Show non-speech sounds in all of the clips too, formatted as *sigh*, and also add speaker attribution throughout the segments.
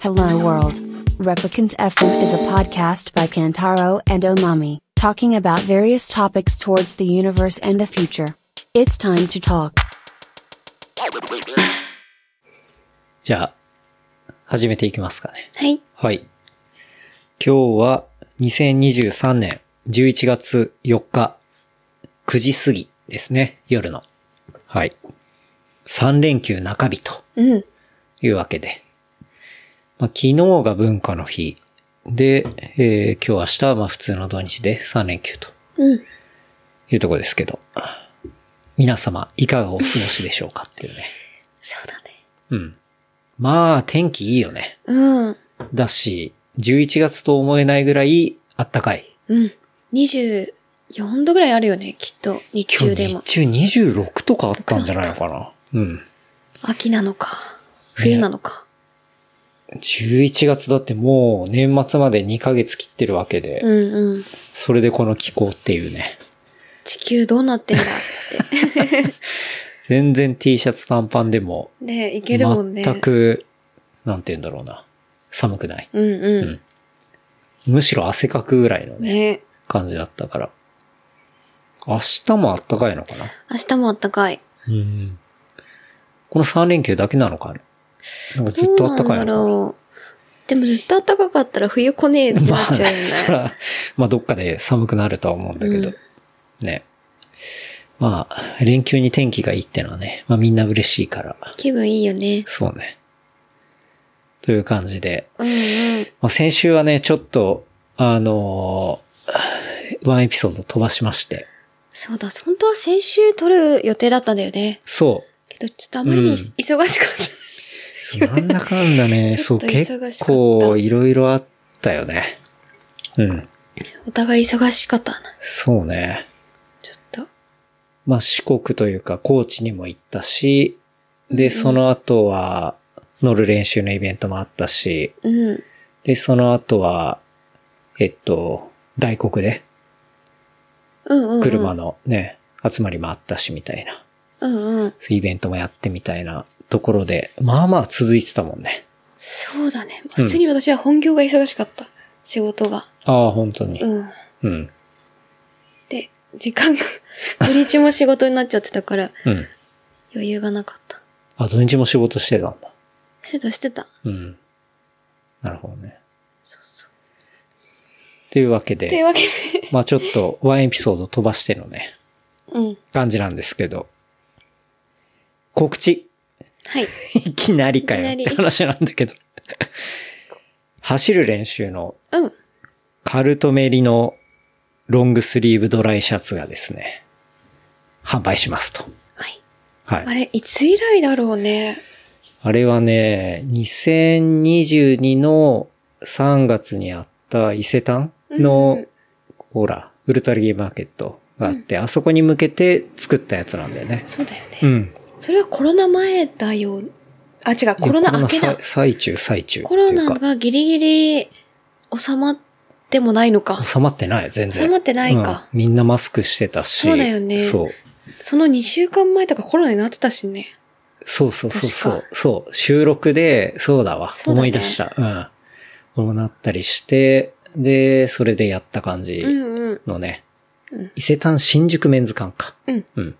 Speaker 1: Hello World. Replicant FM is a podcast by Kantaro and Omami, talking about various topics towards the universe and the future. It's time to talk.
Speaker 2: じゃあ、始めていきますかね。
Speaker 3: はい。
Speaker 2: はい。今日は2023年11月4日9時過ぎですね。夜の。はい。3連休中日と
Speaker 3: うん。
Speaker 2: いうわけで。まあ、昨日が文化の日で、えー今日明日はまあ普通の土日で3連休と
Speaker 3: うん。
Speaker 2: いうとこですけど。皆様、いかがお過ごしでしょうかっていうね。
Speaker 3: そうだね。
Speaker 2: うん。まあ、天気いいよね。
Speaker 3: うん。
Speaker 2: だし、11月と思えないぐらいあったかい。
Speaker 3: うん。24度ぐらいあるよね、きっと。日
Speaker 2: 今
Speaker 3: 中で
Speaker 2: 日
Speaker 3: も。
Speaker 2: 日中26とかあったんじゃないのかな。うん。
Speaker 3: 秋なのか。冬なのか。
Speaker 2: 11月だってもう年末まで2ヶ月切ってるわけで、
Speaker 3: うんうん。
Speaker 2: それでこの気候っていうね。
Speaker 3: 地球どうなってんだっつって。
Speaker 2: 全然 T シャツ短パンでも、
Speaker 3: ねいけるもんね。
Speaker 2: 全く、なんて言うんだろうな。寒くない。
Speaker 3: うん
Speaker 2: うん
Speaker 3: う
Speaker 2: むしろ汗かくぐらいの
Speaker 3: ん。
Speaker 2: ね、
Speaker 3: ね
Speaker 2: 感じだったから。明日もあったかいのかな。
Speaker 3: 明日もあったかい。
Speaker 2: うんこの3連休だけなのかななんかずっとあったかいのか
Speaker 3: どうなんだろう。でもずっとあったかかったら冬来ねえって
Speaker 2: な
Speaker 3: な
Speaker 2: まあ、
Speaker 3: っちゃうよ
Speaker 1: *laughs*
Speaker 2: そ
Speaker 3: ね。
Speaker 2: ら、まあどっかで寒くなるとは思うんだけど、
Speaker 3: うん
Speaker 2: ね。まあ、連休に天気がいいってのはね、まあみんな嬉しいから、
Speaker 3: 気分いいよね。
Speaker 2: そうね。という感じで、
Speaker 3: うんうん。
Speaker 2: まあ先週はね、ちょっと、あのーワンエピソード飛ばしまして、
Speaker 3: そうだ、本当は先週撮る予定だったんだよね。
Speaker 2: そう、
Speaker 3: けど、ちょっとあまりに忙しかった。
Speaker 2: そうなんだかんだね、 *laughs*
Speaker 3: ち
Speaker 2: そ
Speaker 3: ょ
Speaker 2: う、
Speaker 3: っと忙しかった
Speaker 2: 結構いろいろあったよね。うん、
Speaker 3: お互い忙しかったな。
Speaker 2: そうね。
Speaker 3: ちょっと。
Speaker 2: まあ、四国というか、高知にも行ったし、で、その後は、乗る練習のイベントもあったし、
Speaker 3: うん。
Speaker 2: で、その後は、えっと、大黒で、
Speaker 3: うんうん。
Speaker 2: 車。のね、集まりもあったし、みたいな。
Speaker 3: うんうん。
Speaker 2: そういうイベントもやってみたいなところで、まあまあ続いてたもんね。
Speaker 3: そうだね。普通に私は本業が忙しかった。仕事が。
Speaker 2: ああ、本当に。
Speaker 3: うん。
Speaker 2: うん。
Speaker 3: で、時間が、 *laughs* 土日も仕事になっちゃってたから、
Speaker 2: うん。
Speaker 3: 余裕がなかった。
Speaker 2: あ、土日も仕事してたんだ。
Speaker 3: してた、してた。
Speaker 2: うん。なるほどね。というわけ
Speaker 3: という
Speaker 2: で、
Speaker 3: わけで。
Speaker 2: まあちょっとワンエピソード飛ばしてのね、
Speaker 3: うん。
Speaker 2: 感じなんですけど、告知
Speaker 3: はい。
Speaker 2: いきなりかよっ
Speaker 3: い
Speaker 2: て
Speaker 3: きなり
Speaker 2: 話なんだけど、走る練習の
Speaker 3: うん。
Speaker 2: カルトメ入りのロングスリーブドライシャツがですね、販売しますと。
Speaker 3: はい。
Speaker 2: はい。
Speaker 3: あれ、いつ以来だろうね。
Speaker 2: あれはね、2022の3月にあった伊勢丹の、ほら、ウルトラゲームマーケットがあって、あそこに向けて作ったやつなんだよね。
Speaker 3: そうだよね。
Speaker 2: うん。
Speaker 3: それはコロナ前だよ。あ、違う、コロナ明
Speaker 2: い
Speaker 3: け
Speaker 2: や
Speaker 3: だ
Speaker 2: コロナさ。最中、最中。
Speaker 3: コロナ
Speaker 2: っていうか
Speaker 3: がギリギリ収まってもないのか。
Speaker 2: 収まってない、全然。
Speaker 3: 収まってないか
Speaker 2: うんみんなマスクしてたし。
Speaker 3: そうだよね
Speaker 2: そう。
Speaker 3: その2週間前とかコロナになってたしね。
Speaker 2: そうそうそうそ
Speaker 3: 確
Speaker 2: う。そう。収録で、そうだわ。
Speaker 3: そうだね
Speaker 2: 思い出した。うん。こうなったりして、で、それでやった感じ。
Speaker 3: うんうん。
Speaker 2: のね、
Speaker 3: うん
Speaker 2: 伊勢丹新宿メンズ館か。
Speaker 3: うん。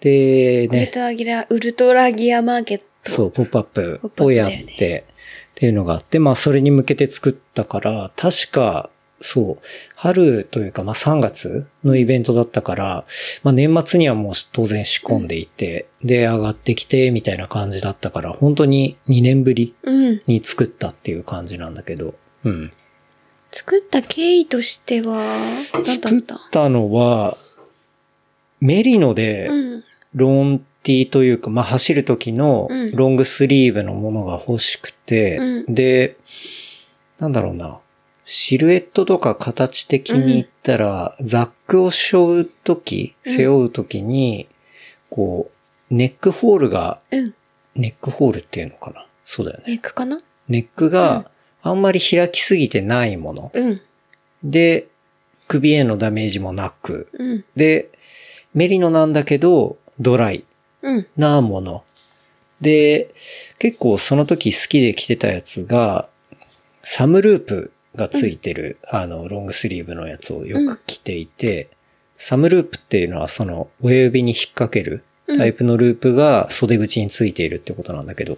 Speaker 2: で、
Speaker 3: ウル
Speaker 2: ね、
Speaker 3: トラギア、ウルトラギアマーケット。
Speaker 2: そう、ポップアッ
Speaker 3: ポッ
Speaker 2: プ
Speaker 3: プアッ
Speaker 2: を
Speaker 3: プ
Speaker 2: やっ
Speaker 3: だよね
Speaker 2: て、っていうのがあって、まあ、それに向けて作ったから、確か、そう、春というか、まあ、3月のイベントだったから、まあ、年末にはもう当然仕込んでいて、で、上がってきて、みたいな感じだったから、本当に2年ぶり
Speaker 3: うん。
Speaker 2: に作ったっていう感じなんだけど、うん。
Speaker 3: 作った経緯としては、なんだ
Speaker 2: 作
Speaker 3: っ
Speaker 2: ったたのは、メリノで、
Speaker 3: うん。
Speaker 2: ロンティーというか、まあ、走る時の
Speaker 3: うん
Speaker 2: ロングスリーブのものが欲しくて、
Speaker 3: う
Speaker 2: で、なんだろうな、シルエットとか形的に言ったら、ザックを背負う時、
Speaker 3: うん
Speaker 2: 背負う時に、こう、ネックホールが、
Speaker 3: うん。
Speaker 2: ネックホールっていうのかなそうだよね。
Speaker 3: ネックかな
Speaker 2: ネックがあんまり開きすぎてないもの。
Speaker 3: うん。
Speaker 2: で、首へのダメージもなく。
Speaker 3: うん。
Speaker 2: で、メリノなんだけど、ドライ。
Speaker 3: うん。
Speaker 2: なもので、結構その時好きで着てたやつが、サムループがついてる、あの、ロングスリーブのやつをよく着ていて、サムループっていうのはその親指に引っ掛けるタイプのループが袖口についているってことなんだけど、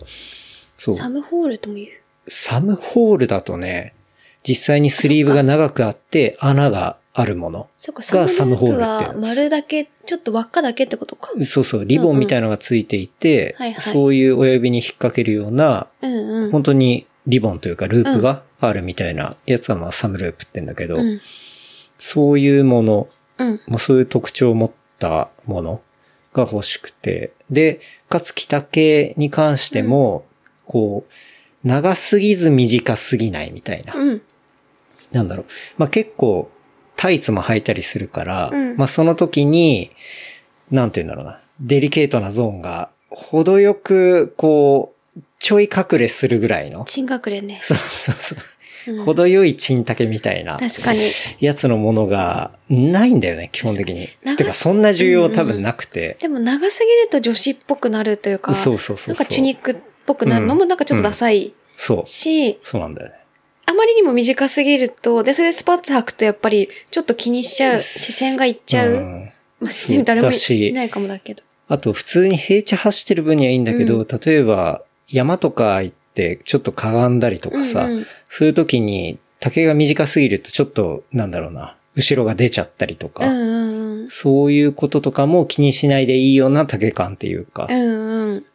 Speaker 2: そう。
Speaker 3: サムホールとも言う。
Speaker 2: サムホールだとね、実際にスリーブが長くあって穴があるもの。
Speaker 3: そっか、
Speaker 2: が
Speaker 3: サムホール
Speaker 2: サムホールってや
Speaker 3: は
Speaker 2: つ
Speaker 3: 丸だけ、ちょっと輪っかだけってことか。
Speaker 2: そうそう、リボンみたいのがついていて、
Speaker 3: うんうんはいはい
Speaker 2: そういう親指に引っ掛けるような、
Speaker 3: うんうん。
Speaker 2: 本当にリボンというかループがあるみたいなやつがまあサムループってんだけど、
Speaker 3: うん。
Speaker 2: そういうもの、
Speaker 3: うん。
Speaker 2: まあ、そういう特徴を持ったものが欲しくて、で、かつ着丈に関しても、こう、長すぎず短すぎないみたいな。
Speaker 3: うん。
Speaker 2: なんだろう。まあ、結構、タイツも履いたりするから、
Speaker 3: うん
Speaker 2: まあ、その時に、なんて言うんだろうな。デリケートなゾーンが、程よく、こう、ちょい隠れするぐら
Speaker 3: *laughs*
Speaker 2: いの。
Speaker 3: チン隠れね。
Speaker 2: そうそうそうう。
Speaker 3: ん
Speaker 2: 程よいチンタケみたいな
Speaker 3: 確かに。
Speaker 2: やつのものがないんだよね、基本的に
Speaker 3: 長。す
Speaker 2: てか、そんな需要多分なくて。
Speaker 3: でも長すぎると女子っぽくなるというか、
Speaker 2: そうそうそうそう
Speaker 3: なんかチュニックっぽくなるのもなんかちょっとダサい
Speaker 2: そう。
Speaker 3: し、
Speaker 2: そうなんだよね。
Speaker 3: あまりにも短すぎると、で、それでスパッツ履くとやっぱりちょっと気にしちゃう、視線がいっちゃう。
Speaker 2: ん
Speaker 3: まあ、視線誰も
Speaker 2: だし
Speaker 3: いないかもだけど。
Speaker 2: あと普通に平地走ってる分にはいいんだけど、
Speaker 3: う
Speaker 2: 例えば山とか行ってちょっとかがんだりとかさ、
Speaker 3: うんうん
Speaker 2: そういう時に竹が短すぎるとちょっとなんだろうな、後ろが出ちゃったりと
Speaker 3: う
Speaker 2: か、
Speaker 3: んうんうん。
Speaker 2: そういうこととかも気にしないでいいような竹感っていうか、
Speaker 3: うんうん。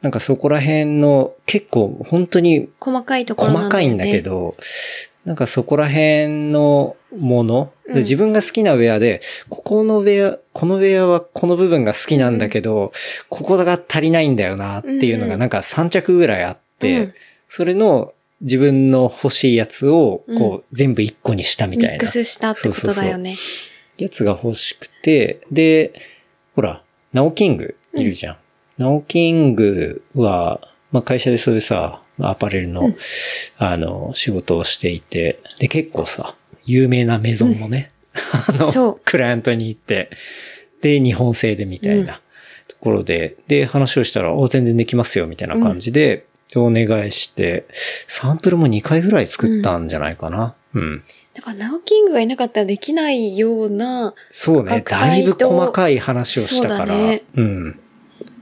Speaker 2: なんかそこら辺の結構本当に
Speaker 3: 細かいところ
Speaker 2: 細かいんだけ
Speaker 3: ど。
Speaker 2: ど、なんかそこら辺のもの、
Speaker 3: うん
Speaker 2: 自分が好きなウェアで、ここのウェア、このウェアはこの部分が好きなんだけど、ここが足りないんだよなっていうの
Speaker 3: うんう
Speaker 2: が
Speaker 3: ん
Speaker 2: なんか3着ぐらいあって、
Speaker 3: うん
Speaker 2: それの自分の欲しいやつをこう全部1個にしたみ
Speaker 3: ミ
Speaker 2: たい
Speaker 3: ック
Speaker 2: な
Speaker 3: スしたってことだよね。
Speaker 2: やつが欲しくて、で、ほら、ナオキングいるじゃん。ナオキングは、まあ、会社でそれさ、アパレルの、あの、仕事をしていて、で、結構さ、有名なメゾンもね、 *laughs* あ
Speaker 3: そ
Speaker 2: の
Speaker 3: う、
Speaker 2: クライアントに行って、で、日本製でみたいなところで、で、話をしたら、お、全然できますよ、みたいな感じで、でお願いして、サンプルも2回ぐらい作ったんじゃないかな。うん
Speaker 3: だから、ナオキングがいなかったらできないような、
Speaker 2: そうね。
Speaker 3: 価格
Speaker 2: だいぶ
Speaker 3: 帯と
Speaker 2: 細かい話をしたから。
Speaker 3: そうだね
Speaker 2: うん。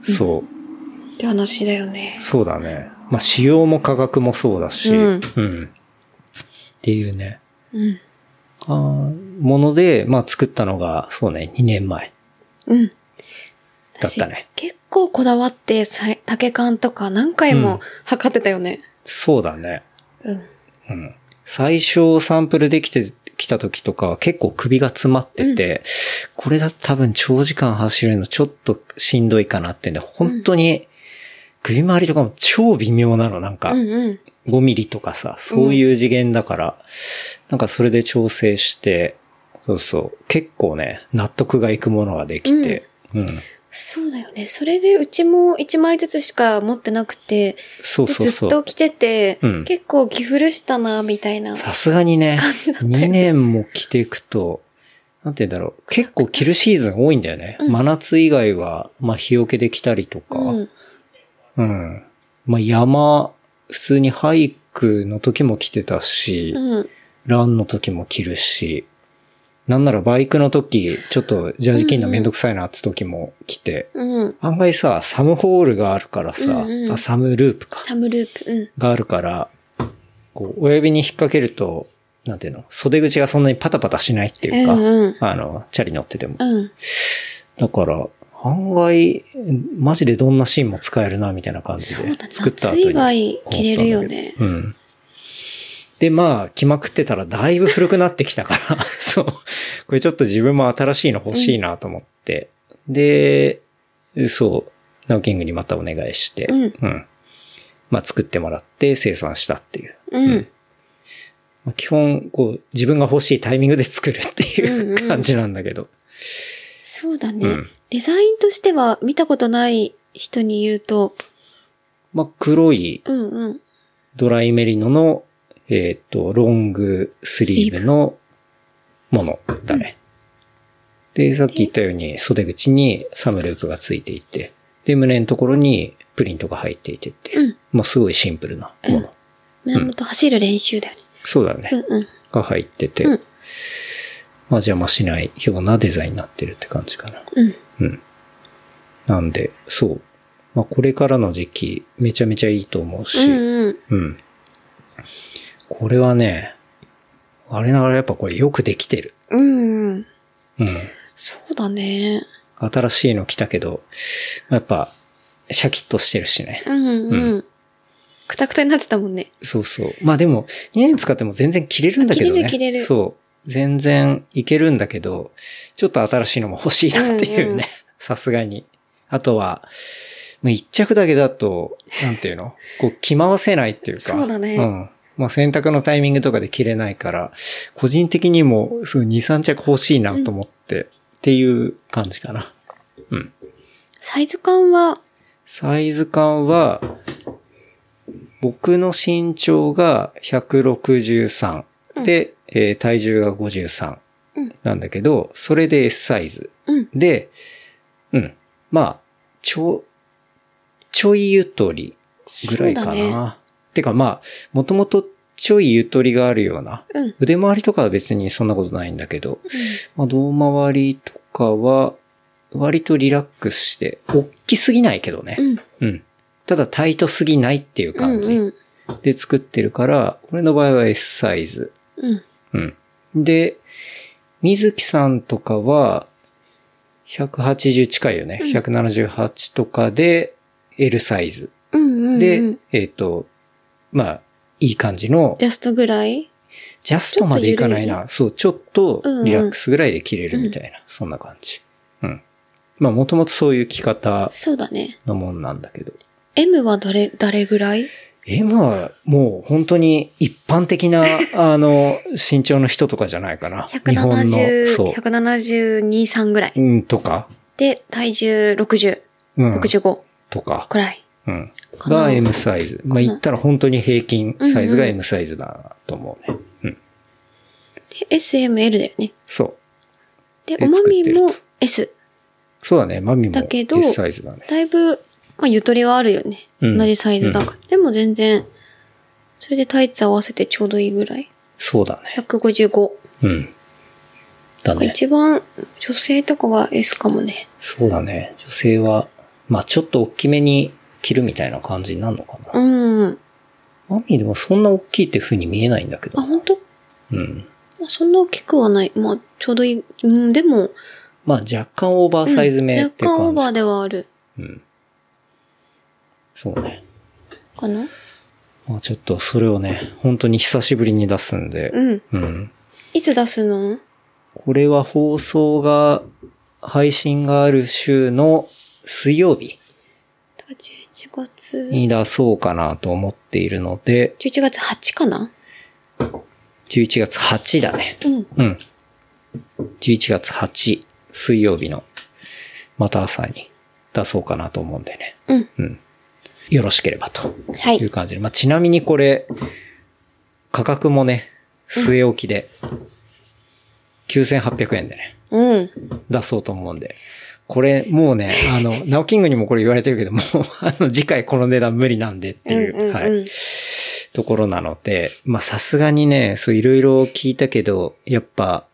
Speaker 2: そう。
Speaker 3: って話だよね。
Speaker 2: そうだね。まあ、仕様も価格もそうだし。
Speaker 3: うん
Speaker 2: うんっていうね。
Speaker 3: うん。
Speaker 2: あーもので、まあ、作ったのが、そうね、2年前
Speaker 3: うん。
Speaker 2: だったね。
Speaker 3: 私結構こだわって、さい竹缶とか何回も測ってたよね。
Speaker 2: そうだね。
Speaker 3: うん。
Speaker 2: うん。最初サンプルできてきた時とかは結構首が詰まってて、これだと多分長時間走るのちょっとしんどいかなってんで、本当に首周りとかも超微妙なの、なんか。
Speaker 3: うんうん。
Speaker 2: 5ミリとかさ、そういう次元だから、なんかそれで調整して、そうそう、結構ね、納得がいくものができて、うん。
Speaker 3: そうだよね。それでうちも1枚ずつしか持ってなくて、
Speaker 2: そう
Speaker 3: で
Speaker 2: そう
Speaker 3: ず
Speaker 2: そ
Speaker 3: っと
Speaker 2: う。
Speaker 3: 着てて、
Speaker 2: うん
Speaker 3: 結構着古したな、みたいな。
Speaker 2: さすがにね、
Speaker 3: じだったよね
Speaker 2: 2年も着ていくと、なんて言うんだろう、 *laughs* 結構着るシーズン多いんだよね。
Speaker 3: うん
Speaker 2: 真夏以外は、まあ日よけできたりとか、
Speaker 3: うん。
Speaker 2: うん。まあ山、普通にハイクの時も着てたし、
Speaker 3: うん。
Speaker 2: ランの時も着るし、なんならバイクの時、ちょっとジャージ着るのめんどくさいなって時も着て、
Speaker 3: うん。
Speaker 2: 案外さ、サムホールがあるからさ、
Speaker 3: うんうん
Speaker 2: あサムループか、
Speaker 3: タムループ。うん。
Speaker 2: があるから、こう、親指に引っ掛けると、なんていうの、袖口がそんなにパタパタしないっていうか、
Speaker 3: うんうん
Speaker 2: あの、チャリ乗ってても。
Speaker 3: うん。
Speaker 2: だから、案外、マジでどんなシーンも使えるな、みたいな感じ
Speaker 3: そう
Speaker 2: で
Speaker 3: だ、、
Speaker 2: 作った後
Speaker 3: 夏
Speaker 2: に
Speaker 3: 以外着れるよね。
Speaker 2: うん。で、まあ、着まくってたらだいぶ古くなってきたから、 *laughs* そう。これちょっと自分も新しいの欲しいなと思って。で、そう、ナウキングにまたお願いして、
Speaker 3: うん
Speaker 2: まあ、作ってもらって生産したっていう。
Speaker 3: うん。
Speaker 2: まあ、基本、こう、自分が欲しいタイミングで作るっていう
Speaker 3: うんうん
Speaker 2: 感じなんだけど。
Speaker 3: そうだね、
Speaker 2: うん
Speaker 3: デザインとしては見たことない人に言うと、
Speaker 2: まあ、黒い
Speaker 3: うんうん。
Speaker 2: ドライメリノの、えっ、と、ロングスリーブのものだね。で、さっき言ったように袖口にサムループがついていて、で、胸のところにプリントが入っていてって、
Speaker 3: うん
Speaker 2: まあすごいシンプルなもの。
Speaker 3: 胸元走る練習だよね。
Speaker 2: そうだよね。
Speaker 3: うんうん。
Speaker 2: が入ってて、
Speaker 3: うん
Speaker 2: まあ邪魔しないようなデザインになってるって感じかな。
Speaker 3: うん。
Speaker 2: うん。なんで、そう。まあこれからの時期、めちゃめちゃいいと思うし、
Speaker 3: うんうん。
Speaker 2: うん。これはね、あれながらやっぱこれよくできてる。
Speaker 3: うんうん。
Speaker 2: うん。
Speaker 3: そうだね。
Speaker 2: 新しいの来たけど、やっぱ、シャキッとしてるしね。
Speaker 3: うんう。
Speaker 2: うん
Speaker 3: くたくたになってたもんね。
Speaker 2: そうそう。まあでも、2年使っても全然着れるんだけどね。
Speaker 3: あ着れる着れる
Speaker 2: そう。全然いけるんだけど、ちょっと新しいのも欲しいなっていう
Speaker 3: うんうん
Speaker 2: ね。 *laughs* さすがに。あとは、もう一着だけだと、なんていうのこう、着回せないっていうか。
Speaker 3: そうだね
Speaker 2: うん。まあ洗濯のタイミングとかで着れないから、個人的にも、そう、2、3着欲しいなと思って、っていう感じかな。うん。
Speaker 3: サイズ感は、
Speaker 2: サイズ感は、僕の身長が163で、えー体重が53
Speaker 3: うん
Speaker 2: なんだけど、それで S サイズ。
Speaker 3: うん
Speaker 2: で、うん。まあ、ちょ、ちょいゆとりぐらいかな。
Speaker 3: そうだ
Speaker 2: てかまあ、もともとちょいゆとりがあるような。
Speaker 3: うん。
Speaker 2: 腕回りとかは別にそんなことないんだけど、まあ、胴回りとかは、割とリラックスして、大きすぎないけどね。
Speaker 3: うん。
Speaker 2: うん。ただタイトすぎないっていう感
Speaker 3: う
Speaker 2: じ
Speaker 3: ん
Speaker 2: で作ってるから、俺の場合は S サイズ。
Speaker 3: うん。うん。
Speaker 2: うん。で、水木さんとかは、180近いよね。178とかで L サイズ。
Speaker 3: うんうんうん。
Speaker 2: で、えっ、と、まあ、いい感じの、
Speaker 3: ジャストぐらい
Speaker 2: ジャストまでいかないな。そう、ちょっとリラックスぐらいで切れるみたいな。そんな感じ。うん。まあ、もともとそういう着方
Speaker 3: そうだね。
Speaker 2: のもんなんだけど。
Speaker 3: M はどれ、誰ぐらい
Speaker 2: M はもう本当に一般的
Speaker 3: *laughs*
Speaker 2: な、あの、身長の人とかじゃないかな。日本の、
Speaker 3: ?170、
Speaker 2: そ。。
Speaker 3: 172、3ぐらいう
Speaker 2: うん、とか、
Speaker 3: で、体重60、
Speaker 2: うん、
Speaker 3: 65
Speaker 2: とか、
Speaker 3: くらい。
Speaker 2: うん。
Speaker 3: かな
Speaker 2: が M サイズ。まあ、言ったら本当に平均サイズが M サイズだなと思うね。うん。
Speaker 3: で、SML だよね。
Speaker 2: そう。
Speaker 3: で、
Speaker 2: で
Speaker 3: おまみ
Speaker 2: 作っ
Speaker 3: も S。
Speaker 2: そうだね。マミも
Speaker 3: だけど
Speaker 2: S サイズだね。
Speaker 3: だいぶ、まあ、ゆとりはあるよね。
Speaker 2: うん
Speaker 3: 同じサイズだから。でも全然、それでタイツ合わせてちょうどいいぐらい。
Speaker 2: そうだね。
Speaker 3: 155。
Speaker 2: うん。だね。
Speaker 3: 一番、女性とかは S かもね。
Speaker 2: そうだね。女性は、まあ、ちょっと大きめに着るみたいな感じになるのかな。
Speaker 3: うん。
Speaker 2: マミでもそんな大きいって風に見えないんだけ
Speaker 3: あ、
Speaker 2: ど。
Speaker 3: 本当
Speaker 2: うん。
Speaker 3: まあ、そんな大きくはない。まあ、ちょうどいい。うん、でも、
Speaker 2: まあ若干オーバーサイズ
Speaker 3: う
Speaker 2: 目
Speaker 3: ん
Speaker 2: っていう
Speaker 3: 若
Speaker 2: 感
Speaker 3: 干オー
Speaker 2: じ。
Speaker 3: バーではある。
Speaker 2: うん。そうね。
Speaker 3: かな
Speaker 2: まあちょっとそれをね、本当に久しぶりに出すんで。
Speaker 3: うん。
Speaker 2: うん。
Speaker 3: いつ出すの
Speaker 2: これは放送が、配信がある週の水曜日
Speaker 3: ?11 月。
Speaker 2: に出そうかなと思っているので、
Speaker 3: 11月8かな
Speaker 2: 11月8だね。
Speaker 3: うん。
Speaker 2: うん。11月8、水曜日の、また朝に出そうかなと思うんでね。
Speaker 3: うん。
Speaker 2: うん。よろしければと。
Speaker 3: はいい。
Speaker 2: う感じで。まあ、ちなみにこれ、価格もね、据え置きで、9800円でね、
Speaker 3: うん。
Speaker 2: 出そうと思うんで。これ、もうね、あの、ナオキングにもこれ言われてるけど、もう、あの、次回この値段無理なんでっていう、
Speaker 3: うんうんうん
Speaker 2: はい、ところなので、まあ、さすがにね、そう、いろいろ聞いたけど、やっぱ、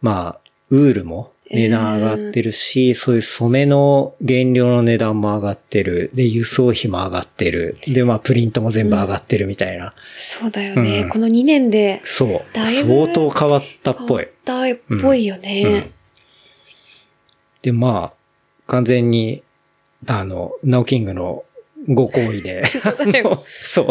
Speaker 2: まあ、ウールも値段上がってるし、そういう染めの原料の値段も上がってる。で、輸送費も上がってる。で、まあ、プリントも全部上がってるみたいな。
Speaker 3: そうだよね。
Speaker 2: うん
Speaker 3: この2年で、
Speaker 2: そう。
Speaker 3: だいぶ
Speaker 2: 相当変わったっぽい。
Speaker 3: だいっぽいよね。
Speaker 2: で、まあ、完全に、あの、ナオキングのご好意で、あ *laughs* のそう。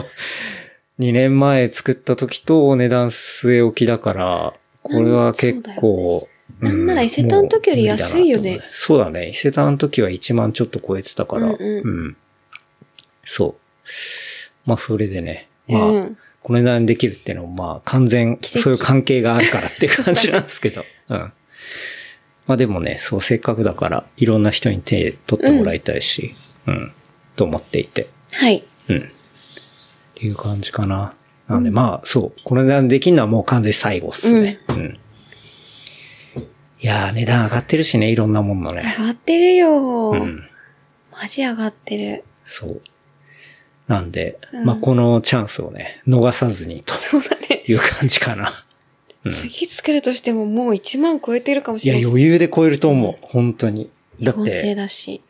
Speaker 2: 2年前作った時とお値段据え置きだから、これは結構、
Speaker 3: うんそうだよねなんなら
Speaker 2: う
Speaker 3: 伊勢丹の時より安い
Speaker 2: も
Speaker 3: よね
Speaker 2: う無理だなと思うそうだね。伊勢丹の時は1万ちょっと超えてたから、
Speaker 3: うんうん
Speaker 2: そう。まあ、それでね、まあ、
Speaker 3: うん
Speaker 2: この値段にできるっていうのも、まあ、完全、
Speaker 3: 奇跡
Speaker 2: そういう関係があるからっていう感じなんです
Speaker 3: *laughs*
Speaker 2: けど、うん。まあでもね、そう、せっかくだから、いろんな人に手取ってもらいたいし、うん、と思っていて、
Speaker 3: はい。
Speaker 2: うん。っていう感じかな。なんで、まあ、そう、この値段できるのはもう完全に最後っすね。うん。いやー、値段上がってるしね、いろんなもんのね。
Speaker 3: 上がってるよ、
Speaker 2: うん。
Speaker 3: マジ上がってる。
Speaker 2: そう。なんで、
Speaker 3: うん
Speaker 2: まあ、このチャンスをね、逃さずにと
Speaker 3: そうだね。
Speaker 2: いう感じかな。うん
Speaker 3: 次作るとしてももう1万超えてるかも
Speaker 2: い
Speaker 3: し
Speaker 2: や
Speaker 3: れない、し。
Speaker 2: 余裕で超えると思う。本当に。だっ
Speaker 3: 音声
Speaker 2: て、
Speaker 3: だし。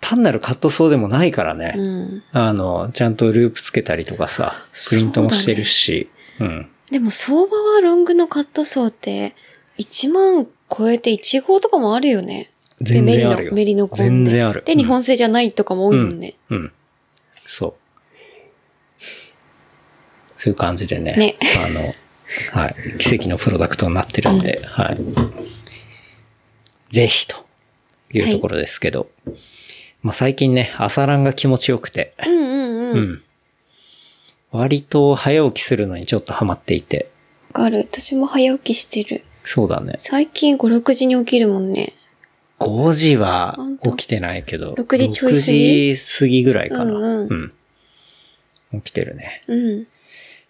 Speaker 2: 単なるカット層でもないからね。
Speaker 3: うん。
Speaker 2: あの、ちゃんとループつけたりとかさ、プリントもしてるし。うん。
Speaker 3: でも相場はロングのカット層って1万超えて1号とかもあるよね。で
Speaker 2: 全然あるよ。
Speaker 3: メリノメリノコンで
Speaker 2: 全然ある。
Speaker 3: で、日本製じゃないとかも多いもんね。
Speaker 2: うん。うん。そう。そういう感じでね。
Speaker 3: ね
Speaker 2: あの、はい。奇跡のプロダクトになってるんで、はい。ぜひというところですけど。まあ最近ね、朝ランが気持ちよくて、
Speaker 3: うんうん
Speaker 2: う
Speaker 3: うん。わ、
Speaker 2: ん。割と早起きするのにちょっとハマっていて。
Speaker 3: かる。私も早起きしてる。
Speaker 2: そうだね。
Speaker 3: 最近5、6時に起きるもんね。
Speaker 2: 5時は
Speaker 3: ほんと
Speaker 2: 起きてないけど、
Speaker 3: 6時ちょい過ぎ
Speaker 2: 6時過ぎぐらいかな。
Speaker 3: うんう
Speaker 2: うん。起きてるね。
Speaker 3: うん。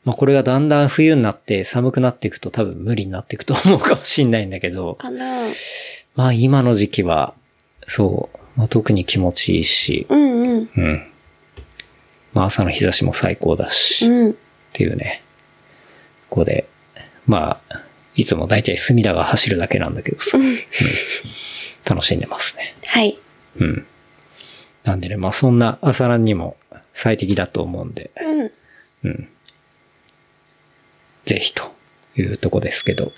Speaker 2: まあこれがだんだん冬になって寒くなっていくと多分無理になっていくと思うかもしんないんだけ
Speaker 3: *laughs*
Speaker 2: ど、
Speaker 3: かな
Speaker 2: まあ今の時期は、そう、まあ特に気持ちいいし、
Speaker 3: うんうん。
Speaker 2: うん。まあ朝の日差しも最高だし、っ
Speaker 3: うん。
Speaker 2: ていうね。ここで、まあ、いつも大体隅田が走るだけなんだけどさ、うん楽しんでますね。
Speaker 3: はい。
Speaker 2: うん。なんでね、まあそんな朝ランにも最適だと思うんで、
Speaker 3: うん。
Speaker 2: うん。ぜひというとこですけど。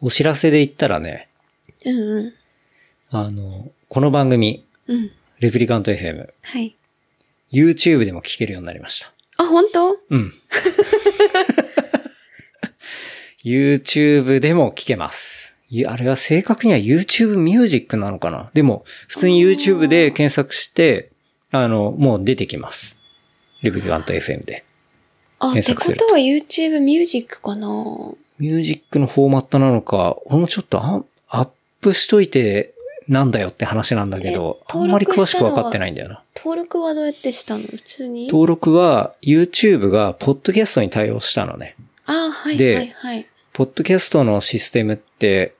Speaker 2: お知らせで言ったらね、
Speaker 3: うんうん。
Speaker 2: あの、この番組、
Speaker 3: うん。
Speaker 2: レプリカント FM、
Speaker 3: はい。
Speaker 2: YouTube でも聞けるようになりました。
Speaker 3: あ、本当
Speaker 2: うん。YouTube でも聞けます。ゆあれは正確には YouTube Music なのかなでも、普通に YouTube で検索して、あの、もう出てきます。レプリカント FM で。
Speaker 3: あ、
Speaker 2: 検
Speaker 3: って
Speaker 2: 索す
Speaker 3: こ
Speaker 2: る
Speaker 3: とは YouTube ミュージックかな
Speaker 2: ミュージックのフォーマットなのか、俺もちょっとアンアップしといてなんだよって話なんだけど
Speaker 3: え、
Speaker 2: あんまり
Speaker 3: 登
Speaker 2: 詳
Speaker 3: 録
Speaker 2: し
Speaker 3: した
Speaker 2: く
Speaker 3: のは
Speaker 2: わかってないんだよな。
Speaker 3: 登録はどうやってしたの普通に
Speaker 2: 登録は YouTube がポッドキャストに対応したのね。
Speaker 3: あ、はい
Speaker 2: で
Speaker 3: はいはい。
Speaker 2: ポッドキャストのシステムって、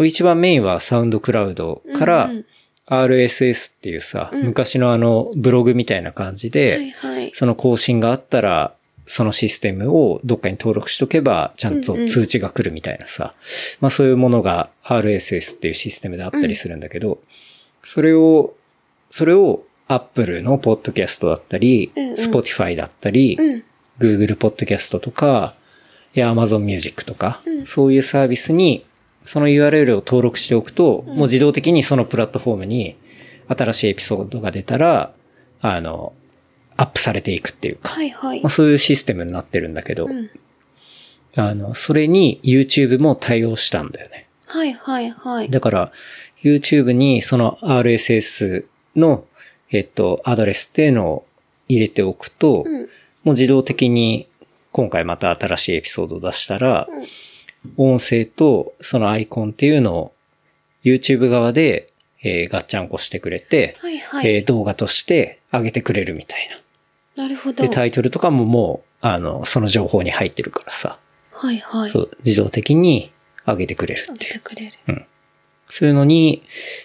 Speaker 2: 一番メインはサウンドクラウドから
Speaker 3: うんうん
Speaker 2: RSS っていうさ、
Speaker 3: うん
Speaker 2: 昔のあのブログみたいな感じで、
Speaker 3: はいはい。
Speaker 2: その更新があったら、そのシステムをどっかに登録しとけば、ちゃんと
Speaker 3: うんうん
Speaker 2: 通知が来るみたいなさ。まあそういうものが RSS っていうシステムであったりするんだけど、それを、それを Apple のポッドキャストだったり、
Speaker 3: うんうん
Speaker 2: Spotify だったり、
Speaker 3: うん。
Speaker 2: Google ポッドキャストとか、いや Amazon Music とか、
Speaker 3: うん
Speaker 2: そういうサービスに、その URL を登録しておくと、もう自動的にそのプラットフォームに新しいエピソードが出たら、あの、アップされていくっていうか、
Speaker 3: はいはい
Speaker 2: まあ、。そういうシステムになってるんだけど、
Speaker 3: うん。
Speaker 2: あの、それに YouTube も対応したんだよね。
Speaker 3: はいはいはい。
Speaker 2: だから、YouTube にその RSS の、えっと、アドレスっていうのを入れておくと、
Speaker 3: うん。
Speaker 2: もう自動的に今回また新しいエピソードを出したら、音声とそのアイコンっていうのを YouTube 側で、えーガッチャンコしてくれて、
Speaker 3: はいは
Speaker 2: え
Speaker 3: い。
Speaker 2: ー動画として上げてくれるみたいな。
Speaker 3: なるほ
Speaker 2: で、
Speaker 3: ど。は
Speaker 2: タイトルとかももう、あの、その情報に入ってるからさ、
Speaker 3: いはい。
Speaker 2: そう、自動的に上げてくれる
Speaker 3: やっ
Speaker 2: っていう。
Speaker 3: てくれる。
Speaker 2: そういうのに、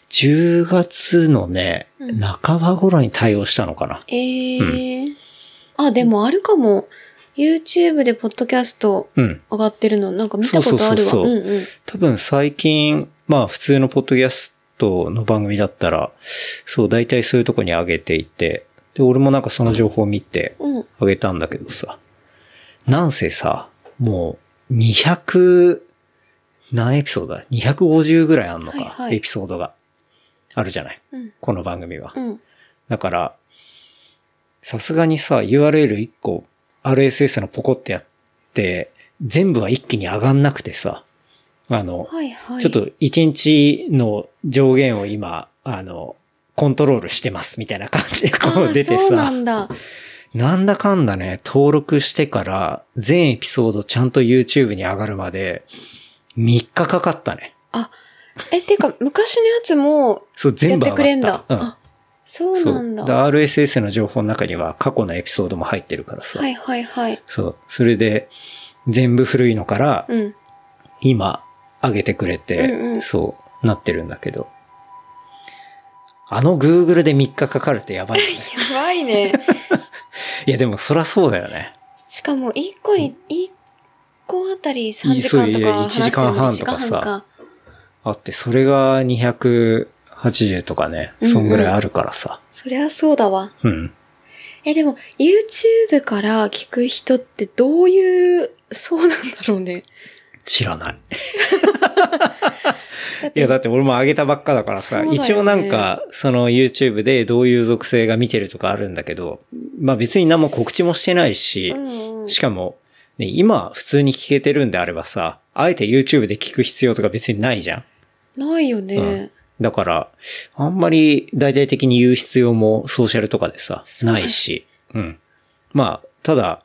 Speaker 2: 10月のね、
Speaker 3: うん
Speaker 2: 半ば頃に対応したのかな。
Speaker 3: ええー。あ、でもあるかも。YouTube でポッドキャスト
Speaker 2: うん。
Speaker 3: 上がってるの、なんか見たことあるわ。
Speaker 2: そうそうそうそうん
Speaker 3: うん。
Speaker 2: 多分最近、まあ普通のポッドキャストの番組だったら、そう、大体そういうとこに上げていて、で、俺もなんかその情報を見て
Speaker 3: うん。
Speaker 2: 上げたんだけどさ、なんせさ、もう200、何エピソードだ ?250 ぐらいあんのか、
Speaker 3: はいはい
Speaker 2: エピソードがあるじゃない
Speaker 3: うん。
Speaker 2: この番組は。
Speaker 3: うん。
Speaker 2: だから、さすがにさ、URL1 個 RSS のポコってやって、全部は一気に上がんなくてさ、あの、
Speaker 3: はいはい。
Speaker 2: ちょっと1日の上限を今、あの、コントロールしてますみたいな感じで
Speaker 3: あ
Speaker 2: こ
Speaker 3: ー
Speaker 2: う出て
Speaker 3: そうな
Speaker 2: さ、
Speaker 3: んだ。
Speaker 2: なんだかんだね、登録してから全エピソードちゃんと YouTube に上がるまで3日かかったね。
Speaker 3: あ、え、てか、昔のやつも
Speaker 2: そう、全
Speaker 3: やっ
Speaker 2: 部上が
Speaker 3: て
Speaker 2: った。
Speaker 3: くれんだ。
Speaker 2: うん
Speaker 3: あ、そうなんだ。
Speaker 2: そうだ RSS の情報の中には過去のエピソードも入ってるからさ。
Speaker 3: はいはいはい。
Speaker 2: そう。それで、全部古いのから、
Speaker 3: うん。
Speaker 2: 今、上げてくれて、
Speaker 3: うんうん
Speaker 2: そう、なってるんだけど。あの Google で3日かかるってやばいよね。
Speaker 3: やば
Speaker 2: *laughs*
Speaker 3: いね。
Speaker 2: いや、でもそらそうだよね。
Speaker 3: しかも、一個に、一個あたり3時間と
Speaker 2: いいそういい
Speaker 3: か話してるのに
Speaker 2: 1時間半とかさ。あって、それが280とかね、そんぐらいあるからさ。
Speaker 3: そりゃそうだわ。
Speaker 2: うん。
Speaker 3: え、でも、YouTube から聞く人ってどういう、そうなんだろうね。
Speaker 2: 知らない。
Speaker 3: だっ
Speaker 2: い
Speaker 3: て
Speaker 2: や、だって俺も上げたばっかだから
Speaker 3: そ
Speaker 2: さ、
Speaker 3: うだよね
Speaker 2: 一応なんか、その YouTube でどういう属性が見てるとかあるんだけど、まあ別に何も告知もしてないし
Speaker 3: う、んうん。
Speaker 2: しかも、ね、今普通に聞けてるんであればさ、あえて YouTube で聞く必要とか別にないじゃん。
Speaker 3: ないよね。
Speaker 2: うんだから、あんまり大々的に言う必要もソーシャルとかでさ、
Speaker 3: うだよ
Speaker 2: ないし。うん。まあ、ただ、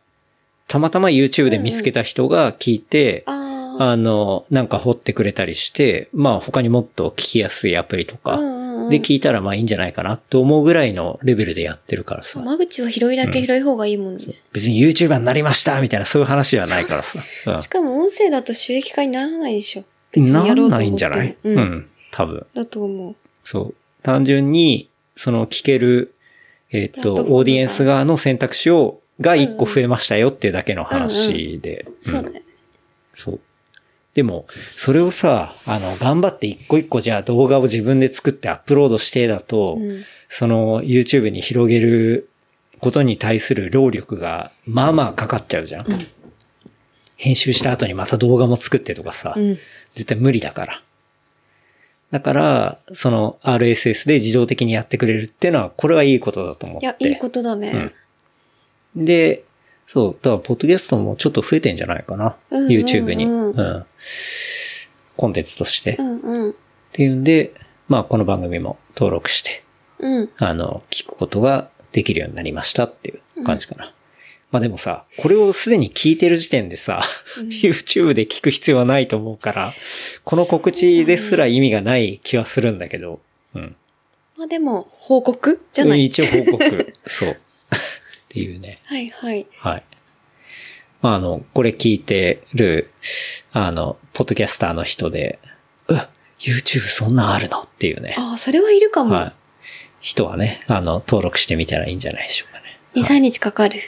Speaker 2: たまたま YouTube で見つけた人が聞いて、
Speaker 3: ああ。
Speaker 2: あの、なんか掘ってくれたりして、まあ他にもっと聞きやすいアプリとか
Speaker 3: うんうんうん
Speaker 2: で聞いたらまあいいんじゃないかなと思うぐらいのレベルでやってるからさ。
Speaker 3: 間口は広いだけ広い方がいいもんね。
Speaker 2: 別に YouTuber になりましたみたいなそういう話じゃないからさ。うん
Speaker 3: しかも音声だと収益化にならないでしょ。別
Speaker 2: な
Speaker 3: にやろ
Speaker 2: ら
Speaker 3: うと思っても
Speaker 2: ないんじゃない
Speaker 3: うん。
Speaker 2: うん。多分。
Speaker 3: だと思う。
Speaker 2: そう。単純に、その聞ける、えっ、
Speaker 3: プラッ
Speaker 2: と、
Speaker 3: トフォームが
Speaker 2: オーディエンス側の選択肢を、が一個増えましたよっていうだけの話で。
Speaker 3: そう
Speaker 2: うん
Speaker 3: だね。
Speaker 2: そう。でも、それをさ、あの、頑張って一個一個じゃあ動画を自分で作ってアップロードしてだと、
Speaker 3: うん
Speaker 2: その YouTube に広げることに対する労力が、まあまあかかっちゃうじゃん。編集した後にまた動画も作ってとかさ、
Speaker 3: うん。
Speaker 2: 絶対無理だから。だから、その RSS で自動的にやってくれるっていうのは、これはいいことだと思っ
Speaker 3: い
Speaker 2: て。
Speaker 3: や、いいことだね。
Speaker 2: で、そう、だから、ポッドキャストもちょっと増えてんじゃないかな。
Speaker 3: うんうんうん
Speaker 2: YouTube に、うん。コンテンツとして。
Speaker 3: う
Speaker 2: っ
Speaker 3: んうん。
Speaker 2: ていうんで、まあ、この番組も登録して、
Speaker 3: うん。
Speaker 2: あの、聞くことができるようになりましたっていう感じかな。まあでもさ、これをすでに聞いてる時点でさ、YouTube で聞く必要はないと思うから、この告知ですら意味がない気はするんだけど、うん。
Speaker 3: まあでも、報告じゃない。
Speaker 2: 一応報
Speaker 3: *laughs*
Speaker 2: 告。そう。っていうね。
Speaker 3: はいはい。
Speaker 2: はい。まあ、あの、これ聞いてる、あの、ポッドキャスターの人で、うっ、YouTube そんなんあるのっていうね。
Speaker 3: ああ、それはいるかも。
Speaker 2: はい。人はね、あの、登録してみたらいいんじゃないでしょうかね。
Speaker 3: 2、3日かかる。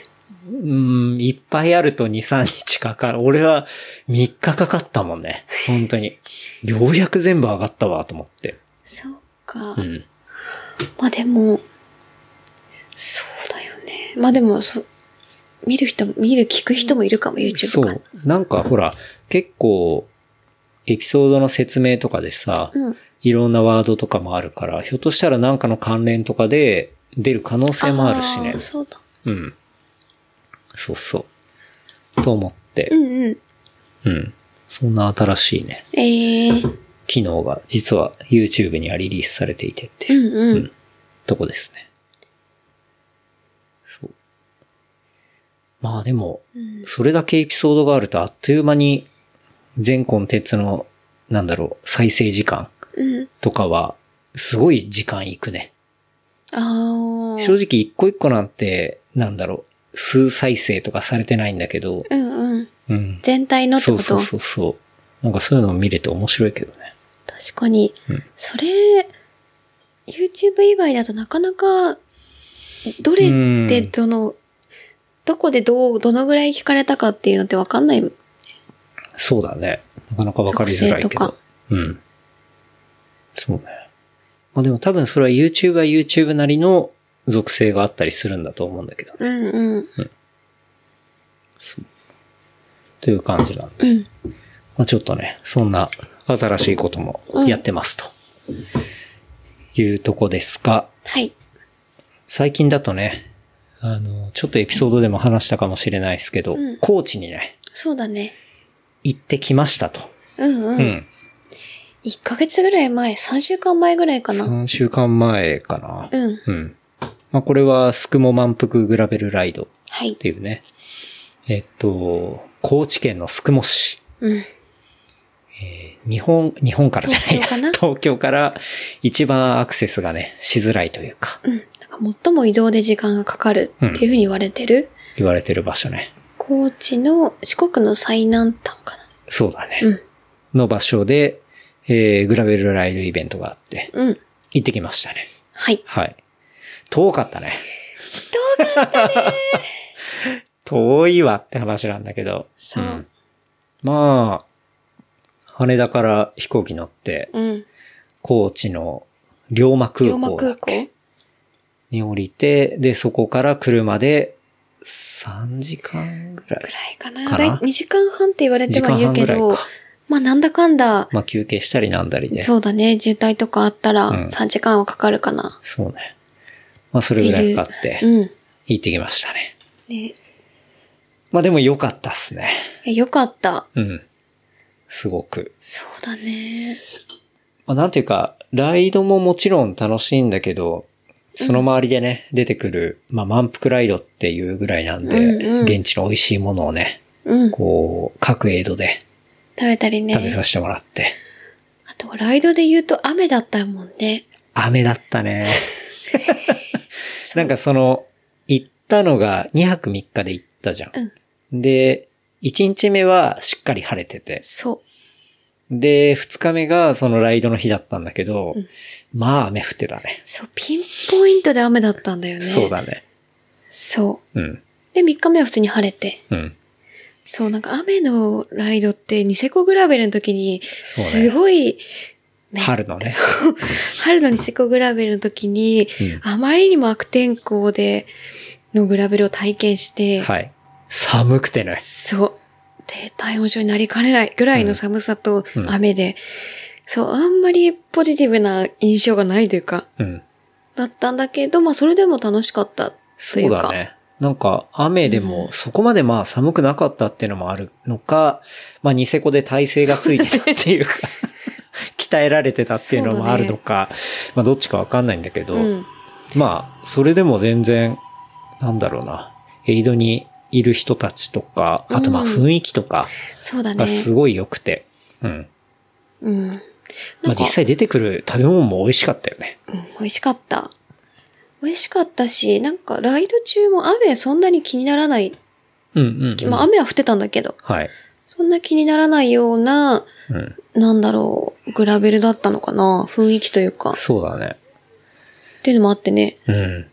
Speaker 2: うーん、いっぱいあると2、3日かかる。俺は3日かかったもんね。本当に。ようやく全部上がったわ、と思って。
Speaker 3: そうか。
Speaker 2: うん。
Speaker 3: まあでも、そうだよね。まあでも、そ見る人も、見る、聞く人もいるかも、
Speaker 2: そ
Speaker 3: YouTube から
Speaker 2: う。。なんかほら、結構、エピソードの説明とかでさ、
Speaker 3: うん。
Speaker 2: いろんなワードとかもあるから、ひょっとしたらなんかの関連とかで出る可能性もあるしね
Speaker 3: ー。そうだ。
Speaker 2: うん。そうそう。と思って
Speaker 3: う、んうん。
Speaker 2: うん。そんな新しいね、
Speaker 3: ええー。
Speaker 2: 機能が実は YouTube にはリリースされていてっていうう。
Speaker 3: んう
Speaker 2: うんん。とこですね。そう。まあでも、
Speaker 3: うん
Speaker 2: それだけエピソードがあるとあっという間に全コンテンツの、なんだろう、再生時間
Speaker 3: うん。
Speaker 2: とかは、すごい時間いくね。
Speaker 3: ああ。
Speaker 2: 正直一個一個なんて、なんだろう、数再生とかされてないんだけど、
Speaker 3: うんうん。
Speaker 2: うん。
Speaker 3: 全体のって
Speaker 2: そ
Speaker 3: こ
Speaker 2: う
Speaker 3: と
Speaker 2: そうそうそう。なんかそういうのを見れて面白いけどね。
Speaker 3: 確かに。
Speaker 2: うん
Speaker 3: それ、YouTube 以外だとなかなか、どれで
Speaker 2: うん
Speaker 3: どの、どこでどう、どのぐらい聞かれたかっていうのってわかんない。
Speaker 2: そうだね。なかなかわかりづらいけ
Speaker 3: 特
Speaker 2: ど
Speaker 3: 性とか。
Speaker 2: うん。そうね。まあでも多分それは YouTube は YouTube なりの属性があったりするんだと思うんだけど。
Speaker 3: うんうん。
Speaker 2: という感じなんで。
Speaker 3: うん。
Speaker 2: まあちょっとね、そんな新しいこともやってますと。いうとこですが、
Speaker 3: はい。
Speaker 2: 最近だとね、あの、ちょっとエピソードでも話したかもしれないですけど、
Speaker 3: うん
Speaker 2: 高知にね、
Speaker 3: そうだね。
Speaker 2: 行ってきましたと。
Speaker 3: うんう。
Speaker 2: うんん。
Speaker 3: 1ヶ月ぐらい前、3週間前ぐらいかな。
Speaker 2: 3週間前かな。
Speaker 3: うん。
Speaker 2: うん。まあ、これは、すくも満腹グラベルライドっ
Speaker 3: はい。
Speaker 2: ていうね。えっと、高知県のすくも市。
Speaker 3: うん。
Speaker 2: 日本、日本からじゃないや
Speaker 3: 東京かな
Speaker 2: 東京から一番アクセスがね、しづらいというか、
Speaker 3: うん。なんか最も移動で時間がかかるっていうふうに言われてる、
Speaker 2: 言われてる場所ね。
Speaker 3: 高知の四国の最南端かな。
Speaker 2: そうだね。
Speaker 3: うん
Speaker 2: の場所で、えー、グラベルライドイベントがあって、
Speaker 3: うん。
Speaker 2: 行ってきましたね。
Speaker 3: はい。
Speaker 2: はい。遠かったね。遠かったね *laughs* 遠いわって話なんだけど。
Speaker 3: そうん
Speaker 2: まあ、羽田から飛行機乗って、
Speaker 3: うん。
Speaker 2: 高知の龍馬空
Speaker 3: 龍馬
Speaker 2: 港だ
Speaker 3: 空
Speaker 2: っけ
Speaker 3: 港
Speaker 2: に降りて、で、そこから車で3時間ぐら
Speaker 3: ぐ
Speaker 2: い。
Speaker 3: らいかな。
Speaker 2: かな
Speaker 3: だい2時間半って言われて
Speaker 2: 時
Speaker 3: は
Speaker 2: 間
Speaker 3: いる
Speaker 2: 半
Speaker 3: け
Speaker 2: ぐらい
Speaker 3: ど
Speaker 2: か、。
Speaker 3: まあなんだかんだ、
Speaker 2: まあ休憩したりなんだりで。
Speaker 3: そうだね、渋滞とかあったら
Speaker 2: うん
Speaker 3: 3時間はかかるかな。
Speaker 2: そうね。まあそれぐらいかかって
Speaker 3: う、ん。
Speaker 2: 行ってきましたね。
Speaker 3: ね
Speaker 2: まあでも良かったっすね。
Speaker 3: えよかった。
Speaker 2: うん。すごく。
Speaker 3: そうだね。
Speaker 2: まあ、なんていうか、ライドももちろん楽しいんだけど、その周りでね、出てくる、まあ、満腹ライドっていうぐらいなんで、
Speaker 3: うんうん
Speaker 2: 現地の美味しいものをね、
Speaker 3: うん。食
Speaker 2: こう、各エイドで
Speaker 3: べたりね。
Speaker 2: 食べさせてもらって、
Speaker 3: あと、ライドで言うと雨だったもんね。
Speaker 2: 雨だったね。なんかその、行ったのが2泊3日で行ったじゃん。で、1日目はしっかり晴れてて、
Speaker 3: そ
Speaker 2: で、2日目がそのライドの日だったんだけど、
Speaker 3: うん
Speaker 2: まあ雨降ってたね
Speaker 3: う。。そう、ピンポイントで雨だったんだよね。
Speaker 2: そう。だね。
Speaker 3: そ
Speaker 2: うん。
Speaker 3: う。で、3日目は普通に晴れて。
Speaker 2: うん。
Speaker 3: そう、なんか雨のライドって、ニセコグラベルの時に、
Speaker 2: そうね
Speaker 3: すごい、め
Speaker 2: 春のね。
Speaker 3: 春のニセコグラベルの時に、
Speaker 2: うん
Speaker 3: あまりにも悪天候で、のグラベルを体験して、
Speaker 2: はい。寒くてね。
Speaker 3: そう、低体温症になりかねないぐらいの寒さと
Speaker 2: うん
Speaker 3: 雨で、そう、あんまりポジティブな印象がないというか、
Speaker 2: うん。
Speaker 3: だったんだけど、まあそれでも楽しかったと
Speaker 2: そ
Speaker 3: いううか。
Speaker 2: だね。なんか、雨でも、そこまでまあ寒くなかったっていうのもあるのか、まあニセコで体勢がついてたっていうか、 *laughs* 鍛えられてたっていうのもあるのか、まあどっちかわかんないんだけど、
Speaker 3: うん。
Speaker 2: まあ、それでも全然、なんだろうな、エイドにいる人たちとか、あとまあ
Speaker 3: うん
Speaker 2: 雰囲気とか
Speaker 3: そうだね
Speaker 2: が。すごい良くて、うん。
Speaker 3: うん。
Speaker 2: まあ実際出てくる食べ物も美味しかったよね。
Speaker 3: うん、美味しかった。美味しかったし、なんかライド中も雨そんなに気にならない。
Speaker 2: うんうん、うん。
Speaker 3: まあ雨は降ってたんだけど、
Speaker 2: はい。
Speaker 3: そんな気にならないような、
Speaker 2: うん。
Speaker 3: なんだろう、グラベルだったのかな雰囲気というか。っ
Speaker 2: そうだね。
Speaker 3: ていうのもあってね。
Speaker 2: うん。い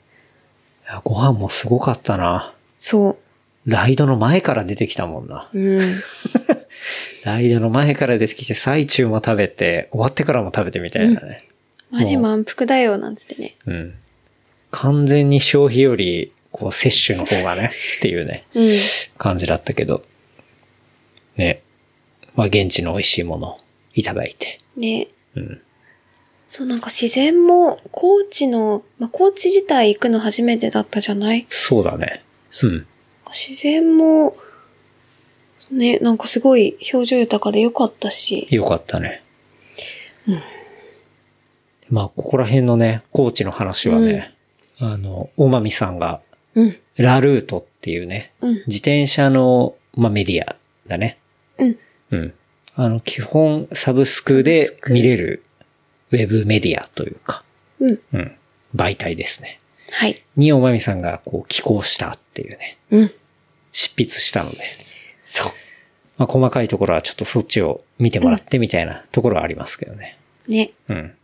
Speaker 2: やご飯もすごかったな。
Speaker 3: そ
Speaker 2: ライドの前から出てきたもんな。
Speaker 3: う。うん。
Speaker 2: ライドの前から出てきて、最中も食べて、終わってからも食べてみたいなね。
Speaker 3: マジ満腹だよ、なんつってね。
Speaker 2: うん。完全に消費より、こう、摂取の方が *laughs* ね、っていうね、
Speaker 3: うん。
Speaker 2: 感じだったけど。ね。まあ、現地の美味しいものをいただいて。
Speaker 3: ね。
Speaker 2: うん。
Speaker 3: そう、なんか自然も、高知の、まあ、高知自体行くの初めてだったじゃない
Speaker 2: そうだね。うん。
Speaker 3: 自然も、ね、なんかすごい表情豊かで良かったし。
Speaker 2: よかったね。まあ、ここら辺のね、コーチの話はね、あの、大まみさんが、
Speaker 3: うん。
Speaker 2: ラルートっていうね、
Speaker 3: うん。
Speaker 2: 自転車の、まあ、メディアだね。
Speaker 3: うん。
Speaker 2: うん。あの、基本、サブスクで見れる、ウェブメディアというか、
Speaker 3: うん。
Speaker 2: うん。媒体ですね。
Speaker 3: はい。
Speaker 2: に、おまみさんが、こう、寄稿したっていうね、
Speaker 3: うん。
Speaker 2: 執筆したので、
Speaker 3: そ
Speaker 2: まあ、細かいところはちょっとそっちを見てもらってみたいなところはありますけどね。
Speaker 3: う。ね。
Speaker 2: うん。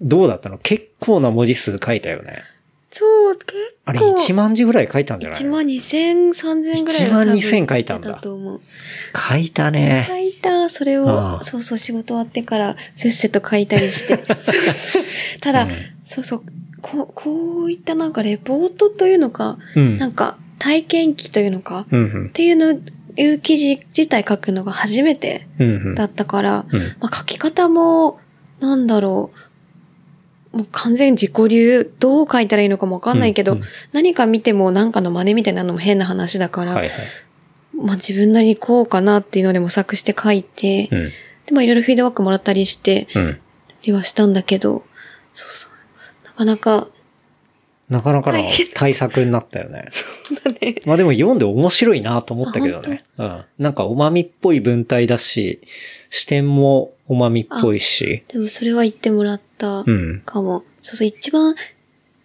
Speaker 2: どうだったの結構な文字数書いたよね。
Speaker 3: そう、結構。
Speaker 2: あれ1万字ぐらい書いたんじゃない
Speaker 3: 1万2千、3千ぐらいは多分
Speaker 2: 1万2000書いたんだ
Speaker 3: 出と思う。
Speaker 2: 書いたね。
Speaker 3: 書いた、それ
Speaker 2: あ
Speaker 3: を、
Speaker 2: あ
Speaker 3: そうそう、仕事終わってから、せっせと書いた
Speaker 2: *laughs*
Speaker 3: りして。ただ、そうそう、こう、こういったなんかレポートというのか、
Speaker 2: うん。
Speaker 3: なんか体験記というのか、っ
Speaker 2: うんうん。
Speaker 3: ていうの、いう記事自体書くのが初めて
Speaker 2: うんうん。
Speaker 3: だったから、
Speaker 2: うん。
Speaker 3: まあ、書き方も、なんだろう、もう完全自己流、どう書いたらいいのかもわかんないけど、
Speaker 2: うんうん
Speaker 3: 何か見ても何かの真似みたいなのも変な話だから、
Speaker 2: はいはい。
Speaker 3: まあ自分なりにこうかなっていうので模索して書いて、
Speaker 2: うん。
Speaker 3: でもいろいろフィードバックもらったりして、
Speaker 2: うん。
Speaker 3: りはしたんだけど、そうそう。なかなか、
Speaker 2: なかなかの
Speaker 3: 大変
Speaker 2: 対策になったよ
Speaker 3: *laughs*
Speaker 2: ね。
Speaker 3: だね。
Speaker 2: まあでも読んで面白いなと思ったけどね。うん。なんかおまみっぽい文体だし、視点もおまみっぽいし。
Speaker 3: でもそれは言ってもらった
Speaker 2: うん。
Speaker 3: かも。そうそう、一番、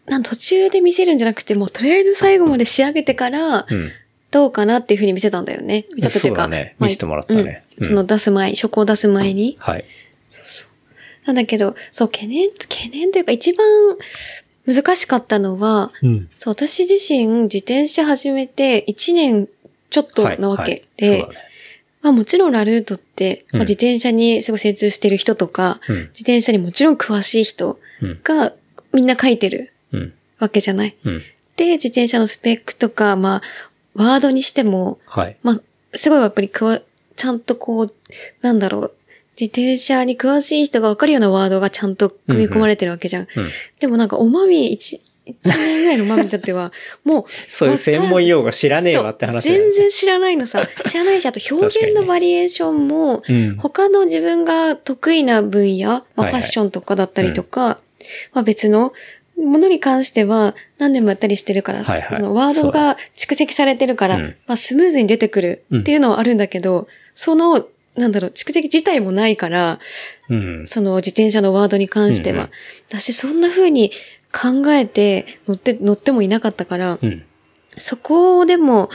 Speaker 3: なん途中で見せるんじゃなくて、もうとりあえず最後まで仕上げてから、
Speaker 2: うん。
Speaker 3: どうかなっていうふうに見せたんだよね。見せたという
Speaker 2: そうだ
Speaker 3: か。
Speaker 2: ね
Speaker 3: まあ
Speaker 2: 見せてもらったね
Speaker 3: うん
Speaker 2: うん
Speaker 3: その出す前、書稿出す前に。
Speaker 2: はい。
Speaker 3: なんだけど、そう、懸念、懸念というか一番、難しかったのは、
Speaker 2: うん。
Speaker 3: そう、私自身自転車始めて1年ちょっとなわけ
Speaker 2: はい
Speaker 3: で、
Speaker 2: はい、そうだね。
Speaker 3: まあもちろんラルートって、
Speaker 2: うん
Speaker 3: まあ、自転車にすごい精通してる人とか、
Speaker 2: うん。
Speaker 3: 自転車にもちろん詳しい人
Speaker 2: うん。
Speaker 3: がみんな書いてる
Speaker 2: うん。
Speaker 3: わけじゃない。
Speaker 2: うん。
Speaker 3: で、自転車のスペックとか、まあ、ワードにしても、
Speaker 2: はい。
Speaker 3: まあ、すごいやっぱりくわ、ちゃんとこう、なんだろう、自転車に詳しい人がわかるようなワードがちゃんと組み込まれてるわけじゃん。
Speaker 2: うん。
Speaker 3: でもなんか、おまみ、一、一年ぐらいのおまみにとっては、もう、
Speaker 2: *laughs* そういう専門用語知らねえわって話
Speaker 3: そう
Speaker 2: だよ
Speaker 3: 全
Speaker 2: ね
Speaker 3: 然知らない
Speaker 2: *laughs*
Speaker 3: のさ。知らないし、あと表現のバリエーションも、
Speaker 2: うん。
Speaker 3: 他の自分が得意な分野、まあ、
Speaker 2: はい
Speaker 3: ファ
Speaker 2: はい
Speaker 3: ッションとかだったりとか、まあ別のものに関しては何年もやったりしてるから、
Speaker 2: はいはい
Speaker 3: そのワードが蓄積されてるから、
Speaker 2: うん
Speaker 3: まあスムーズに出てくるっていうのはあるんだけど、その、なんだろう、蓄積自体もないから、
Speaker 2: うん。
Speaker 3: その自転車のワードに関して
Speaker 2: うんう
Speaker 3: は
Speaker 2: ん。
Speaker 3: 私そんな風に考えて乗って、乗ってもいなかったから、
Speaker 2: うん。
Speaker 3: そこをでも、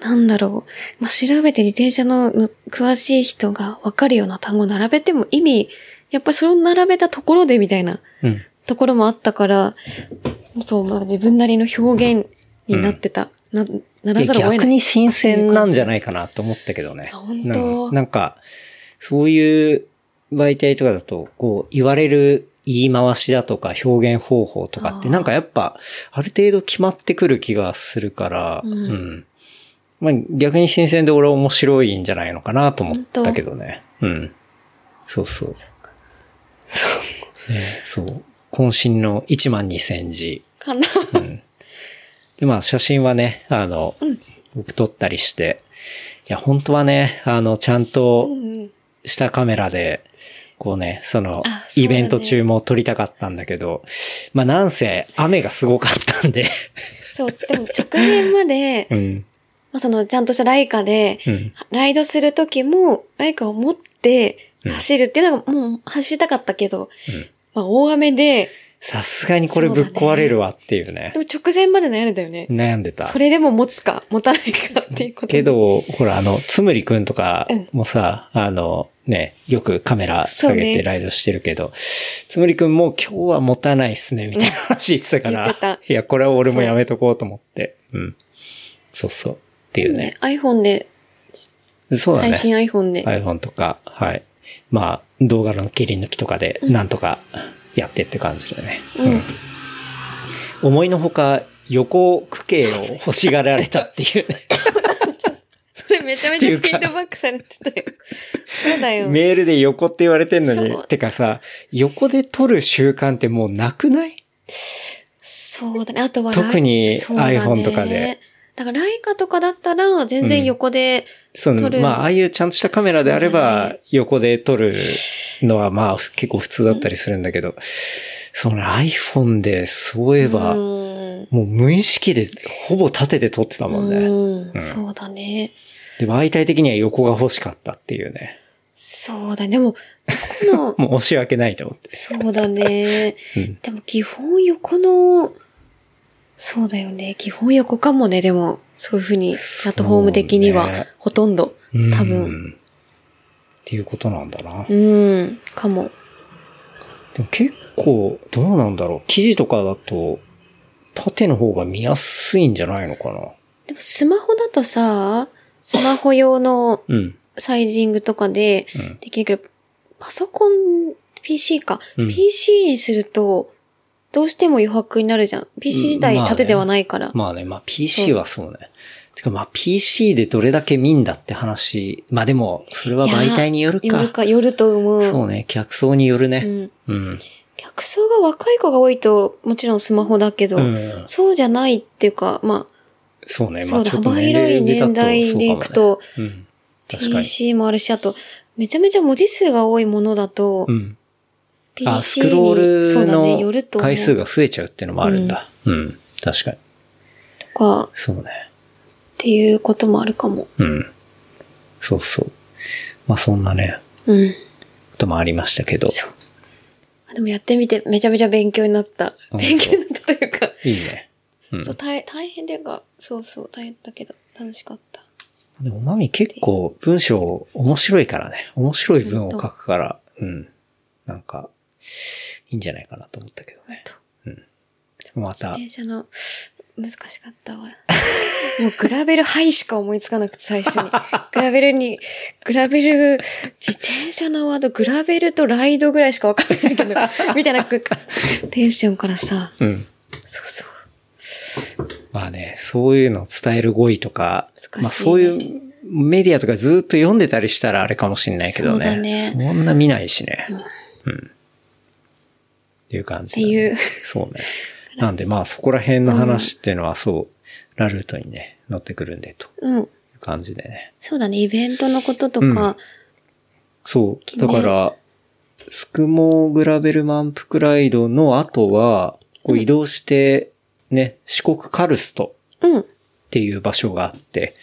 Speaker 3: なんだろう。まあ、調べて自転車のの詳しい人がわかるような単語を並べても意味、やっぱりそれを並べたところでみたいな
Speaker 2: うん。
Speaker 3: ところもあったから、そう、まあ、自分なりの表現になってた。な、ならざるを得
Speaker 2: 逆
Speaker 3: ない。
Speaker 2: に新鮮なんじゃないかなと思ったけどね。
Speaker 3: あ本当
Speaker 2: うんなんか、そういう媒体とかだと、こう、言われる言い回しだとか表現方法とかって、
Speaker 3: あー
Speaker 2: なんかやっぱ、ある程度決まってくる気がするから、
Speaker 3: うん
Speaker 2: うんまあ、逆に新鮮で俺は面白いんじゃないのかなと思ったけどね。うん。そうそう。ねそう。渾身の1万2000字。
Speaker 3: かな。
Speaker 2: で、まあ、写真はね、あの、僕撮ったりして、いや、本当はね、あの、ちゃんと
Speaker 3: うん
Speaker 2: したカメラで、こうね、その
Speaker 3: あ、そう
Speaker 2: イ
Speaker 3: だね
Speaker 2: ベント中も撮りたかったんだけど、まあ、なんせ、雨がすごかったんで、 *laughs*
Speaker 3: そう、でも直前まで、
Speaker 2: うん、
Speaker 3: まあ、その、ちゃんとしたライカで、
Speaker 2: うん、
Speaker 3: ライドする時も、ライカを持って
Speaker 2: うん
Speaker 3: 走るっていうのが、もう走りたかったけど、
Speaker 2: うん。
Speaker 3: まあ、大雨で、
Speaker 2: さすがにこれぶっ壊れるわっていうね
Speaker 3: で、も直前まで悩んだよね。
Speaker 2: 悩んでた
Speaker 3: そ。れでも持つか、持たないかっていうこと。
Speaker 2: け、ど、ほら、あの、つむりくんとかもさ、あの、ね、よくカメラ下げ
Speaker 3: そう
Speaker 2: て
Speaker 3: ね
Speaker 2: ライドしてるけど、つむりくんもう今日は持たないっすね、みたいな話してたから。
Speaker 3: 言ってた
Speaker 2: いや、これは俺もやめとこうと思って。うん。そうそう。っていうね。
Speaker 3: iPhone で、
Speaker 2: そうだね。
Speaker 3: 最新 iPhone で。
Speaker 2: iPhone とか、はい。まあ、動画の切り抜きとかで、なんとかやってって感じだね。
Speaker 3: うん
Speaker 2: 思いのほか、横区形を欲しがられたっていうね。
Speaker 3: それめちゃめちゃ
Speaker 2: っ
Speaker 3: フ
Speaker 2: てい
Speaker 3: ィ
Speaker 2: うか
Speaker 3: ードバックされてたよ。そうだよ。
Speaker 2: メールで横って言われてんの
Speaker 3: そ
Speaker 2: に。
Speaker 3: う
Speaker 2: てかさ、横で撮る習慣ってもうなくない
Speaker 3: そうだね。あとは、
Speaker 2: 特に
Speaker 3: そうだね
Speaker 2: iPhone とかで。
Speaker 3: だから、ライカとかだったら、全然横で、
Speaker 2: その
Speaker 3: 撮、る
Speaker 2: まあ、ああいうちゃんとしたカメラであれ
Speaker 3: そうだ
Speaker 2: ば
Speaker 3: ね、
Speaker 2: 横で撮るのはまあ、結構普通だったりするんだけど、その iPhone で、そういえ
Speaker 3: う
Speaker 2: ば、
Speaker 3: ん。
Speaker 2: もう無意識で、ほぼ縦で撮ってたもんね。
Speaker 3: う。
Speaker 2: うんん
Speaker 3: そうだね。
Speaker 2: で、媒体的には横が欲しかったっていうね。
Speaker 3: そうだね。でも、どこの、
Speaker 2: もう申し訳ないと思って。
Speaker 3: そうだね。
Speaker 2: うん
Speaker 3: でも基本横の、そうだよね。基本横かもね。でも、そういうふうに、プラットフォーム的には
Speaker 2: そうね、
Speaker 3: ほとんど、多
Speaker 2: う
Speaker 3: 分。
Speaker 2: ん。っていうことなんだな。
Speaker 3: うん、かも。
Speaker 2: でも結構、どうなんだろう。記事とかだと、縦の方が見やすいんじゃないのかな。
Speaker 3: でもスマホだとさ、スマホ用の
Speaker 2: うん。
Speaker 3: サイジングとかで
Speaker 2: うん
Speaker 3: できるけど、パソコン、PC か。
Speaker 2: うん
Speaker 3: PC にすると、どうしても余白になるじゃん。PC 自体
Speaker 2: うんまあね
Speaker 3: 縦ではないから。
Speaker 2: まあね、まあ PC はそうね。てかまあ PC でどれだけ見んだって話。まあでも、それはい
Speaker 3: やー
Speaker 2: 媒体によるか。
Speaker 3: 夜か、夜と思う。
Speaker 2: そうね、客層による
Speaker 3: う
Speaker 2: ね。
Speaker 3: ん。
Speaker 2: うん。
Speaker 3: 客層が若い子が多いと、もちろんスマホだけど、
Speaker 2: うん。
Speaker 3: そうじゃないっていうか、ま
Speaker 2: そうね、
Speaker 3: あ、
Speaker 2: ま
Speaker 3: そ
Speaker 2: あ
Speaker 3: う
Speaker 2: ち
Speaker 3: だ、
Speaker 2: ょっと
Speaker 3: 幅
Speaker 2: 年
Speaker 3: 広い
Speaker 2: 齢でだ
Speaker 3: 年
Speaker 2: とそうかも、ね、
Speaker 3: 代でいくと、
Speaker 2: うん。確かに。
Speaker 3: PC もあるし、あと、めちゃめちゃ文字数が多いものだと
Speaker 2: う、ん。あ、ス
Speaker 3: PC
Speaker 2: ク
Speaker 3: に、
Speaker 2: ロ
Speaker 3: そうだね、
Speaker 2: ー
Speaker 3: よる
Speaker 2: ル
Speaker 3: と
Speaker 2: の
Speaker 3: 思
Speaker 2: 回
Speaker 3: う
Speaker 2: 数が増えちゃうっていうのもあるんだ。うん。確かに。
Speaker 3: とか、っ
Speaker 2: そうね。
Speaker 3: ていうこともあるかも。
Speaker 2: うん。そうそう。まあそんなね、
Speaker 3: うん。
Speaker 2: こともありましたけど。
Speaker 3: そうあでもやってみて、めちゃめちゃ勉強になった。
Speaker 2: うん
Speaker 3: 勉強になったというか、
Speaker 2: いいね。うん
Speaker 3: そう、。大大変というか、そうそう、大変だけど、楽しかった。
Speaker 2: でもマミ結構文章面白いからね。面白い文を書くから、うん。なんか、いいんじゃないかなと思ったけどね。
Speaker 3: と
Speaker 2: うん
Speaker 3: で
Speaker 2: また
Speaker 3: 自。転車の難しかったわ。もうグラベルハイしか思いつかなくて最初に。グラベルに、グラベル、自転車のワード、グラベルとライドぐらいしかわかんないけど、みたいなくテンションからさ、
Speaker 2: うん。
Speaker 3: そうそう。
Speaker 2: まあね、そういうのを伝える語彙とか、
Speaker 3: 難しいね
Speaker 2: まあそういうメディアとかずっと読んでたりしたらあれかもしんないけどね。
Speaker 3: そうだね
Speaker 2: そんな見ないしね。うん。っていう感じ、だね
Speaker 3: っていう
Speaker 2: そうね。なんでまあそこら辺の話っていうのはそう、ラルートにね、乗ってくるんでとい
Speaker 3: うん。
Speaker 2: う感じでね。
Speaker 3: そうだね、イベントのことと
Speaker 2: うん
Speaker 3: か、
Speaker 2: そう。だか
Speaker 3: ね
Speaker 2: ら、スクモーグラベルマンプクライドの後は、こう移動して、ね、四国カルスト
Speaker 3: うん、
Speaker 2: っていう場所があって、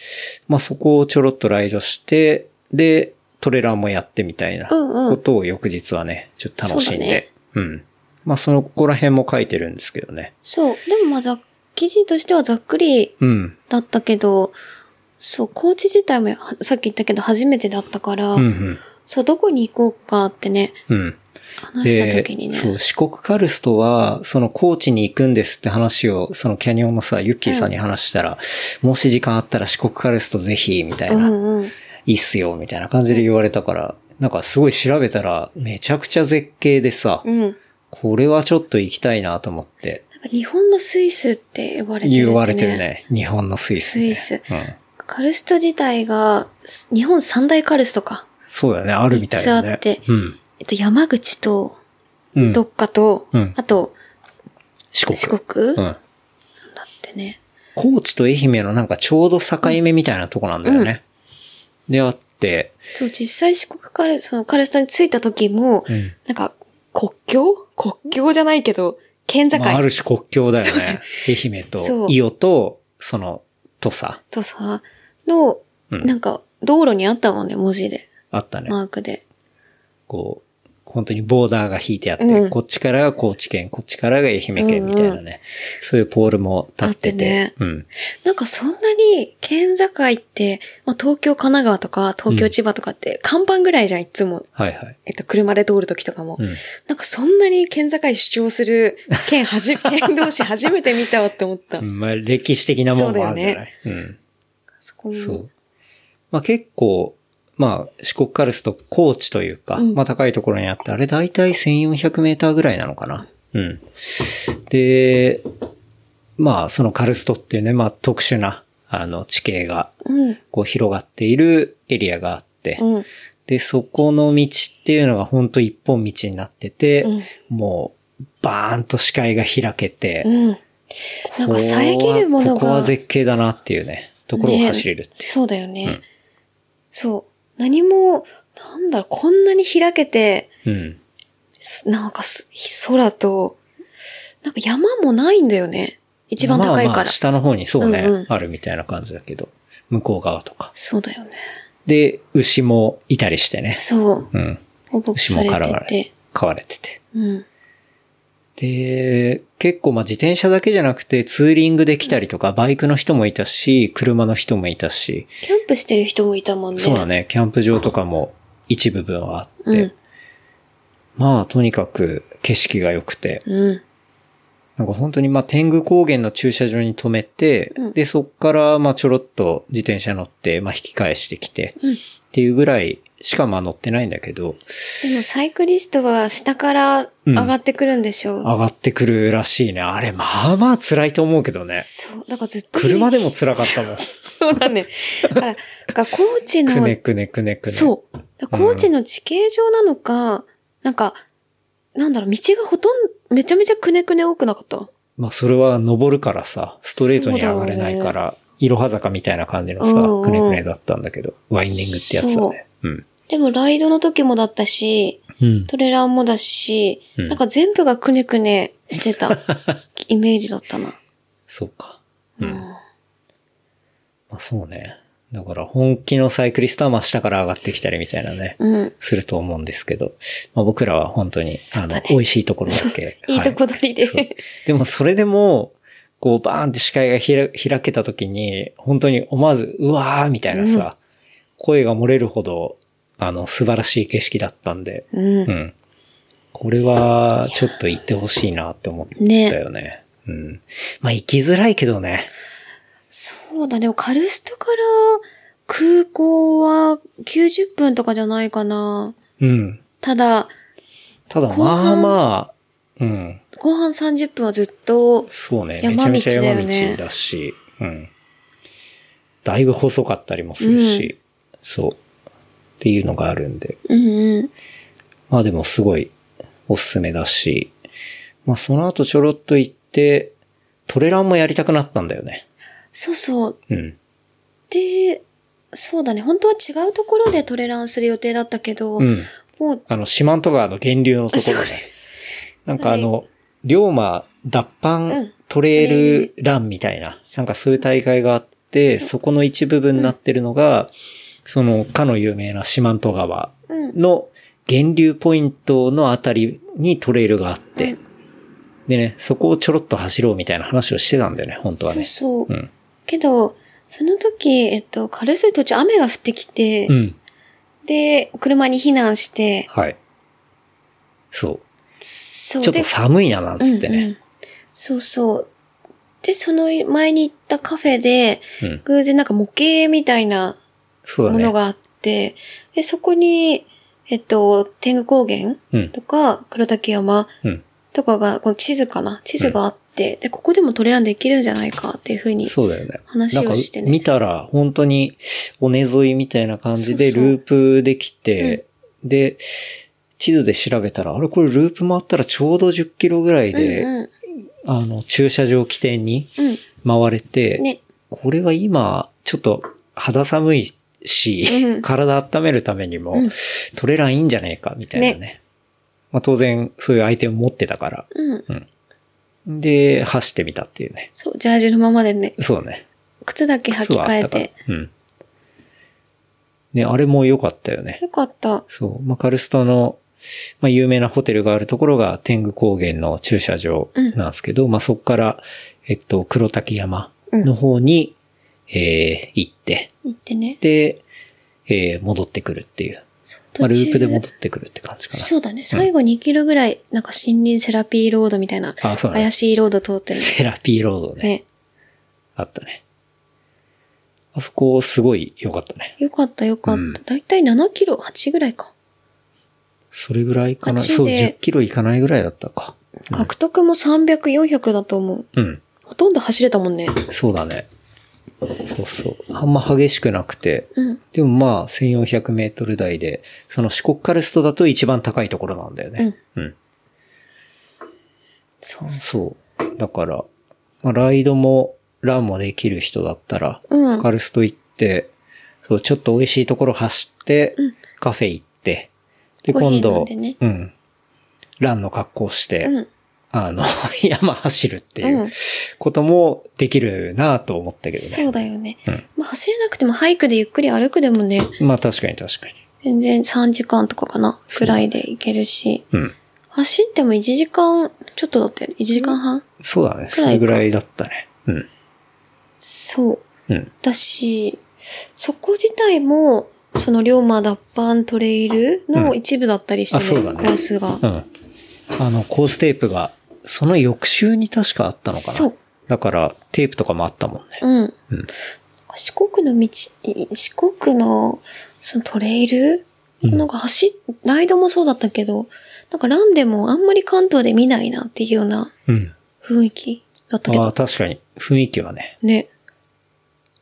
Speaker 2: まあそこをちょろっとライドして、で、トレラーもやってみたいな
Speaker 3: うんうん
Speaker 2: ことを翌日はね、ちょっと楽しんで。うん。まあその、ここら辺も書いてるんですけどね。
Speaker 3: そう。でもまあざっ、記事としてはざっくり
Speaker 2: うん。
Speaker 3: だったけど、そう、コーチ自体もはさっき言ったけど初めてだったから、
Speaker 2: うんうん。
Speaker 3: そう、どこに行こうかってね、
Speaker 2: うん。
Speaker 3: 話した
Speaker 2: で
Speaker 3: 時に、ね。
Speaker 2: そう、四国カルストは、その高知に行くんですって話を、そのキャニオンのさ、ユッキーさんに話したら、もし時間あったら四国カルストぜひ、みたいな、
Speaker 3: うんうん。
Speaker 2: いいっすよ、みたいな感じで言われたから、なんかすごい調べたら、めちゃくちゃ絶景でさ、
Speaker 3: うん。なんか
Speaker 2: これはちょっと行きたいなと思って、
Speaker 3: 日本のスイスって呼ばれてる、ね。
Speaker 2: 言われてる。ね。日本のスイス、ね。
Speaker 3: スイス
Speaker 2: うん。
Speaker 3: カルスト自体が、す日本三大カルストか。
Speaker 2: そうだよね。あるみたいだね。
Speaker 3: 三つあって
Speaker 2: うん。
Speaker 3: えっと、山口と、
Speaker 2: うん。
Speaker 3: どっかと、
Speaker 2: うん
Speaker 3: あと、
Speaker 2: 四国。
Speaker 3: 四国、
Speaker 2: う
Speaker 3: なん
Speaker 2: ん。
Speaker 3: だってね。
Speaker 2: 高知と愛媛のなんかちょうど境目みたいなとこなんだよね。であって、
Speaker 3: そう、実際四国カル、そのカルストに着いた時も、
Speaker 2: うん
Speaker 3: なんか、国境国境じゃないけど、県境
Speaker 2: まあ、ある種国境だよね。愛媛
Speaker 3: そ
Speaker 2: と、
Speaker 3: う
Speaker 2: 伊予と、その、土佐、
Speaker 3: とさ、の、
Speaker 2: うん
Speaker 3: なんか、道路にあったもんね、文字で、
Speaker 2: あったね。
Speaker 3: マークで。
Speaker 2: こう、本当にボーダーが引いてあって、
Speaker 3: うん
Speaker 2: こっちからが高知県、こっちからが愛媛県みたいなね。そういうポールも立って
Speaker 3: あって
Speaker 2: て、
Speaker 3: ね
Speaker 2: うん。
Speaker 3: なんかそんなに県境って、まあ、東京、神奈川とか、東
Speaker 2: う
Speaker 3: 京、
Speaker 2: ん
Speaker 3: 千葉とかって、看板ぐらいじゃん、いつも。
Speaker 2: はいはい。
Speaker 3: えっと、車で通る時とかも。
Speaker 2: うん。
Speaker 3: なんかそんなに県境主張
Speaker 2: *laughs*
Speaker 3: する県はじ、県同士初めて見たわって思った。
Speaker 2: うんまあ、歴史的なもんもあるんじゃないうん。
Speaker 3: そこも。
Speaker 2: そう。まあ結構、まあ四国カルスと高知というか、
Speaker 3: うん
Speaker 2: まあ高いところにあって、あれ大体1400メーターぐらいなのかな。うん。で、まあそのカルストっていうね、まあ特殊な、あの地形が、
Speaker 3: うん。
Speaker 2: こう広がっているエリアがあって、
Speaker 3: うん。
Speaker 2: で、そこの道っていうのが本当一本道になってて、
Speaker 3: うん
Speaker 2: もう、バーンと視界が開けて、
Speaker 3: うん。なんか遮るものが
Speaker 2: ここはここは絶景だなっていうね、ところを走れるっていう
Speaker 3: ね。そうだよね。
Speaker 2: うん
Speaker 3: そう。何も、なんだろう、こんなに開けて、
Speaker 2: うん。
Speaker 3: すなんかす空と、なんか山もないんだよね。一番高い
Speaker 2: まあ
Speaker 3: か
Speaker 2: まあ
Speaker 3: ら。
Speaker 2: 下の方にそうね、
Speaker 3: うんうん
Speaker 2: あるみたいな感じだけど、向こう側とか。
Speaker 3: そうだよね。
Speaker 2: で、牛もいたりしてね。
Speaker 3: そう。
Speaker 2: うん。
Speaker 3: 放牧
Speaker 2: 牛
Speaker 3: さ
Speaker 2: も
Speaker 3: れ
Speaker 2: からが
Speaker 3: て
Speaker 2: れ
Speaker 3: て。、
Speaker 2: 飼われてて。
Speaker 3: うん。
Speaker 2: で、結構まあ自転車だけじゃなくてツーリングで来たりとか、バイクの人もいたし、車の人もいたし、
Speaker 3: キャンプしてる人もいたもんね。
Speaker 2: そうだね、キャンプ場とかも一部分はあって、
Speaker 3: うん
Speaker 2: まあとにかく景色が良くて、
Speaker 3: うん。
Speaker 2: なんか本当にまあ天狗高原の駐車場に止めて、
Speaker 3: うん
Speaker 2: で、そっからまあちょろっと自転車乗って、まあ引き返してきて、
Speaker 3: うん
Speaker 2: っていうぐらいしかまあ乗ってないんだけど、
Speaker 3: でもサイクリストは下から上がってくるんでしょう。
Speaker 2: 上がってくるらしいね。あれ、まあまあ辛いと思うけどね。
Speaker 3: そう。だからずっと。
Speaker 2: 車でも辛かったもん。
Speaker 3: *laughs* そうだね。だから、だから高
Speaker 2: *laughs*
Speaker 3: 知の
Speaker 2: くねくねくねくね。
Speaker 3: そう。だから高知の地形上なのか、なんか、なんだろう、道がほとんど、めちゃめちゃくねくね多くなかった。
Speaker 2: まあそれは登るからさ、ストレートに上がれないから、いろは坂みたいな感じのさ、
Speaker 3: うんうん
Speaker 2: くねくねだったんだけど、ワインディングってやつだね。うん。
Speaker 3: でもライドの時もだったし、
Speaker 2: うん。
Speaker 3: トレラーもだし、
Speaker 2: うん
Speaker 3: なんか全部がくねくねし
Speaker 2: *laughs*
Speaker 3: てたイメージだったな。
Speaker 2: そうか。うん。まあそうね。だから本気のサイクリストは真下から上がってきたりみたいなね、
Speaker 3: うん。
Speaker 2: すると思うんですけど、まあ僕らは本当に、あの、美味しいところだ
Speaker 3: *laughs*
Speaker 2: け。
Speaker 3: いいとこ取りで。
Speaker 2: そうでもそれでも、こうバーンって視界がひら開けた時に、本当に思わず、うわーみたいなさ、声が漏れるほど、あの、素晴らしい景色だったんで、
Speaker 3: うん
Speaker 2: う。ん。これは、ちょっと行ってほしいなって思ったよね。うん。まあ、行きづらいけどね。
Speaker 3: そうだ、でもカルストから空港は90分とかじゃないかな。
Speaker 2: うん。
Speaker 3: ただ、
Speaker 2: ただ、
Speaker 3: 後
Speaker 2: ま
Speaker 3: 半
Speaker 2: あまあ、うん。
Speaker 3: 後半30分はずっと、
Speaker 2: そうね。めちゃ
Speaker 3: 山道
Speaker 2: めちゃ
Speaker 3: だよ
Speaker 2: 山
Speaker 3: ね
Speaker 2: 道だし、うん。だいぶ細かったりもするし、そう。っていうのがあるんで。
Speaker 3: うんうん。
Speaker 2: まあでもすごいおすすめだし、まあその後ちょろっと行って、トレランもやりたくなったんだよね。
Speaker 3: そうそう。
Speaker 2: うん。
Speaker 3: で、そうだね。本当は違うところでトレランする予定だったけど、
Speaker 2: うん。
Speaker 3: もう、
Speaker 2: あの、四万十川の源流のとこ
Speaker 3: *laughs*
Speaker 2: ろね。なんかあの、龍馬脱
Speaker 3: う
Speaker 2: 藩
Speaker 3: ん
Speaker 2: トレールランみたいな、なんかそういう大会があって、そこの一部分になってるのが、その、かの有名な四万十川
Speaker 3: うん。
Speaker 2: の源流ポイントのあたりにトレイルがあって、
Speaker 3: うん
Speaker 2: でね、そこをちょろっと走ろうみたいな話をしてたんだよね、本当は
Speaker 3: そう
Speaker 2: ね。
Speaker 3: そう。
Speaker 2: うん。
Speaker 3: けど、その時、えっと、軽水途中雨が降ってきて、
Speaker 2: うん。
Speaker 3: で、車に避難して、
Speaker 2: はい。そ。
Speaker 3: そうう
Speaker 2: ちょっと寒いな、なんつって
Speaker 3: うんう
Speaker 2: ね
Speaker 3: ん。そうそう。で、その前に行ったカフェで、
Speaker 2: うん。
Speaker 3: 偶然なんか模型みたいな
Speaker 2: そうだ
Speaker 3: もの
Speaker 2: ね。
Speaker 3: があって、で、そこに、えっと、天狗高原
Speaker 2: うん。
Speaker 3: とか、黒滝山
Speaker 2: うん。
Speaker 3: とかが、この地図かな地図があって、で、ここでもトレランできるんじゃないかっていうふうに。
Speaker 2: そうだよね。
Speaker 3: 話をしてね
Speaker 2: なんか見たら、本当に、尾根沿いみたいな感じで
Speaker 3: そうそう
Speaker 2: ループできて、で、地図で調べたら、あれこれループ回ったらちょうど10キロぐらい
Speaker 3: うん
Speaker 2: で、
Speaker 3: う
Speaker 2: あの、駐車場起点に
Speaker 3: ん。
Speaker 2: 回れて、
Speaker 3: うん。ね。
Speaker 2: これは今、ちょっと肌寒いし、
Speaker 3: うん
Speaker 2: 体温めるためにも、
Speaker 3: うん
Speaker 2: トレランいいんじゃねえか、みたいなね。まあ当然、そういうアイテム持ってたから。
Speaker 3: うん。
Speaker 2: で、走ってみたっていうね。
Speaker 3: そう、ジャージのままでね、
Speaker 2: そうね。
Speaker 3: 靴だけ履
Speaker 2: 靴
Speaker 3: き
Speaker 2: はあっ
Speaker 3: 替え
Speaker 2: たから
Speaker 3: て。。
Speaker 2: うん。ね、あれも良かったよね。
Speaker 3: よかった。
Speaker 2: そう。まあカルストの、まあ有名なホテルがあるところが天狗高原の駐車場なんですけど、まあそこから、えっと、黒滝山の方に、えー行って、
Speaker 3: 行ってね。
Speaker 2: で、えー戻ってくるっていう。まあ、ループで戻ってくるって感じかな。
Speaker 3: そうだね。最後2キロぐらい、なんか森林セラピーロードみたいな、
Speaker 2: あそうだね
Speaker 3: 怪しいロード通ってる
Speaker 2: セラピーロードね。
Speaker 3: ね。
Speaker 2: あったね。あそこ、すごい良かったね。
Speaker 3: よかったよか
Speaker 2: う
Speaker 3: っ
Speaker 2: ん
Speaker 3: た。だいたい7キロ、8ぐらいか。
Speaker 2: それぐらいかな。
Speaker 3: あっちで
Speaker 2: そう、10キロいかないぐらいだったか。
Speaker 3: 獲得も300、400だと思う。
Speaker 2: うん。
Speaker 3: ほとんど走れたもんね。
Speaker 2: そうだね。そうそう。あんま激しくなくて。
Speaker 3: うん。
Speaker 2: でもまあ、1400メートル台で、その四国カルストだと一番高いところなんだよね。うん。
Speaker 3: そう。
Speaker 2: そう。だから、まあ、ライドも、ランもできる人だったら、
Speaker 3: うん
Speaker 2: カルスト行って、そう、ちょっと美味しいところ走って、カフェ行って、で、
Speaker 3: コーヒ
Speaker 2: 今
Speaker 3: ー飲ん
Speaker 2: 度、
Speaker 3: でね
Speaker 2: うん。ランの格好して、
Speaker 3: うん。
Speaker 2: あの、 *laughs* 山走るっていううんこともできるなと思ったけどね。
Speaker 3: そうだよね。
Speaker 2: うん
Speaker 3: まあ走れなくてもハイクでゆっくり歩くでもね、
Speaker 2: まあ確かに確かに。
Speaker 3: 全然3時間とかかな、くらいで行けるし。
Speaker 2: うん。
Speaker 3: 走っても1時間、ちょっとだったよね。1時間半、
Speaker 2: そうだね。
Speaker 3: く
Speaker 2: そ
Speaker 3: らいか
Speaker 2: れぐらいだったね。うん。
Speaker 3: そ
Speaker 2: う
Speaker 3: う。
Speaker 2: ん。
Speaker 3: だし、そこ自体も、その龍馬脱藩トレイルの一部だったりして
Speaker 2: あ、そうだ
Speaker 3: ね、
Speaker 2: ね。
Speaker 3: コースが。
Speaker 2: うん。あの、コーステープが、その翌週に確かあったのかな。
Speaker 3: そう。
Speaker 2: だから、テープとかもあったもんね。
Speaker 3: うん。
Speaker 2: うん
Speaker 3: 四国の道、い四国の、そのトレイル、
Speaker 2: うん
Speaker 3: なんか走っ、ライドもそうだったけど、なんかランでもあんまり関東で見ないなっていうような
Speaker 2: うん。
Speaker 3: 雰囲気だったけ
Speaker 2: ああ、
Speaker 3: ど。
Speaker 2: 確かに。雰囲気はね、
Speaker 3: ね。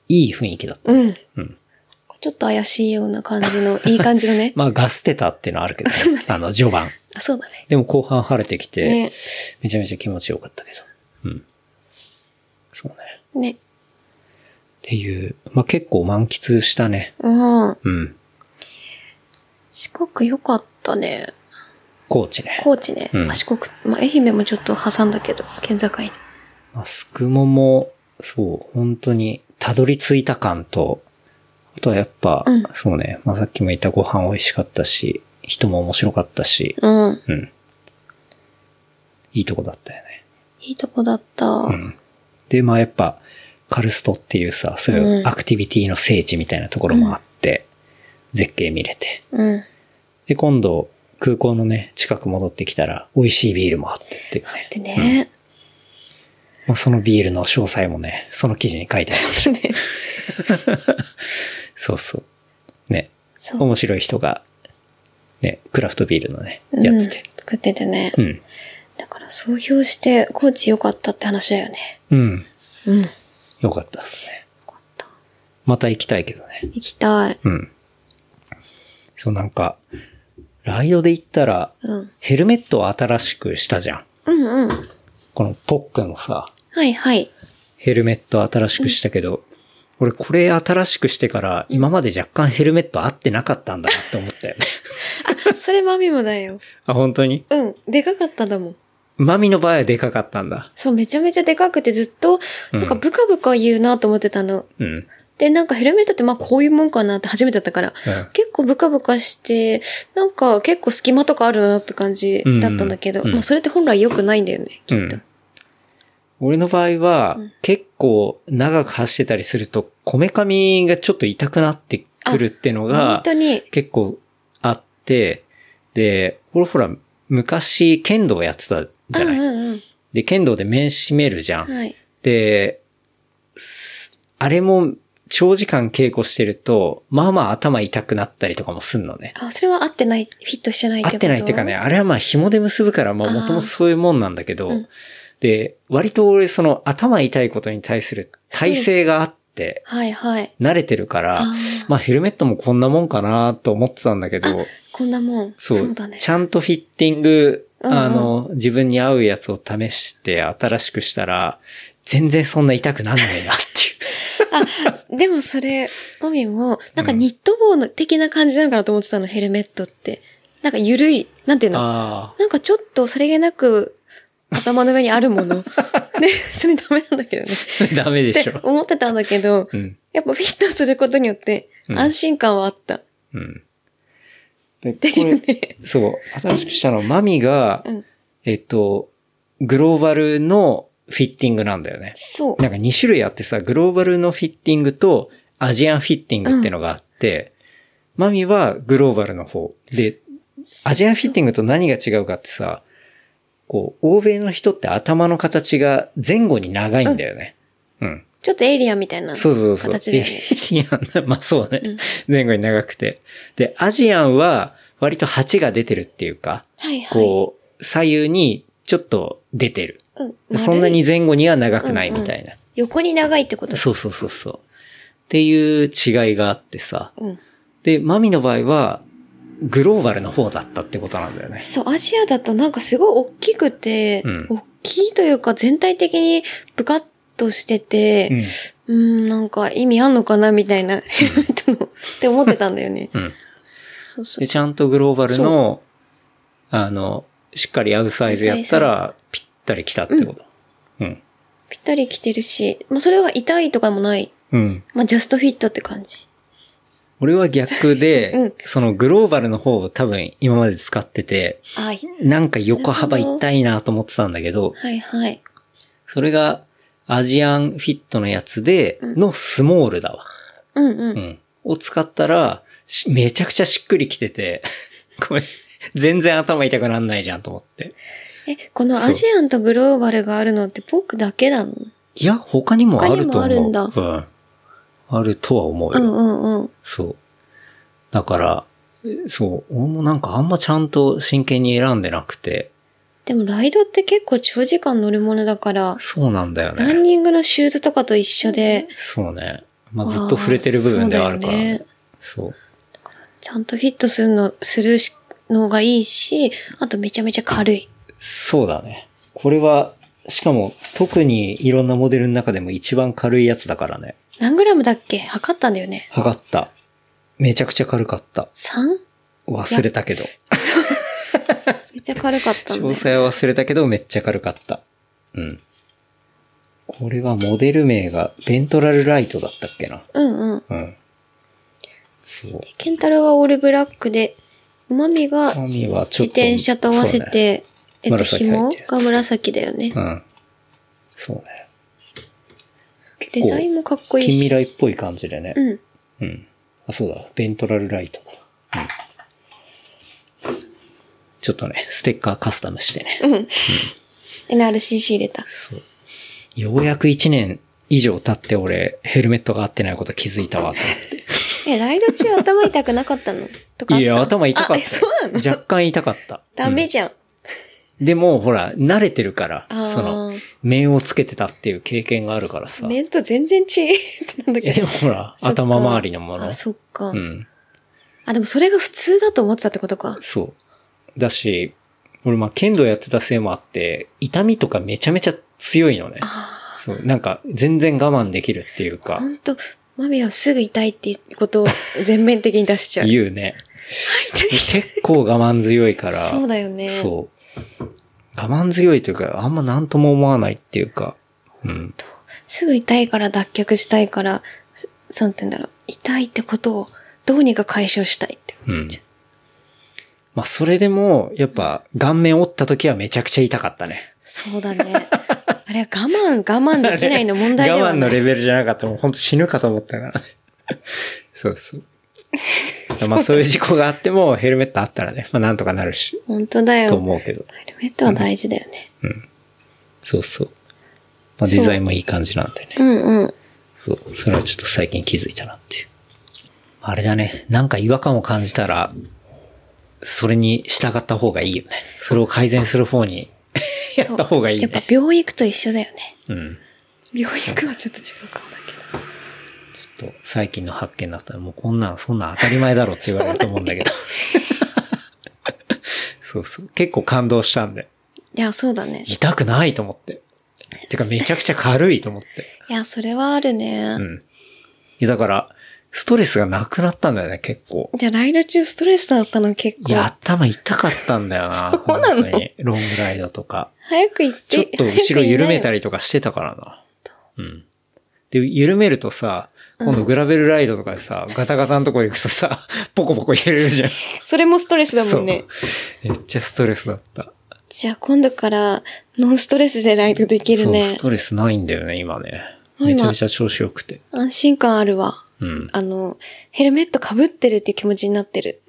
Speaker 2: いい雰囲気だった。
Speaker 3: うん。
Speaker 2: うん。。
Speaker 3: ちょっと怪しいような感じの、いい感じのね
Speaker 2: まあ、ガスてたっていうのはあるけど、
Speaker 3: *laughs*
Speaker 2: ね、あの、序盤。
Speaker 3: あ、そうだね。
Speaker 2: でも後半晴れてきて、
Speaker 3: ね
Speaker 2: めちゃめちゃ気持ちよかったけど。うん。そうね。
Speaker 3: ね。
Speaker 2: っていう、まあ、結構満喫したね。
Speaker 3: うん。
Speaker 2: うん。
Speaker 3: 四国良かったね。
Speaker 2: 高知ね。
Speaker 3: 高知ね。
Speaker 2: うん
Speaker 3: あ四国、まあ、愛媛もちょっと挟んだけど、県境に。
Speaker 2: まあ、すくもも、そう、本当に、たどり着いた感と、あとはやっぱ、
Speaker 3: うん
Speaker 2: そうね、まあ、さっきも言ったご飯美味しかったし、人も面白かったし、
Speaker 3: うん。
Speaker 2: うん。いいとこだったよね。
Speaker 3: いいとこだった。
Speaker 2: うん。で、まあやっぱ、カルストっていうさ、そういううんアクティビティの聖地みたいなところもあって、絶景見れて。
Speaker 3: うん。
Speaker 2: で、今度、空港のね、近く戻ってきたら、美味しいビールもあってっていうね。
Speaker 3: でね、
Speaker 2: まあ、そのビールの詳細もね、その記事に書いてあるでしょ。
Speaker 3: ね *laughs*
Speaker 2: そうそう。ね。
Speaker 3: そう。
Speaker 2: 面白い人が、ね、クラフトビールのね、
Speaker 3: うん
Speaker 2: やってて。
Speaker 3: 作っててね。
Speaker 2: うん。
Speaker 3: だから、総評して、コーチ良かったって話だよね。
Speaker 2: うん。
Speaker 3: うん。よ
Speaker 2: よかったですね。
Speaker 3: かった。
Speaker 2: また行きたいけどね。
Speaker 3: 行きたい。
Speaker 2: うん。そうなんか、ライドで言ったら、
Speaker 3: うん。
Speaker 2: ヘルメットを新しくしたじゃん。
Speaker 3: うんうん。
Speaker 2: このポックのさ、
Speaker 3: はいはい。 *laughs*
Speaker 2: ヘルメットを新しくしたけど、俺これ新しくしてから、今まで若干ヘルメット合ってなかったんだなって思ったよ
Speaker 3: *laughs*
Speaker 2: ね。
Speaker 3: それマミもだよ。
Speaker 2: あ、本当に
Speaker 3: うん。でかかったんだもん。
Speaker 2: マミの場合はでかかったんだ。
Speaker 3: そう、めちゃめちゃでかくてずっと、なんかブカブカ言うなと思ってたの。
Speaker 2: うん。
Speaker 3: で、なんかヘルメットってまあこういうもんかなって初めてだったから、
Speaker 2: うん
Speaker 3: 結構ブカブカして、なんか結構隙間とかあるなって感じだったんだけど、
Speaker 2: うんうん
Speaker 3: まあそれって本来良くないんだよね、き
Speaker 2: う
Speaker 3: っと。
Speaker 2: ん俺の場合は、結構長く走ってたりすると、こめかみがちょっと痛くなってくるってのが
Speaker 3: 本、当に、
Speaker 2: 結構あって、で、ほらほら、昔、剣道やってたじゃない、
Speaker 3: うんうん
Speaker 2: で、剣道で面締めるじゃ
Speaker 3: うん。
Speaker 2: ん。
Speaker 3: はい。
Speaker 2: で、すあれも長時間稽古してると、まあまあ頭痛くなったりとかもすんのね。
Speaker 3: あ、それは合ってない、フィットしてないって
Speaker 2: 合
Speaker 3: こと
Speaker 2: ってないっていうかね、。あれはまあ紐で結ぶから、まあ
Speaker 3: あー
Speaker 2: もともとそういうもんなんだけど、
Speaker 3: うん
Speaker 2: で、割と俺その頭痛いことに対する耐性があって、
Speaker 3: はいはい。
Speaker 2: 慣れてるから、
Speaker 3: あー
Speaker 2: まあヘルメットもこんなもんかなと思ってたんだけど、
Speaker 3: こんなもん。
Speaker 2: そ
Speaker 3: そううだね。
Speaker 2: ちゃんとフィッティング、
Speaker 3: うんうん
Speaker 2: あの、自分に合うやつを試して新しくしたら、全然そんな痛くなんないなって
Speaker 3: でもそれ、マミも、なんかニット帽の的な感じなのかなと思ってたの、ヘルメットって。なんか緩い、なんていう
Speaker 2: いう。*laughs*
Speaker 3: の
Speaker 2: ああ。
Speaker 3: なんかちょっとさりげなく、頭の上にある
Speaker 2: *laughs*
Speaker 3: もの。ね、それダメなんだけどね。
Speaker 2: ダメで
Speaker 3: っ
Speaker 2: しょ
Speaker 3: て。思ってたんだけど、
Speaker 2: うん。
Speaker 3: やっぱフィットすることによって、
Speaker 2: うん
Speaker 3: 安心感はあった。
Speaker 2: うん。で、これ、そう、新しくしたのは、マミが、
Speaker 3: うん
Speaker 2: えっと、グローバルのフィッティングなんだよね。
Speaker 3: そう。
Speaker 2: なんか2種類あってさ、グローバルのフィッティングとアジアンフィッティングってのがあって、マミはグローバルの方。で、アジアンフィッティングと何が違うかってさ、こう、欧米の人って頭の形が前後に長いんだよね。うん。
Speaker 3: ちょっとエイリアンみたいな。
Speaker 2: そうそうそう。
Speaker 3: 形だよ
Speaker 2: で
Speaker 3: ね
Speaker 2: エイリア *laughs* ン、まあそうね。前後に長くて。で、アジアンは割と鉢が出てるっていうか、
Speaker 3: はいはい。
Speaker 2: こう、左右にちょっと出てる。
Speaker 3: うん
Speaker 2: でそんな。
Speaker 3: 丸い
Speaker 2: に前後には長くないみたいな。
Speaker 3: 横に長いってこと
Speaker 2: そうそうそうそう。っていう違いがあってさ。
Speaker 3: うん。
Speaker 2: で、マミの場合は、グローバルの方だったってことなんだよね。
Speaker 3: そう、アジアだとなんかすごい大きくて、
Speaker 2: うん
Speaker 3: 大きいというか全体的にブカッとしてて、
Speaker 2: うん。
Speaker 3: うーん、なんか意味あんのかなみたいなヘルメットの、って思ってたんだよね。
Speaker 2: うん。
Speaker 3: そうそう
Speaker 2: で、。ちゃんとグローバルの、あの、しっかり合うサイズやったら、ぴったり来たってこと。うん。
Speaker 3: ぴったり着てるし、まあそれは痛いとかもない。
Speaker 2: うん。
Speaker 3: まあジャストフィットって感じ。
Speaker 2: 俺は逆 *laughs* で、
Speaker 3: うん
Speaker 2: そのグローバルの方を多分今まで使ってて、
Speaker 3: はい。
Speaker 2: なんか横幅痛いなと思ってたんだけど、
Speaker 3: はいはい。
Speaker 2: それがアジアンフィットのやつで、のスモールだわ。
Speaker 3: うんうん。
Speaker 2: うん。を使ったら、しめちゃくちゃしっくりきてて、 *laughs* これ、全然頭痛くなんないじゃんと思って。
Speaker 3: え、このアジアンとグローバルがあるのってポークだけなの
Speaker 2: いや、他にもあると思う。
Speaker 3: 他にもあるん
Speaker 2: うん。あるとは思う
Speaker 3: う
Speaker 2: よ。
Speaker 3: んうんうん。
Speaker 2: そう。だから、えそう、俺もなんかあんまちゃんと真剣に選んでなくて、
Speaker 3: でもライドって結構長時間乗るものだから、
Speaker 2: そうなんだよ
Speaker 3: ラン
Speaker 2: ね。
Speaker 3: ニングのシューズとかと一緒で、
Speaker 2: そうね。まあ、ずっと触れてる部分ではあるから、
Speaker 3: あーそうだよね
Speaker 2: そう。
Speaker 3: ちゃんとフィットするの、するしのがいいし、あとめちゃめちゃ軽い。
Speaker 2: そうだね。これは、しかも特にいろんなモデルの中でも一番軽いやつだからね。
Speaker 3: 何グラムだっけ測ったんだよね。
Speaker 2: 測った。めちゃくちゃ軽かった。
Speaker 3: 3?
Speaker 2: 忘れたけど。
Speaker 3: めっちゃ軽かったん
Speaker 2: 詳
Speaker 3: だよ。
Speaker 2: 細は忘れたけどめっちゃ軽かった。うん。これはモデル名がベントラルライトだったっけな。
Speaker 3: うんうん。
Speaker 2: うん。そう。
Speaker 3: ケンタロウがオールブラックで、マミが
Speaker 2: 神はち
Speaker 3: 自
Speaker 2: ょっと。
Speaker 3: 転車と合わ
Speaker 2: そ
Speaker 3: せ
Speaker 2: うね
Speaker 3: て、えっと、
Speaker 2: 紫入っ
Speaker 3: 紐
Speaker 2: てる
Speaker 3: が紫だよね
Speaker 2: う。ん。そうね。
Speaker 3: デザインもかっこいい
Speaker 2: 近未
Speaker 3: し。
Speaker 2: 来っぽい感じでね。
Speaker 3: うん。
Speaker 2: うん。あ、そうだ。ベントラルライト。うん。ちょっとね、ステッカーカスタムしてね。
Speaker 3: NRCC 入れた。
Speaker 2: そう。ようやく1年以上経って俺、ヘルメットが合ってないこと気づいたわと思って。
Speaker 3: え、ライド中頭痛くなかったのとかあった
Speaker 2: いや、頭痛か
Speaker 3: あ
Speaker 2: っ
Speaker 3: えそうな
Speaker 2: た
Speaker 3: の
Speaker 2: よ。若干痛かった。
Speaker 3: ダメじゃん。
Speaker 2: でも、ほら、慣れてるから
Speaker 3: あー、
Speaker 2: その、面をつけてたっていう経験があるからさ。
Speaker 3: 面と全然違えってなんだ
Speaker 2: いや、
Speaker 3: け
Speaker 2: で
Speaker 3: ど
Speaker 2: も。ほら、
Speaker 3: そっか
Speaker 2: 頭周りのもの
Speaker 3: あ、。そっか。
Speaker 2: うん。
Speaker 3: あ、でもそれが普通だと思ってたってことか。
Speaker 2: そう。だし、俺、まあ、剣道やってたせいもあって、痛みとかめちゃめちゃ強いのね。そう、なんか、全然我慢できるっていうか
Speaker 3: ほ、んと、マミはすぐ痛いっていうことを全面的に出しちゃう。
Speaker 2: 言うね。結構我慢強いから。
Speaker 3: *laughs* そうだよね。
Speaker 2: そう。我慢強いというか、あんまなんとも思わないっていうか、うん。
Speaker 3: すぐ痛いから脱却したいから、そそうなんて言うんだろう。痛いってことをどうにか解消したいって思っちゃう。
Speaker 2: まあ、それでも、やっぱ、顔面折った時はめちゃくちゃ痛かったね。
Speaker 3: そうだね。あれは我慢、我慢できないの問題
Speaker 2: *laughs*
Speaker 3: で
Speaker 2: 我
Speaker 3: は
Speaker 2: 慢
Speaker 3: な
Speaker 2: の
Speaker 3: い。
Speaker 2: レベルじゃなかった。もう本当死ぬかと思ったからね。 *laughs* そうそう。まあ、 *laughs* そういう事故があっても、ヘルメットあったらね、まあ、なんとかなるし、
Speaker 3: 本当だよ。
Speaker 2: と
Speaker 3: ヘ
Speaker 2: 思うけど。
Speaker 3: ルメットは大事だよね。
Speaker 2: そうそう。まあ、デザインもいい感じなんでね。
Speaker 3: うんうん。
Speaker 2: そう。それはちょっと最近気づいたなっていう。あれだね。なんか違和感を感じたら、それに従った方がいいよね。それを改善する方に *laughs* やった方がいい
Speaker 3: やっぱ
Speaker 2: ね。
Speaker 3: 病院行くと一緒だよね。
Speaker 2: うん。
Speaker 3: 病院行くはちょっと違うかもだけど。
Speaker 2: ちょっと最近の発見だったら、もうこんなん、そんなん当たり前だろって言われると思うんだけど。そうそう。結構感動したんで。
Speaker 3: いや、そうだね。
Speaker 2: 痛くないと思って。てかめちゃくちゃ軽いと思って。
Speaker 3: いや、それはあるね。
Speaker 2: うん。いやだから、ストレスがなくなったんだよね、結構。
Speaker 3: じゃあ、ライド中ストレスだったの結
Speaker 2: いや、
Speaker 3: 構。
Speaker 2: 頭痛かったんだよな。
Speaker 3: そうなの
Speaker 2: 本当に。ロングライドとか。
Speaker 3: 早く行って。
Speaker 2: ちょっと後ろ緩めた
Speaker 3: り。
Speaker 2: りとかしてたからな。うん。で、緩めるとさ、今度グラベルライドとかでさ、ガタガタのとこ行くとさ、ポコポコ揺れるじゃん。
Speaker 3: それもストレスだもんね。
Speaker 2: そう。めっちゃストレスだった。
Speaker 3: じゃあ、今度から、ノンストレスでライドできる
Speaker 2: そう、
Speaker 3: ね
Speaker 2: ス。トレスないんだよね、今ね。
Speaker 3: 今
Speaker 2: めちゃめちゃ調子良くて。
Speaker 3: 安心感あるわ。
Speaker 2: うん。
Speaker 3: あの、ヘルメット被ってるっていう気持ちになっ
Speaker 2: *laughs*
Speaker 3: てる。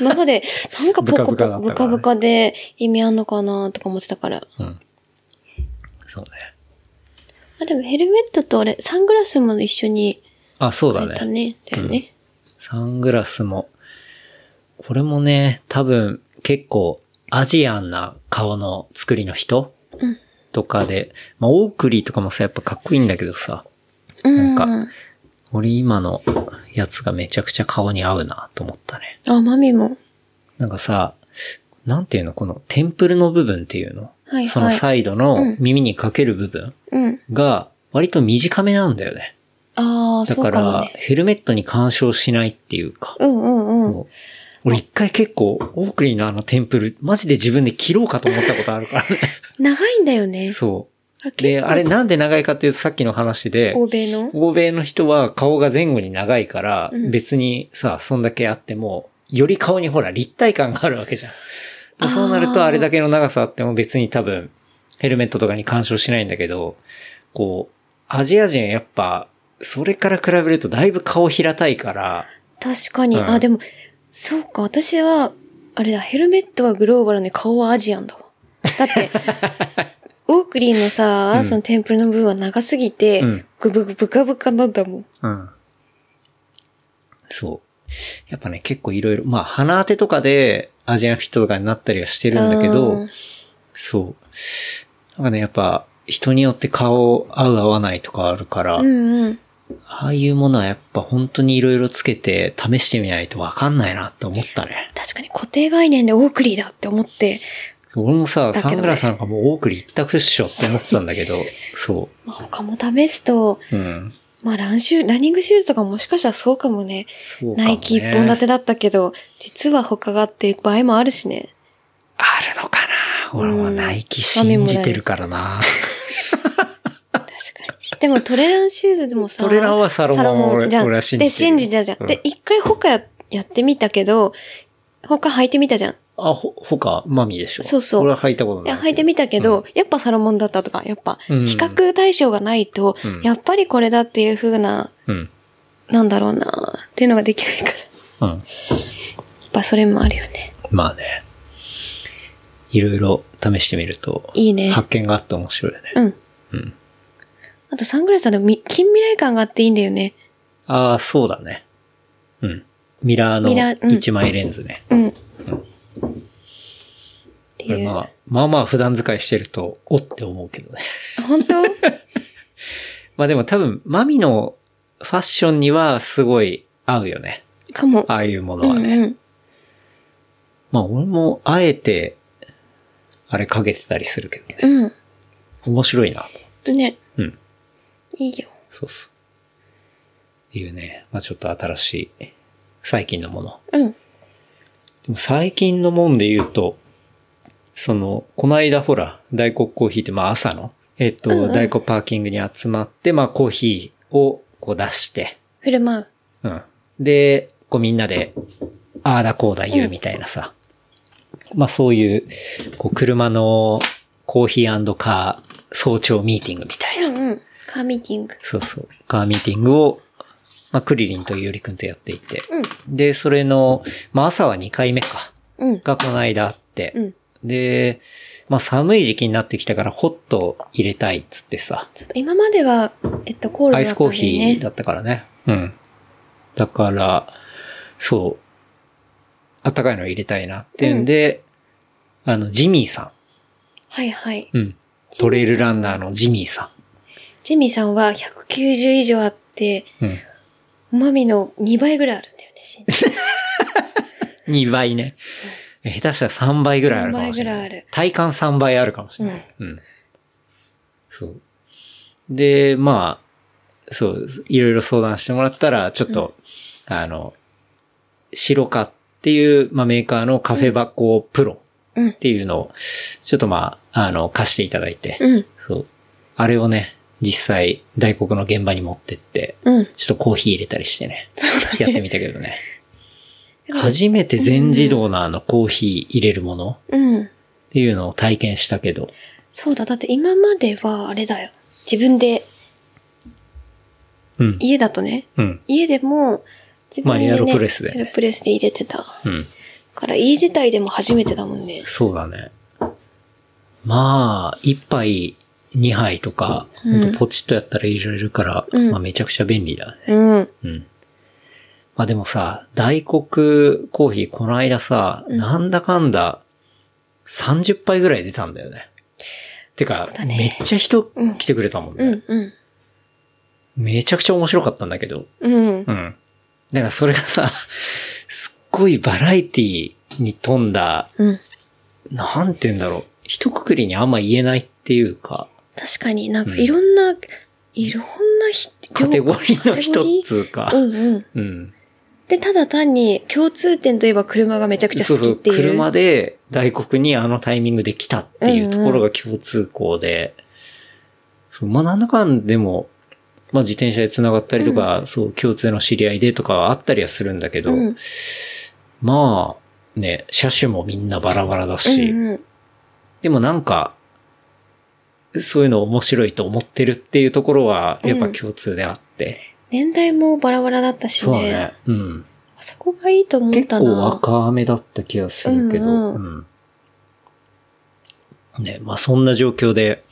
Speaker 3: 今まで、なんかポ
Speaker 2: ブカ
Speaker 3: コポ
Speaker 2: ブカだ
Speaker 3: コ、
Speaker 2: った
Speaker 3: ブ
Speaker 2: からね
Speaker 3: カブカで意味あんのかなとか思ってたから。
Speaker 2: うん。そうね。
Speaker 3: あ、でもヘルメットとあれ、サングラスも一緒に
Speaker 2: あ、そうだ
Speaker 3: 変えた
Speaker 2: ね。
Speaker 3: ね。だよね。
Speaker 2: サングラスも。これもね、多分結構アジアンな顔の作りの人
Speaker 3: うん
Speaker 2: とかで、まあ、オークリーとかもさ、やっぱかっこいいんだけどさ、
Speaker 3: うん。
Speaker 2: なん俺今のやつがめちゃくちゃ顔に合うなと思ったね。
Speaker 3: あ、マミも。
Speaker 2: なんかさ、なんていうのこのテンプルの部分っていうの、
Speaker 3: はいはい
Speaker 2: そのサイド
Speaker 3: うん
Speaker 2: の耳にかける部分
Speaker 3: うん。
Speaker 2: が割と短めなんだよね。
Speaker 3: ああ、
Speaker 2: だ
Speaker 3: そ
Speaker 2: か
Speaker 3: うかも
Speaker 2: ら、
Speaker 3: ね。
Speaker 2: ヘルメットに干渉しないっていうか。
Speaker 3: うんうんうん。
Speaker 2: もう俺一回結構、オークリーのあのテンプル、マジで自分で切ろうかと思ったことあるからね。
Speaker 3: 長いんだよね。
Speaker 2: そう。で、あれなんで長いかっていうとさっきの話で、
Speaker 3: 欧米の
Speaker 2: 欧米の人は顔が前後に長いから、
Speaker 3: うん
Speaker 2: 別にさ、そんだけあっても、より顔にほら立体感があるわけじゃん。
Speaker 3: あー
Speaker 2: そうなるとあれだけの長さあっても別に多分、ヘルメットとかに干渉しないんだけど、こう、アジア人はやっぱ、それから比べるとだいぶ顔平たいから、
Speaker 3: 確かに。
Speaker 2: うん
Speaker 3: あ、でも、そうか、私は、あれだ、ヘルメットはグローバルで顔はアジアンだわ。
Speaker 2: *laughs*
Speaker 3: だって、オークリーのさ、
Speaker 2: うん
Speaker 3: そのテンプルの部分は長すぎて、
Speaker 2: うん
Speaker 3: ぐぶぐぶかぶかなんだもん。
Speaker 2: うん。そう。やっぱね、結構いろいろ、まあ、鼻当てとかでアジアンフィットとかになったりはしてるんだけ
Speaker 3: う
Speaker 2: ど
Speaker 3: ん、
Speaker 2: そう。なんかね、やっぱ、人によって顔合う合わないとかあるから、
Speaker 3: うんうん。
Speaker 2: ああいうものはやっぱ本当にいろいろつけて試してみないとわかんないなって思ったね。
Speaker 3: 確かに固定概念でオークリーだって思って、
Speaker 2: そう俺もさ、
Speaker 3: だけど
Speaker 2: サ
Speaker 3: ね
Speaker 2: ングラスなんかもうオークリー一択っしょって思ってたんだけ
Speaker 3: *laughs*
Speaker 2: ど、そ
Speaker 3: まあ他も試すと、
Speaker 2: う。うん。
Speaker 3: まあランシュー、ランニングシューズとかもしかしたらそうかもね。
Speaker 2: そうかも、ね。
Speaker 3: ナイキ一本立てだったけど、実は他があって場合もあるしね。
Speaker 2: あるのかな俺はナイキ信じてるからな。
Speaker 3: 確かに。でもトレランシューズでもさ、
Speaker 2: トレランはサロモン俺
Speaker 3: じゃん。
Speaker 2: 俺は信じてる
Speaker 3: で、信じたじゃん。
Speaker 2: うん
Speaker 3: で、一回他ややってみたけど、他履いてみたじゃん。
Speaker 2: あ、ほ、ほか、マミでしょ
Speaker 3: そうそう
Speaker 2: 俺は履いたこと
Speaker 3: い
Speaker 2: ない
Speaker 3: や、
Speaker 2: けど。
Speaker 3: 履いてみたけど、やっぱサロモンだったとか、やっぱ、
Speaker 2: うん
Speaker 3: 比較対象がないと、
Speaker 2: うん
Speaker 3: やっぱりこれだっていう風な、
Speaker 2: うん。
Speaker 3: なんだろうなっていうのができないから。や
Speaker 2: うん。
Speaker 3: っぱそれもあるよね。
Speaker 2: まあね。いろいろ試してみると、
Speaker 3: いいね
Speaker 2: 発見があって面白いよね。
Speaker 3: うん。とサングラスはでもみ近未来感があっていいんだよね。
Speaker 2: ああ、そうだね。うん。ミラーの
Speaker 3: ミラーうん
Speaker 2: 1枚レンズね。
Speaker 3: うん。って
Speaker 2: これ
Speaker 3: いう。
Speaker 2: まあ、まあまあ普段使いしてると、おって思うけどね。*laughs*
Speaker 3: 本当
Speaker 2: まあでも多分、マミのファッションにはすごい合うよね。
Speaker 3: かも。
Speaker 2: ああいうものはね。
Speaker 3: うんうん。
Speaker 2: まあ俺もあえて、あれかけてたりするけどね。
Speaker 3: う
Speaker 2: 面白いな。
Speaker 3: ん。ね、
Speaker 2: うん。
Speaker 3: いいよ。
Speaker 2: そうそう。っていうね。まあちょっと新しい、最近のもの。
Speaker 3: うん。
Speaker 2: でも最近のもんで言うと、その、この間ほら、大黒コーヒーって、まあ朝の、えっと、
Speaker 3: うんうん
Speaker 2: 大黒パーキングに集まって、まあコーヒーをこう出して、
Speaker 3: 振る舞う。
Speaker 2: うん。で、こうみんなで、ああだこうだ言うみたいなさ。まあそういう、こう車のコーヒーカー早朝ミーティングみたいな。
Speaker 3: うんうん。カーミーティング。
Speaker 2: そうそう。カーミーティングを、まあクリリンとゆりくんとやっていて。
Speaker 3: うん。
Speaker 2: で、それの、まあ朝は2回目か。
Speaker 3: うん。
Speaker 2: がこの間あって。
Speaker 3: うん。
Speaker 2: で、まあ寒い時期になってきたからホット入れたいっつってさ。
Speaker 3: ちょっと今までは、えっと、コール
Speaker 2: ア
Speaker 3: だっ
Speaker 2: イ
Speaker 3: た
Speaker 2: ス
Speaker 3: んだ
Speaker 2: コー
Speaker 3: よ
Speaker 2: ヒ
Speaker 3: ね。
Speaker 2: ーだったからね。うん。だから、そう。あったかいの入れたいなっていうんで、あの、ジミーさ
Speaker 3: はいはい。
Speaker 2: ん。うん。トレイルランナーのジミーさ
Speaker 3: ジミーさんは190以上あって、
Speaker 2: ん。うん。
Speaker 3: マミの2倍ぐらいあるんだよね、
Speaker 2: *laughs*
Speaker 3: 身長
Speaker 2: 2倍ね。下手したら3倍ぐらいあるかもしれ
Speaker 3: 3
Speaker 2: な
Speaker 3: 倍ぐらいあ
Speaker 2: い
Speaker 3: る。
Speaker 2: 体感3倍あるかもしれない。うん。そう。で、まあ、そう、いろいろ相談してもらったら、ちょっと、あの、白カっていう、まあ、メーカーのカフェ箱プロ
Speaker 3: うん
Speaker 2: っていうのを、ちょっとまあ、あの、貸していただいて、
Speaker 3: うん。
Speaker 2: そう。あれをね、実際、大黒の現場に持ってって、
Speaker 3: うん。
Speaker 2: ちょっとコーヒー入れたりしてね。やってみたけどね。初めて全自動のあのコーヒー入れるものっ
Speaker 3: うん。
Speaker 2: ていうのを体験したけど。
Speaker 3: そうだ、だって今までは、あれだよ。自分で、
Speaker 2: うん。
Speaker 3: 家だとね、
Speaker 2: うん。
Speaker 3: 家でも、自
Speaker 2: まあ
Speaker 3: 分で、ね、
Speaker 2: エアロプレスで
Speaker 3: エアロプレスで入れてた。
Speaker 2: うん。
Speaker 3: から家自体でも初めてだもんね。
Speaker 2: そうだね。まあ、一杯、二杯とか、
Speaker 3: うん
Speaker 2: ほんとポチッとやったら入れられるから、
Speaker 3: うん
Speaker 2: まあめちゃくちゃ便利だね。
Speaker 3: うん。
Speaker 2: うん。まあでもさ、大黒コーヒーこの間さ、なんだかんだ30杯ぐらい出たんだよね。てか
Speaker 3: そう、だね
Speaker 2: めっちゃ人来てくれたもんね。
Speaker 3: うん、うん。
Speaker 2: めちゃくちゃ面白かったんだけど。
Speaker 3: うん
Speaker 2: う。ん。だからそれがさ、すっごいバラエティに富んだ、
Speaker 3: うん。
Speaker 2: なんて言うんだろう。一括りにあんま言えないっていうか、
Speaker 3: 確かになんかいろんな、いろんなひ
Speaker 2: カテゴリーの
Speaker 3: カテゴリ
Speaker 2: 一
Speaker 3: ー
Speaker 2: つか。
Speaker 3: うんうん。
Speaker 2: うん。
Speaker 3: で、ただ単に共通点といえば車がめちゃくちゃ
Speaker 2: そう
Speaker 3: 好
Speaker 2: そ
Speaker 3: きっ
Speaker 2: う。
Speaker 3: ていう。
Speaker 2: 車で大黒にあのタイミングで来たっていう
Speaker 3: うんうん
Speaker 2: ところが共通項で、そうまあなんだかんでも、まあ自転車で繋がったりとか、そう共通の知り合いでとかはあったりはするんだけど、
Speaker 3: うん。
Speaker 2: まあ、ね、車種もみんなバラバラだし、
Speaker 3: うんうん。
Speaker 2: でもなんか、そういうの面白いと思ってるっていうところは、やっぱ共通であって。
Speaker 3: 年代もバラバラだったし
Speaker 2: そうだ
Speaker 3: ね。
Speaker 2: ね。うん。
Speaker 3: あそこがいいと思っ
Speaker 2: 結
Speaker 3: た
Speaker 2: 構
Speaker 3: な。
Speaker 2: 若めだった気がするけど、
Speaker 3: うんうん
Speaker 2: うんね、まあそんな状況で、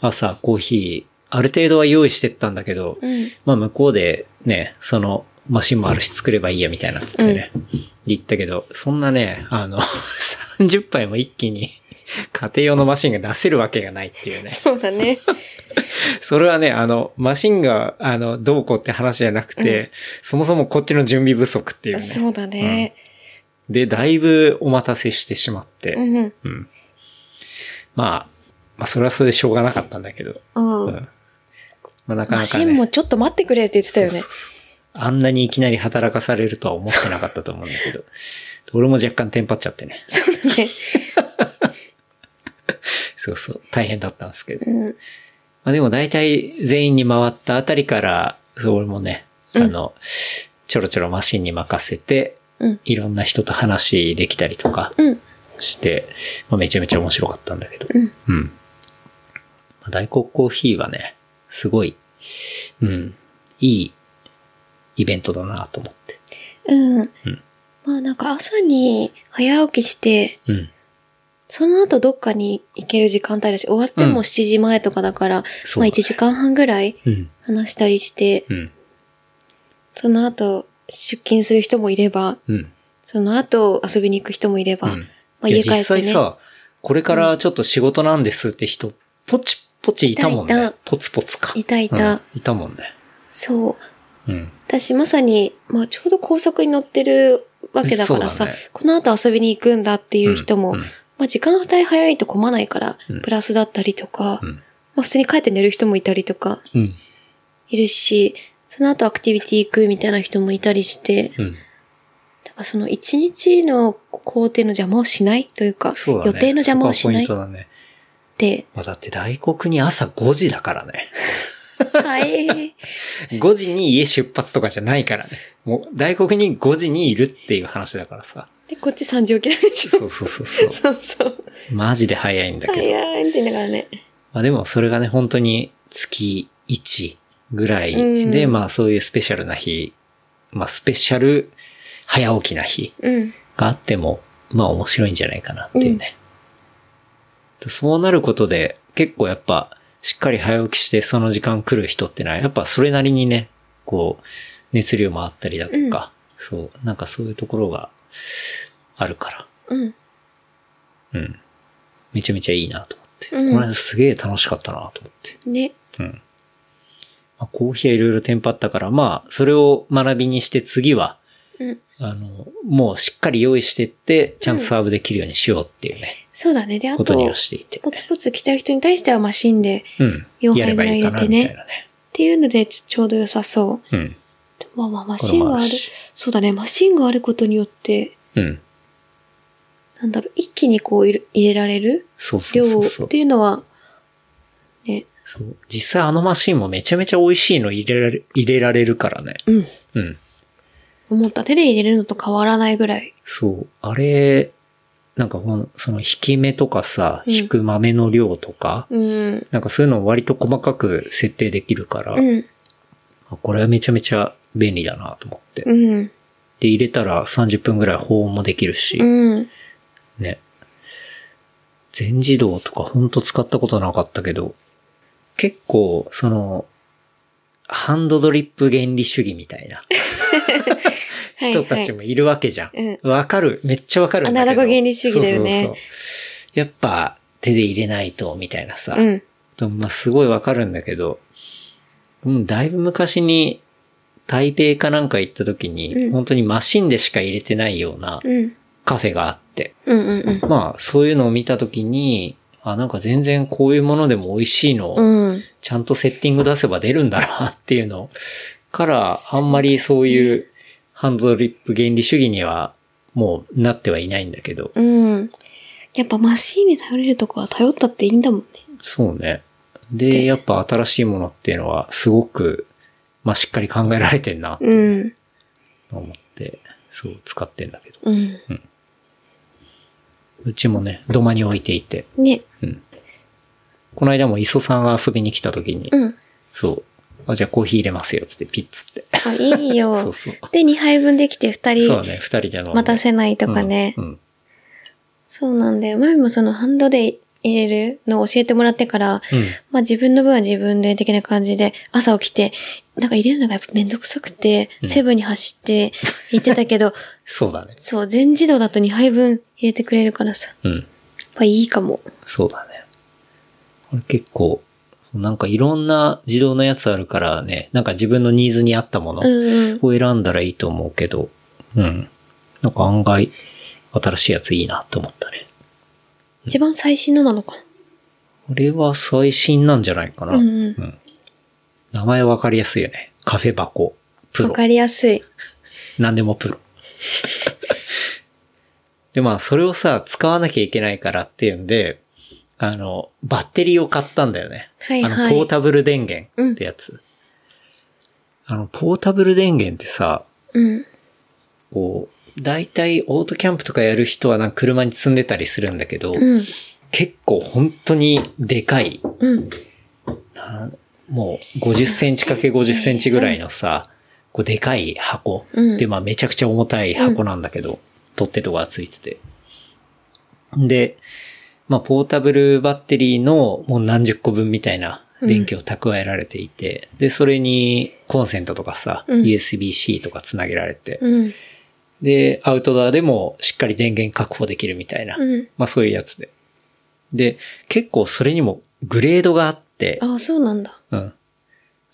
Speaker 2: 朝コーヒー、ある程度は用意してったんだけど、
Speaker 3: うん。
Speaker 2: まあ向こうでね、そのマシンもあるし作ればいいやみたいなっつってね、言ったけど、そんなね、あの、30杯も一気に家庭用のマシンが出せるわけがないっていうね。
Speaker 3: そうだね。
Speaker 2: それはね、あの、マシンが、あの、どうこうって話じゃなくて、そもそもこっちの準備不足っていうね。
Speaker 3: そうだね。
Speaker 2: で、だいぶお待たせしてしまって、
Speaker 3: うん。うん。
Speaker 2: まあ、まあ、それはそれでしょうがなかったんだけど、
Speaker 3: うん
Speaker 2: うんまあ、なか
Speaker 3: マ
Speaker 2: なか
Speaker 3: シ
Speaker 2: ね、
Speaker 3: ンもちょっと待ってくれって言ってたよ
Speaker 2: そ
Speaker 3: ね
Speaker 2: う。そうそうあんなにいきなり働かされるとは思ってなかったと思うんだけど、 *laughs* 俺も若干テンパっちゃってね。 *laughs*
Speaker 3: そうだね。
Speaker 2: そうそう、大変だったんですけど。
Speaker 3: うん。
Speaker 2: まあでも大体全員に回ったあたりから、そう俺もね、あの、ちょろちょろマシンに任せて、
Speaker 3: うん。
Speaker 2: いろんな人と話できたりとか
Speaker 3: うん。
Speaker 2: して、まあ、めちゃめちゃ面白かったんだけど。
Speaker 3: うん。
Speaker 2: うん。まあ大黒コーヒーはね、すごい、うん、いいイベントだなと思って。
Speaker 3: うん。まあなんか朝に早起きして、
Speaker 2: うん。
Speaker 3: その後どっかに行ける時間帯だし、終わって
Speaker 2: うん
Speaker 3: も7時前とかだから、
Speaker 2: そう
Speaker 3: ま
Speaker 2: だ
Speaker 3: あ
Speaker 2: ね
Speaker 3: 1時間半ぐらい
Speaker 2: うん。
Speaker 3: 話したりして、
Speaker 2: うん。
Speaker 3: その後出勤する人もいれば、
Speaker 2: うん。
Speaker 3: その後遊びに行く人もいれば、
Speaker 2: うん
Speaker 3: まあ
Speaker 2: いや
Speaker 3: 家帰
Speaker 2: 実
Speaker 3: って
Speaker 2: 際
Speaker 3: ね。
Speaker 2: さ、これからちょっと仕事なんですって人、ポチポチいたもん
Speaker 3: いた
Speaker 2: ね
Speaker 3: いた。
Speaker 2: ポツポツか。
Speaker 3: いたいた
Speaker 2: うんいたもんね。
Speaker 3: そう。
Speaker 2: うん。
Speaker 3: 私まさに、まあちょうど高速に乗ってるわけだからさ、
Speaker 2: そうだね
Speaker 3: この後遊びに行くんだっていう人も、
Speaker 2: うんうん
Speaker 3: まあ時間帯早いと混まないから
Speaker 2: うん、
Speaker 3: プラスだったりとか、
Speaker 2: うん。
Speaker 3: まあ普通に帰って寝る人もいたりとか、
Speaker 2: うん。
Speaker 3: いるし、その後アクティビティ行くみたいな人もいたりして、
Speaker 2: うん。
Speaker 3: だからその一日の工程の邪魔をしないというか、
Speaker 2: そうだね。
Speaker 3: 予定の邪魔をしないっ
Speaker 2: そこはポイントだね。
Speaker 3: て、
Speaker 2: まあ、だって大黒に朝5時だからね。
Speaker 3: はい。
Speaker 2: 5時に家出発とかじゃないからね。もう、大黒に5時にいるっていう話だからさ。
Speaker 3: で、こっち3時起きなんでしょ。
Speaker 2: そうそうそうそう。
Speaker 3: そうそう。
Speaker 2: *laughs* マジで早いんだけど。
Speaker 3: 早いって言いながらね。
Speaker 2: まあでもそれがね、本当に月1ぐらいで、
Speaker 3: うん
Speaker 2: まあそういうスペシャルな日、まあスペシャル早起きな日
Speaker 3: うん。
Speaker 2: があっても、まあ面白いんじゃないかなっていうね。そうなることで、結構やっぱ、しっかり早起きしてその時間来る人ってのは、やっぱそれなりにね、こう、熱量もあったりだとか、そう、なんかそういうところがあるから。
Speaker 3: うん。
Speaker 2: うん。めちゃめちゃいいなと思って。
Speaker 3: うん
Speaker 2: この間すげえ楽しかったなと思って。
Speaker 3: ね。
Speaker 2: うん。まあ、コーヒーはいろいろテンパったから、まあ、それを学びにして次は、
Speaker 3: うん。
Speaker 2: あの、もうしっかり用意してって、ちゃんとサーブできるようにしようっていうね、
Speaker 3: そうだね。で、あ
Speaker 2: ことに
Speaker 3: と
Speaker 2: を、していて。
Speaker 3: ポツポツ来た人に対してはマシンで、
Speaker 2: うん。
Speaker 3: 4
Speaker 2: やればいいかな、
Speaker 3: 杯
Speaker 2: み
Speaker 3: ぐ
Speaker 2: たい
Speaker 3: らい入れてね
Speaker 2: なね。
Speaker 3: っていうのでちちょうど良さそ
Speaker 2: うん。
Speaker 3: う。まあまあ、マシンが
Speaker 2: これもあ
Speaker 3: ある
Speaker 2: るし。
Speaker 3: そうだね。マシンがあることによって、
Speaker 2: うん。
Speaker 3: なんだろう、一気にこう入れ入れられる
Speaker 2: そうそう
Speaker 3: 量
Speaker 2: そう
Speaker 3: っ
Speaker 2: そう
Speaker 3: ていうのは、ね、
Speaker 2: そう。実際あのマシンもめちゃめちゃ美味しいの入れられ入れられるからね。
Speaker 3: うん。
Speaker 2: うん。
Speaker 3: 思った手で入れるのと変わらないぐらい。
Speaker 2: そう。あれ、なんかほんその引き目とかさ、
Speaker 3: うん
Speaker 2: 引く豆の量とか、
Speaker 3: うん。
Speaker 2: なんかそういうのを割と細かく設定できるから、
Speaker 3: うん。
Speaker 2: あこれはめちゃめちゃ便利だなと思って。
Speaker 3: うん。
Speaker 2: で、入れたら30分ぐらい保温もできるし、
Speaker 3: うん。
Speaker 2: ね。全自動とかほんと使ったことなかったけど、結構、その、ハンドドリップ原理主義みた
Speaker 3: *laughs*
Speaker 2: いな
Speaker 3: はい
Speaker 2: 人たちもいるわけじゃん。わ、
Speaker 3: うん
Speaker 2: かる。めっちゃわかるんだけど。
Speaker 3: アナログ原理主義だよね
Speaker 2: そうそうそうやっぱ手で入れないと、みたいなさ。
Speaker 3: うん。
Speaker 2: とまあ、すごいわかるんだけど、うん、だいぶ昔に台北かなんか行った時に、
Speaker 3: うん
Speaker 2: 本当にマシンでしか入れてないような
Speaker 3: うん。
Speaker 2: カフェがあって、
Speaker 3: うんうん
Speaker 2: まあ、そういうのを見た時に、あ、なんか全然こういうものでも美味しいの
Speaker 3: う
Speaker 2: を、
Speaker 3: ん。うん。
Speaker 2: ちゃんとセッティング出せば出るんだなっていうのから、あんまりそういうハンドドリップ原理主義にはもうなってはいないんだけど、
Speaker 3: うん。やっぱマシーンに頼れるとこは頼ったっていいんだもんね。
Speaker 2: そうね。で、やっぱ新しいものっていうのはすごく、まあ、しっかり考えられてんなと
Speaker 3: うん。
Speaker 2: 思って、そう使ってんだけど。
Speaker 3: うん。
Speaker 2: うちもね、土間に置いていて。
Speaker 3: ね。
Speaker 2: この間も磯さんが遊びに来た時に、
Speaker 3: うん。
Speaker 2: そう、あ、じゃあコーヒー入れますよ、つってピッツって。
Speaker 3: あ、いいよ。
Speaker 2: *laughs* そうそう。
Speaker 3: で、2杯分できて2
Speaker 2: そう
Speaker 3: 人
Speaker 2: ね、二人で飲んで。
Speaker 3: 待たせないとかね。
Speaker 2: うん。うん
Speaker 3: そうなんだよ。前もそのハンドで入れるのを教えてもらってから、
Speaker 2: うん
Speaker 3: まあ自分の分は自分で的な感じで、朝起きて、なんか入れるのがやっぱめんどくさくて、
Speaker 2: うん
Speaker 3: セブンに走って行ってた
Speaker 2: *laughs*
Speaker 3: けど、
Speaker 2: そうだね。
Speaker 3: そう、全自動だと2杯分入れてくれるからさ、や
Speaker 2: うん。
Speaker 3: っぱいいかも。
Speaker 2: そうだね。これ結構、なんかいろんな自動のやつあるからね、なんか自分のニーズに合ったもの
Speaker 3: うんうん。
Speaker 2: を選んだらいいと思うけど、うん。なんか案外、新しいやついいなって思ったね。
Speaker 3: 一番最新のなのか
Speaker 2: これは最新なんじゃないかな。
Speaker 3: な。うんうん。
Speaker 2: 名前わかりやすいよね。カフェ箱。プ
Speaker 3: わ
Speaker 2: ロ。
Speaker 3: かりやすい。
Speaker 2: 何でもプロ。で、まあ、それをさ、使わなきゃいけないからっていうんで、あの、バッテリーを買ったんだよね。
Speaker 3: はいはい
Speaker 2: あの、ポータブル電源ってやつ。あの、ポータブル電源ってさ、
Speaker 3: うん。
Speaker 2: こう、大体オートキャンプとかやる人はなんか車に積んでたりするんだけど、
Speaker 3: うん。
Speaker 2: 結構本当にでかい、
Speaker 3: うん。
Speaker 2: なもう50センチ ×50 センチぐらいのさ、こうでかい箱、
Speaker 3: うん
Speaker 2: で、まあめちゃくちゃ重たい箱なんだけど、取っ手とかがついてて。で、まあ、ポータブルバッテリーのもう何十個分みたいな電気を蓄えられていて、で、それにコンセントとかさ、
Speaker 3: うん
Speaker 2: USB-C とかつなげられて、
Speaker 3: うん。
Speaker 2: で、アウトドアでもしっかり電源確保できるみたいな、
Speaker 3: うん
Speaker 2: まあそういうやつで。で、結構それにもグレードがあって、
Speaker 3: ああ、そうなんだ。
Speaker 2: うん。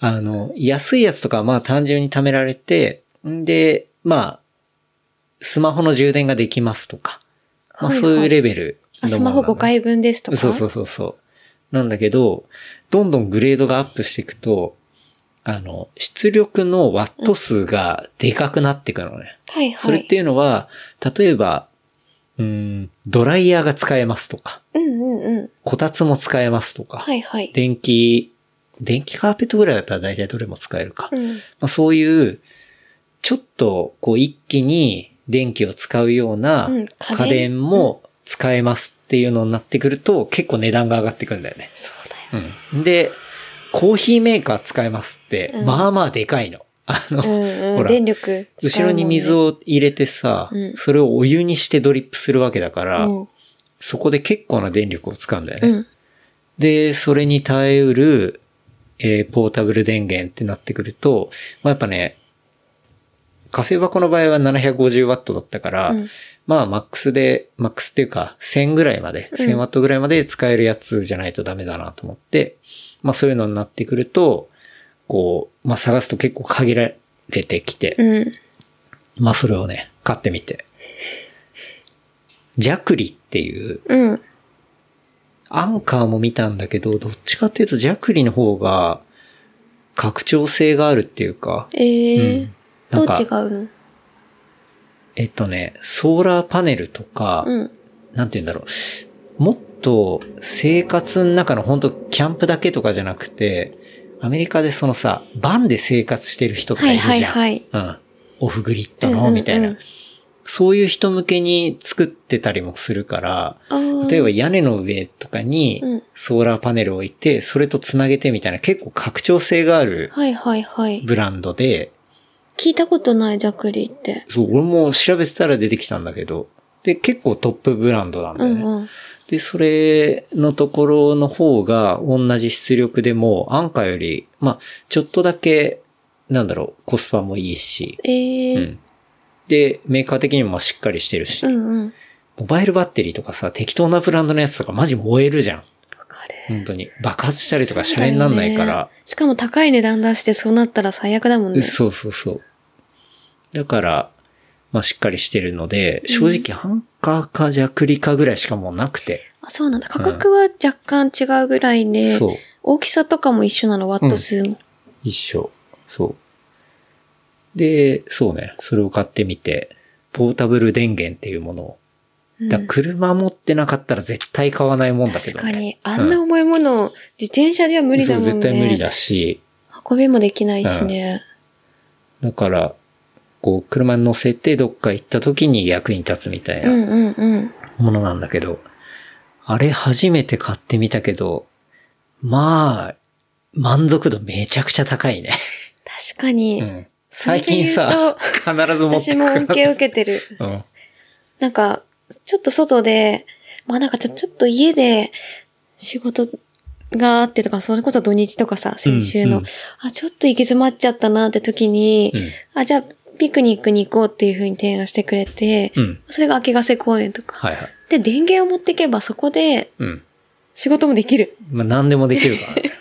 Speaker 2: あの、安いやつとかはまあ単純に貯められて、んで、まあ、スマホの充電ができますとか、まあ
Speaker 3: はいは
Speaker 2: そ
Speaker 3: いう
Speaker 2: いうレベル
Speaker 3: あ、
Speaker 2: の
Speaker 3: ス
Speaker 2: もの
Speaker 3: マ
Speaker 2: なの
Speaker 3: ホ5回分ですとか。
Speaker 2: そうそうそうそう。なんだけど、どんどんグレードがアップしていくと、あの、出力のワット数がでかくなっていくのね。
Speaker 3: はいはい。
Speaker 2: それっていうのは、例えば、うーん、ドライヤーが使えますとか、
Speaker 3: うんうんうん。
Speaker 2: こたつも使えますとか、
Speaker 3: はいはい。
Speaker 2: 電気、電気カーペットぐらいだったら大体どれも使えるか。
Speaker 3: う
Speaker 2: ま
Speaker 3: ん。
Speaker 2: あ、そういう、ちょっと、こう一気に電気を使うような
Speaker 3: うん家電
Speaker 2: 家電も使えますっていうのになってくると、結構値段が上がってくるんだよね。
Speaker 3: そうだよ。
Speaker 2: うん。で、コーヒーメーカー使えますって、
Speaker 3: うん
Speaker 2: まあまあでかいの。あの、
Speaker 3: うんう
Speaker 2: ほ
Speaker 3: ん。
Speaker 2: ら
Speaker 3: 電力使
Speaker 2: *laughs* 後
Speaker 3: う
Speaker 2: ろ
Speaker 3: もんね、
Speaker 2: に水を入れてさ、
Speaker 3: うん
Speaker 2: それをお湯にしてドリップするわけだから、そこで結構な電力を使うんだよ
Speaker 3: う
Speaker 2: ね。
Speaker 3: ん。うん。
Speaker 2: で、それに耐えうる、えーポータブル電源ってなってくると、まあ、やっぱね、カフェ箱の場合は 750W だったから、
Speaker 3: うん
Speaker 2: まあ、マックスで、マックスっていうか、1000ぐらいまで、
Speaker 3: うん
Speaker 2: 1000W ぐらいまで使えるやつじゃないとダメだなと思って、まあ、そういうのになってくると、こう、まあ、探すと結構限られてきて、
Speaker 3: うん。
Speaker 2: まあそれをね、買ってみて。ジャクリっていう、
Speaker 3: うん。
Speaker 2: アンカーも見たんだけど、どっちかっていうとジャクリの方が、拡張性があるっていうか、
Speaker 3: ええ
Speaker 2: うんなん
Speaker 3: どう
Speaker 2: か
Speaker 3: 違うの
Speaker 2: えっとね、ソーラーパネルとか、
Speaker 3: うん。
Speaker 2: なんて言うんだろう。もっと生活の中の本当キャンプだけとかじゃなくて、アメリカでそのさ、バンで生活してる人とかいるじゃん。
Speaker 3: はいはい
Speaker 2: うん。オフグリッド
Speaker 3: うんうん
Speaker 2: の、
Speaker 3: うん
Speaker 2: みたいな、そういう人向けに作ってたりもするから、
Speaker 3: ああ。
Speaker 2: 例えば屋根の上とかに
Speaker 3: うん
Speaker 2: ソーラーパネルを置いて、それとつなげてみたいな結構拡張性がある
Speaker 3: はいはいはい。
Speaker 2: ブランドで、
Speaker 3: 聞いたことない、ジャクリって。
Speaker 2: そう、俺も調べてたら出てきたんだけど、で、結構トップブランドなんだ
Speaker 3: う
Speaker 2: よね。
Speaker 3: んうん。
Speaker 2: で、それのところの方が同じ出力でも、アンカーより、まあ、ちょっとだけ、なんだろう、コスパもいいし、
Speaker 3: ええ
Speaker 2: うん。で、メーカー的にもしっかりしてるし、
Speaker 3: うんうん。わ
Speaker 2: モバイルバッテリーとかさ、適当なブランドのやつとかマジ燃えるじゃん。
Speaker 3: かる。
Speaker 2: 本当に。爆発したりとかシャレになんないから。
Speaker 3: ね。しかも高い値段出してそうなったら最悪だもんね。
Speaker 2: そうそうそう。だから、まあしっかりしてるので、正直ハンカーかジャクリかぐらいしかもうなくて。
Speaker 3: あそうなんだ。価格は若干違うぐらいで、
Speaker 2: そう。
Speaker 3: 大きさとかも一緒なの、ワット数も。
Speaker 2: 一緒。そう。で、そうね。それを買ってみて、ポータブル電源っていうものを。
Speaker 3: うん
Speaker 2: だから車持ってなかったら絶対買わないもんだけ
Speaker 3: 確
Speaker 2: ど、ね。
Speaker 3: かに、あんな重いもの、自転車じゃ無理だもんね。
Speaker 2: そう、絶対無理だし。
Speaker 3: 運びもできないしね。
Speaker 2: だから、こう、車に乗せてどっか行った時に役に立つみたいうなん
Speaker 3: うんうん。
Speaker 2: ものなんだけど、あれ初めて買ってみたけど、まあ、満足度めちゃくちゃ高いね。
Speaker 3: 確かに。
Speaker 2: うん。
Speaker 3: そ
Speaker 2: 最
Speaker 3: れで言
Speaker 2: 近
Speaker 3: うと
Speaker 2: さ、必ず持って
Speaker 3: 私
Speaker 2: く
Speaker 3: も恩恵を
Speaker 2: る。
Speaker 3: 受けてる。
Speaker 2: うん。
Speaker 3: なんか、ちょっと外で、まあなんかちょちょっと家で仕事があってとか、それこそ土日とかさ、先週の、
Speaker 2: うんうん
Speaker 3: あ、ちょっと行き詰まっちゃったなって時に、
Speaker 2: うん
Speaker 3: あ、じゃあピクニックに行こうっていう風に提案してくれて、
Speaker 2: うん。
Speaker 3: それが秋ヶ瀬公園とか。
Speaker 2: はいはい。
Speaker 3: で、電源を持っていけばそこで
Speaker 2: うん。
Speaker 3: 仕事もできる。
Speaker 2: まあ、何でもできる
Speaker 3: *laughs*
Speaker 2: からね。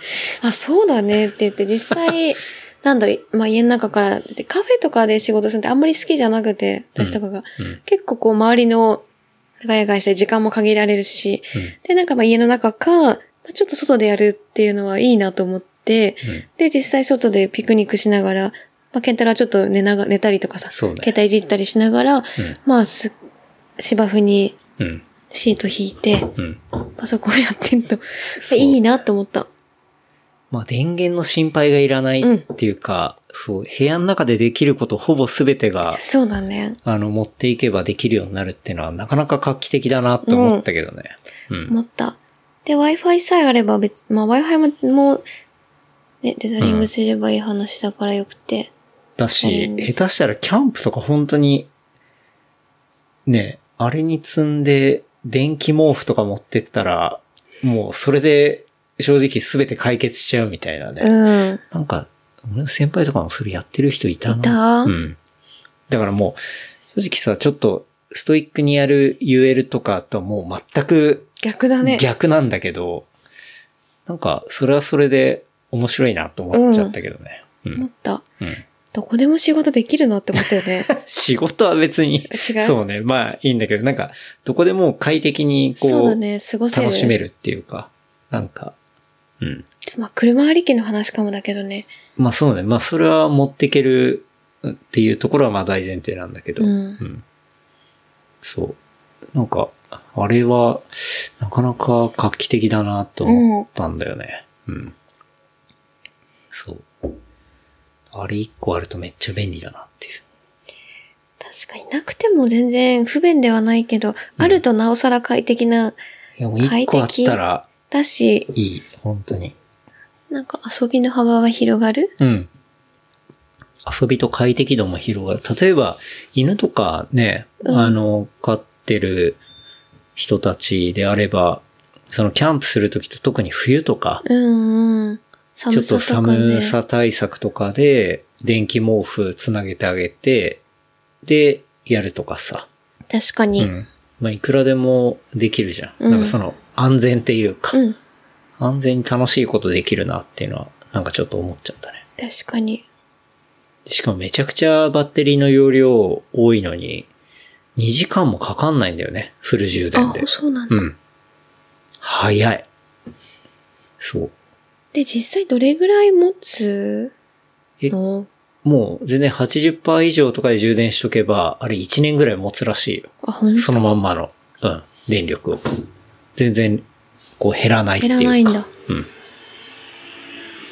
Speaker 3: あ、そうだねって言って、実
Speaker 2: *laughs*
Speaker 3: 際、なんだろう、まあ家の中から、でカフェとかで仕事するってあんまり好きじゃなくて、
Speaker 2: うん
Speaker 3: 私とかが。
Speaker 2: うん
Speaker 3: 結構こう周りの、ガヤガヤしたり時間も限られるし、
Speaker 2: うん
Speaker 3: で、なんかまあ家の中か、まあちょっと外でやるっていうのはいいなと思って、
Speaker 2: うん
Speaker 3: で、実際外でピクニックしながら、まあ、ケンタラはちょっと寝なが、寝たりとかさ、
Speaker 2: そうね
Speaker 3: 携帯いじったりしながら、まあ、す、芝生に
Speaker 2: うん。
Speaker 3: シート引いて、
Speaker 2: うん。
Speaker 3: パソコンやってんと、
Speaker 2: そう
Speaker 3: いいなと思った。
Speaker 2: まあ、電源の心配がいらないっていうか、そう、部屋の中でできることほぼ全てが、
Speaker 3: そうだね。
Speaker 2: あの、持っていけばできるようになるっていうのは、なかなか画期的だなって思ったけどね。うん。
Speaker 3: 思った。で、Wi-Fi さえあれば別、まあ Wi-Fi も、もう、ね、デザリングすればいい話だからよくて。
Speaker 2: だし
Speaker 3: う、ん
Speaker 2: 下手したらキャンプとか本当に、ね、あれに積んで、電気毛布とか持ってったら、もうそれで正直全て解決しちゃうみたいなね。
Speaker 3: うん。
Speaker 2: なんか、俺の先輩とかもそれやってる人いたな。
Speaker 3: いた
Speaker 2: うん。だからもう、正直さ、ちょっと、ストイックにやる UL とかとはもう全く
Speaker 3: 逆だね。
Speaker 2: 逆なんだけど、なんか、それはそれで面白いなと思っちゃったけどね。うん。
Speaker 3: 思った。
Speaker 2: うん
Speaker 3: どこでも仕事できるなって思ったよね。
Speaker 2: 仕事は別に、
Speaker 3: 違う
Speaker 2: そうね。まあいいんだけど、なんか、どこでも快適に *laughs* こ
Speaker 3: そう
Speaker 2: う、
Speaker 3: だね、過ごせる。
Speaker 2: 楽しめるっていうか、なんか、うん。
Speaker 3: まあ、車ありきの話かもだけどね。
Speaker 2: まあそうね。まあそれは持っていけるっていうところはまあ大前提なんだけど。
Speaker 3: うん
Speaker 2: そう。なんか、あれは、なかなか画期的だなと思ったんだよね。うん。そう。あれ一個あるとめっちゃ便利だなっていう。
Speaker 3: 確かになくても全然不便ではないけど、あるとなおさら快適な、
Speaker 2: いやもう一個あったら
Speaker 3: だし、
Speaker 2: いい。本当に。
Speaker 3: なんか遊びの幅が広がる。
Speaker 2: うん。遊びと快適度も広がる。例えば、犬とかね、
Speaker 3: うん
Speaker 2: あの、飼ってる人たちであれば、そのキャンプするときと特に冬とか、
Speaker 3: うんうん。
Speaker 2: ちょ
Speaker 3: 寒
Speaker 2: っと
Speaker 3: さとかね。
Speaker 2: 寒さ対策とかで、電気毛布つなげてあげて、で、やるとかさ。
Speaker 3: 確か
Speaker 2: う
Speaker 3: に。
Speaker 2: ん。まあ、いくらでもできるじゃん。
Speaker 3: うん
Speaker 2: なんかその、安全っていうか、
Speaker 3: うん。
Speaker 2: 安全に楽しいことできるなっていうのは、なんかちょっと思っちゃったね。
Speaker 3: 確かに。
Speaker 2: しかもめちゃくちゃバッテリーの容量多いのに、2時間もかかんないんだよね。フル充電
Speaker 3: あ
Speaker 2: で、。
Speaker 3: そうなんだ。
Speaker 2: うん。早い。そう。
Speaker 3: で、実際どれぐらい持つ
Speaker 2: え
Speaker 3: の
Speaker 2: もう全然80%以上とかで充電しとけば、あれ1年ぐらい持つらしいよ。
Speaker 3: あ、ほん
Speaker 2: そ
Speaker 3: と
Speaker 2: のまんまの、うん、電力を。全然、こう減らないっていうか。
Speaker 3: 減らないんだ。
Speaker 2: うん。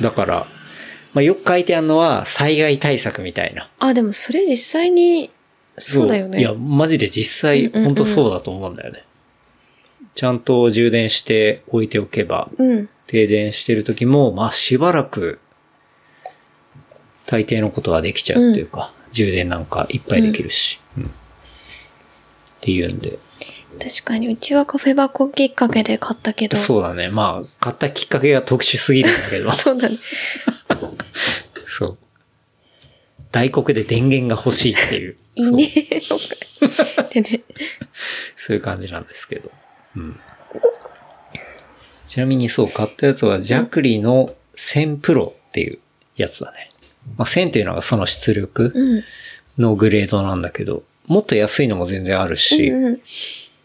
Speaker 2: だから、まあ、よく書いてあるのは災害対策みたいな。
Speaker 3: あ、でもそれ実際に、そうだよね。
Speaker 2: いや、マジで実際、
Speaker 3: うんうんうん
Speaker 2: 本当そうだと思うんだよね。ちゃんと充電して置いておけば、
Speaker 3: うん。
Speaker 2: 停電してる時も、まあしばらく、大抵のことはできちゃうっていうか、充電なんかいっぱいできるし、うんっていうんで。
Speaker 3: 確かに、うちはカフェ箱きっかけで買ったけど。。
Speaker 2: そうだね。まあ、買ったきっかけが特殊すぎるんだけど
Speaker 3: *laughs* そうだね。
Speaker 2: そう。大黒で電源が欲しいっていう。
Speaker 3: いいね。でね。
Speaker 2: そういう感じなんですけど。うん。ちなみにそう、買ったやつはジャクリの1000プロっていうやつだね。まあ、1000っていうのがその出力
Speaker 3: うん。
Speaker 2: のグレードなんだけど、もっと安いのも全然あるし、
Speaker 3: うん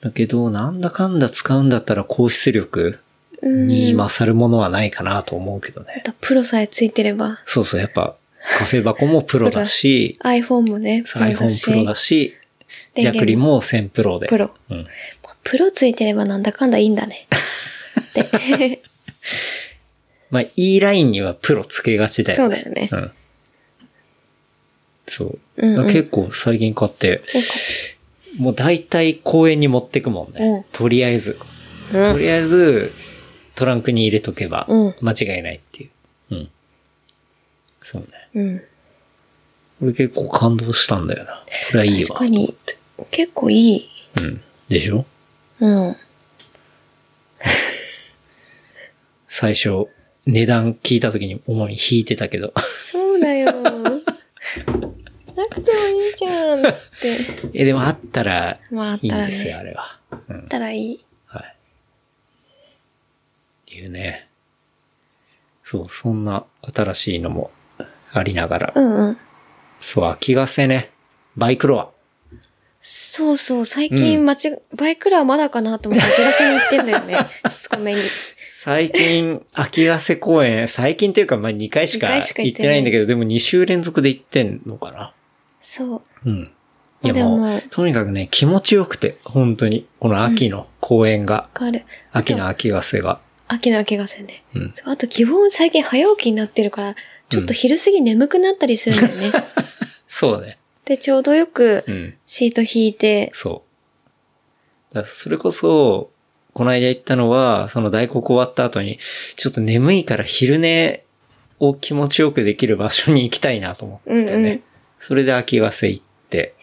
Speaker 2: だけど、なんだかんだ使うんだったら高出力
Speaker 3: うん。
Speaker 2: に勝るものはないかなと思うけど
Speaker 3: あ
Speaker 2: ね。
Speaker 3: と、プロさえついてれば、
Speaker 2: そうそう、やっぱカフェ箱もプロだ
Speaker 3: *laughs*
Speaker 2: し、
Speaker 3: iPhone もね、プロだ
Speaker 2: iPhone
Speaker 3: し。
Speaker 2: プロだし、ジャクリも1000プロで。
Speaker 3: プロ
Speaker 2: うん。
Speaker 3: まあプロついてればなんだかんだいいんだね。
Speaker 2: *laughs*
Speaker 3: で
Speaker 2: まあ、E ラインにはプロつけがちだよね。
Speaker 3: そうだよね。
Speaker 2: うん。そう。
Speaker 3: うんうん
Speaker 2: 結構最近買って、
Speaker 3: なん
Speaker 2: もう大体公園に持ってくもんね。
Speaker 3: うん
Speaker 2: とりあえず。
Speaker 3: か
Speaker 2: とりあえず、トランクに入れとけば
Speaker 3: うん、
Speaker 2: 間違いないっていう。うん。そうね。
Speaker 3: うん。うん。
Speaker 2: これ結構感動したんだよな。これはいいわ。
Speaker 3: 確かに、結構いい。
Speaker 2: うん。でしょ
Speaker 3: うん。
Speaker 2: 最初、値段聞いた時に思い引いてたけど。 *laughs*
Speaker 3: そうだよ。なくてもいいじゃん、つって。
Speaker 2: え、でもあったら、
Speaker 3: まああっ
Speaker 2: いい
Speaker 3: た
Speaker 2: ん
Speaker 3: ら
Speaker 2: ですよ、
Speaker 3: ね。
Speaker 2: あれは。う
Speaker 3: あ
Speaker 2: ん
Speaker 3: っ。たらいい。
Speaker 2: はい。っていうね。そう、そんな新しいのもありながら。
Speaker 3: うんうん。
Speaker 2: そう、秋ヶ瀬ね。バイクロア。
Speaker 3: そうそう、最
Speaker 2: うん
Speaker 3: 近間違、バイクラはまだかなと思って、秋ヶ瀬に行ってんだよ
Speaker 2: *laughs*
Speaker 3: ね。しつこめに。
Speaker 2: 最
Speaker 3: *laughs*
Speaker 2: 近、秋ヶ瀬公園、最近っていうか、まあ、2回しか
Speaker 3: 二回しか
Speaker 2: 行っ
Speaker 3: 行ってて
Speaker 2: な
Speaker 3: ないい
Speaker 2: んだけど、でも2週連続で行ってんのかな。
Speaker 3: そう。
Speaker 2: うん。いや
Speaker 3: でも
Speaker 2: もう、とにかくね、気持ちよくて、本当に。この秋の公園が、
Speaker 3: わかる。
Speaker 2: 秋の秋ヶ瀬が。
Speaker 3: 秋の秋ヶ瀬ね。
Speaker 2: うん
Speaker 3: そうあと、基本最近早起きになってるから、ちょっと昼過ぎ眠くなったりするんだよね。
Speaker 2: *laughs* そうだね。
Speaker 3: で、ちょうどよく
Speaker 2: うん。
Speaker 3: シート引いて、
Speaker 2: そう。だからそれこそ、この間行ったのは、その大黒終わった後に、ちょっと眠いから昼寝を気持ちよくできる場所に行きたいなと思ってね。
Speaker 3: うんうん
Speaker 2: それで秋ヶ瀬行って、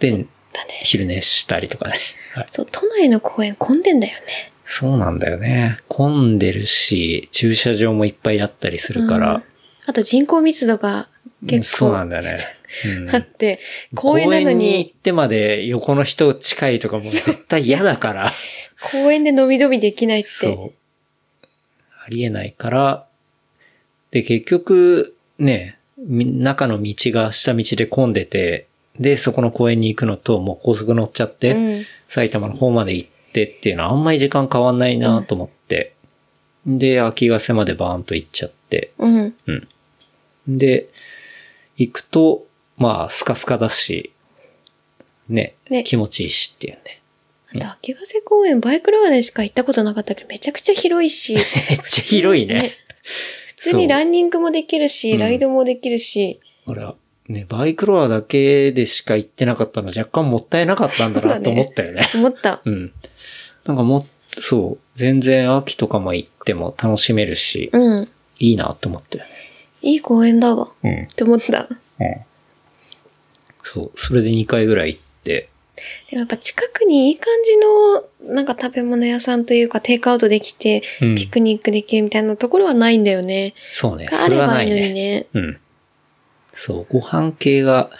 Speaker 2: で、
Speaker 3: ったね。
Speaker 2: 昼寝したりとかね。はい。
Speaker 3: そう、都内の公園混んでんだよね。
Speaker 2: そうなんだよね。混んでるし、駐車場もいっぱいあったりするから。
Speaker 3: うんあと人口密度が
Speaker 2: うん
Speaker 3: 結
Speaker 2: そうな
Speaker 3: 構
Speaker 2: んだよね。うん
Speaker 3: あって、 *laughs* 公園なの
Speaker 2: 行
Speaker 3: に、
Speaker 2: ってまで横の人近いとかもう絶対嫌だから。
Speaker 3: 公園で伸び伸びできないって。
Speaker 2: そう。ありえないから、で、結局、ね、み中の道が下道で混んでて、で、そこの公園に行くのと、もう高速乗っちゃって、
Speaker 3: うん
Speaker 2: 埼玉の方まで行ってっていうのはあんまり時間変わんないなと思って、で、秋ヶ瀬までバーンと行っちゃって、
Speaker 3: うん。
Speaker 2: で、行くと、まあ、スカスカだし、ね、
Speaker 3: ね
Speaker 2: 気持ちいいしっていうね。 *laughs*
Speaker 3: あと、秋ヶ瀬公園、バイクロアでしか行ったことなかったけど、めちゃくちゃ広
Speaker 2: *laughs*
Speaker 3: いし、
Speaker 2: めっちゃ広いね。
Speaker 3: 普通にラ
Speaker 2: ン
Speaker 3: ンニングもできる
Speaker 2: う
Speaker 3: し、
Speaker 2: ん
Speaker 3: ライドもできるし、
Speaker 2: ほら、ね、バイクロアだけでしか行ってなかったの若干もったいなかったんだ
Speaker 3: そう
Speaker 2: な
Speaker 3: だね
Speaker 2: と思ったよね。
Speaker 3: 思った。
Speaker 2: うん。なんかもっ、そう、全然秋とかも行っても楽しめるし、
Speaker 3: うん。
Speaker 2: いいなと思ったよね。
Speaker 3: いい公園だわ。っ
Speaker 2: うん。
Speaker 3: て思った。
Speaker 2: そう、それで2回ぐらい行って、
Speaker 3: でもやっぱ近くにいい感じの、なんか食べ物屋さんというか、テイクアウトできて、
Speaker 2: うん
Speaker 3: ピクニックできるみたいなところはないんだよね。
Speaker 2: そうね、
Speaker 3: があ
Speaker 2: それ
Speaker 3: れ
Speaker 2: は
Speaker 3: ば
Speaker 2: ない
Speaker 3: いいの
Speaker 2: ね。
Speaker 3: にね。
Speaker 2: うん。そう、ご飯系が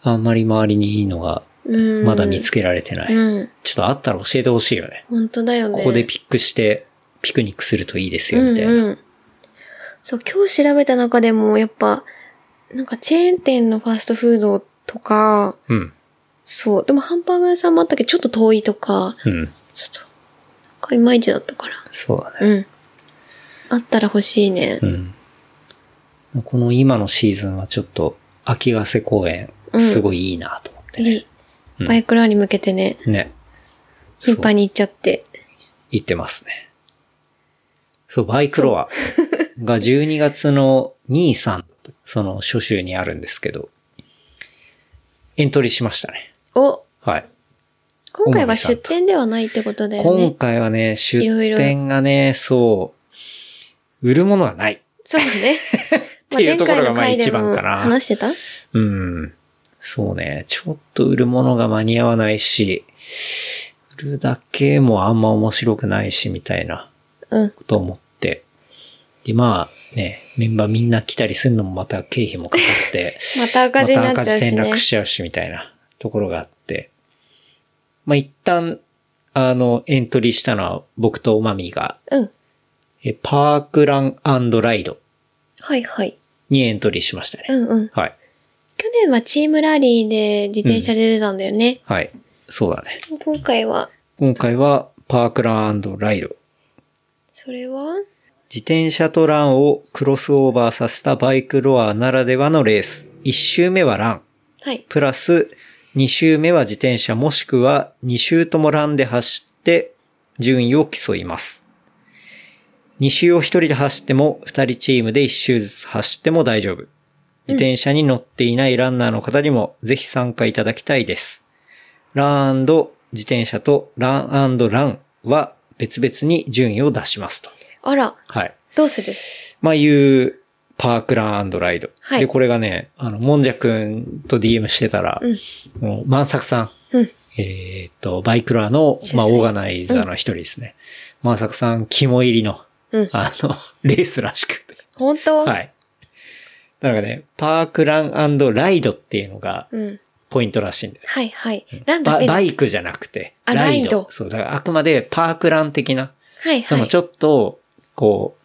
Speaker 2: あんまり周りにいいのが
Speaker 3: うん。
Speaker 2: まだ見つけられてない。
Speaker 3: うん。
Speaker 2: ちょっとあったら教えてほしいよね。
Speaker 3: 本当だよね。
Speaker 2: ここでピックして、ピクニックするといいですよ、みたいな。
Speaker 3: うんうん。そう、今日調べた中でも、やっぱ、なんかチェーン店のファーストフードとか、
Speaker 2: うん。
Speaker 3: そう、でもハンバーガー屋さんもあったけど、ちょっと遠いとか、
Speaker 2: うん。
Speaker 3: ちょっと、なんかいまいちだったから。
Speaker 2: そうだね。
Speaker 3: うん。あったら欲しいね。
Speaker 2: うん。この今のシーズンはちょっと、秋ヶ瀬公園、
Speaker 3: うん
Speaker 2: すごいいいなと思って
Speaker 3: い
Speaker 2: ね。
Speaker 3: い
Speaker 2: うん
Speaker 3: バイクラーに向けてね、
Speaker 2: ね。
Speaker 3: 頻繁に行っちゃって。
Speaker 2: 行ってますね。そう、バイクロアが12月の2、3、その初週にあるんですけど、エントリーしましたね。
Speaker 3: お、
Speaker 2: はい。
Speaker 3: 今回は出店ではないってことだよ
Speaker 2: 今
Speaker 3: ね。
Speaker 2: 回はね、出
Speaker 3: いろいろ
Speaker 2: 店がね、そう、売るものはない。
Speaker 3: そう
Speaker 2: *laughs*
Speaker 3: だね。
Speaker 2: ていうところが
Speaker 3: まあ前回の回でも
Speaker 2: まあ一番かな
Speaker 3: 話してた
Speaker 2: うん。そうね。ちょっと売るものが間に合わないし、売るだけもあんま面白くないし、みたいな
Speaker 3: うん。
Speaker 2: ことを思って。で、まあね、メンバーみんな来たりするのもまた経費もかかって、
Speaker 3: また *laughs* 赤字になっちゃうし
Speaker 2: また赤字転
Speaker 3: ね
Speaker 2: 落。しちゃうし、みたいなところがあって。まあ一旦、あの、エントリーしたのは僕とおまみが、
Speaker 3: うん。
Speaker 2: えパークランライド
Speaker 3: はいはい。
Speaker 2: にエントリーしましたね。
Speaker 3: うんうん。
Speaker 2: はい。
Speaker 3: 去年はチームラリーで自転車で出たんだよね。
Speaker 2: はい。そうだね。
Speaker 3: 今回は、
Speaker 2: 今回はパークランライド。
Speaker 3: それは
Speaker 2: 自転車とランをクロスオーバーさせたバイクロアならではのレース。1周目はラン。
Speaker 3: はい。
Speaker 2: プラス2周目は自転車もしくは2周ともランで走って順位を競います。2周を1人で走っても2人チームで1周ずつ走っても大丈夫。自転車に乗っていないランナーの方にもぜひ参加いただきたいです。ラン自転車とランランは別々に順位を出しますと。
Speaker 3: あら、
Speaker 2: はい。
Speaker 3: どうする
Speaker 2: まあ、いう、パークランライド。
Speaker 3: はい
Speaker 2: で、これがね、あの、もんじゃくんと DM してたら、
Speaker 3: うん
Speaker 2: もう万作さん、
Speaker 3: うん。
Speaker 2: えーっと、バイクラーの
Speaker 3: 主、催
Speaker 2: まあ、オーガナイザーの一人ですね。万作さん、肝入りの、
Speaker 3: うん
Speaker 2: あの、レースらしくて。
Speaker 3: 本当
Speaker 2: はい。なんかね、パークランライドっていうのが
Speaker 3: うん。
Speaker 2: ポイントらしいんだよ。
Speaker 3: はいはい。ランだ
Speaker 2: バ
Speaker 3: けで。は
Speaker 2: バ
Speaker 3: い
Speaker 2: イクじゃなくて、
Speaker 3: あ
Speaker 2: ライド。
Speaker 3: ライド
Speaker 2: そう、だからあくまでパークラン的な、
Speaker 3: はい。
Speaker 2: そのちょっと、こ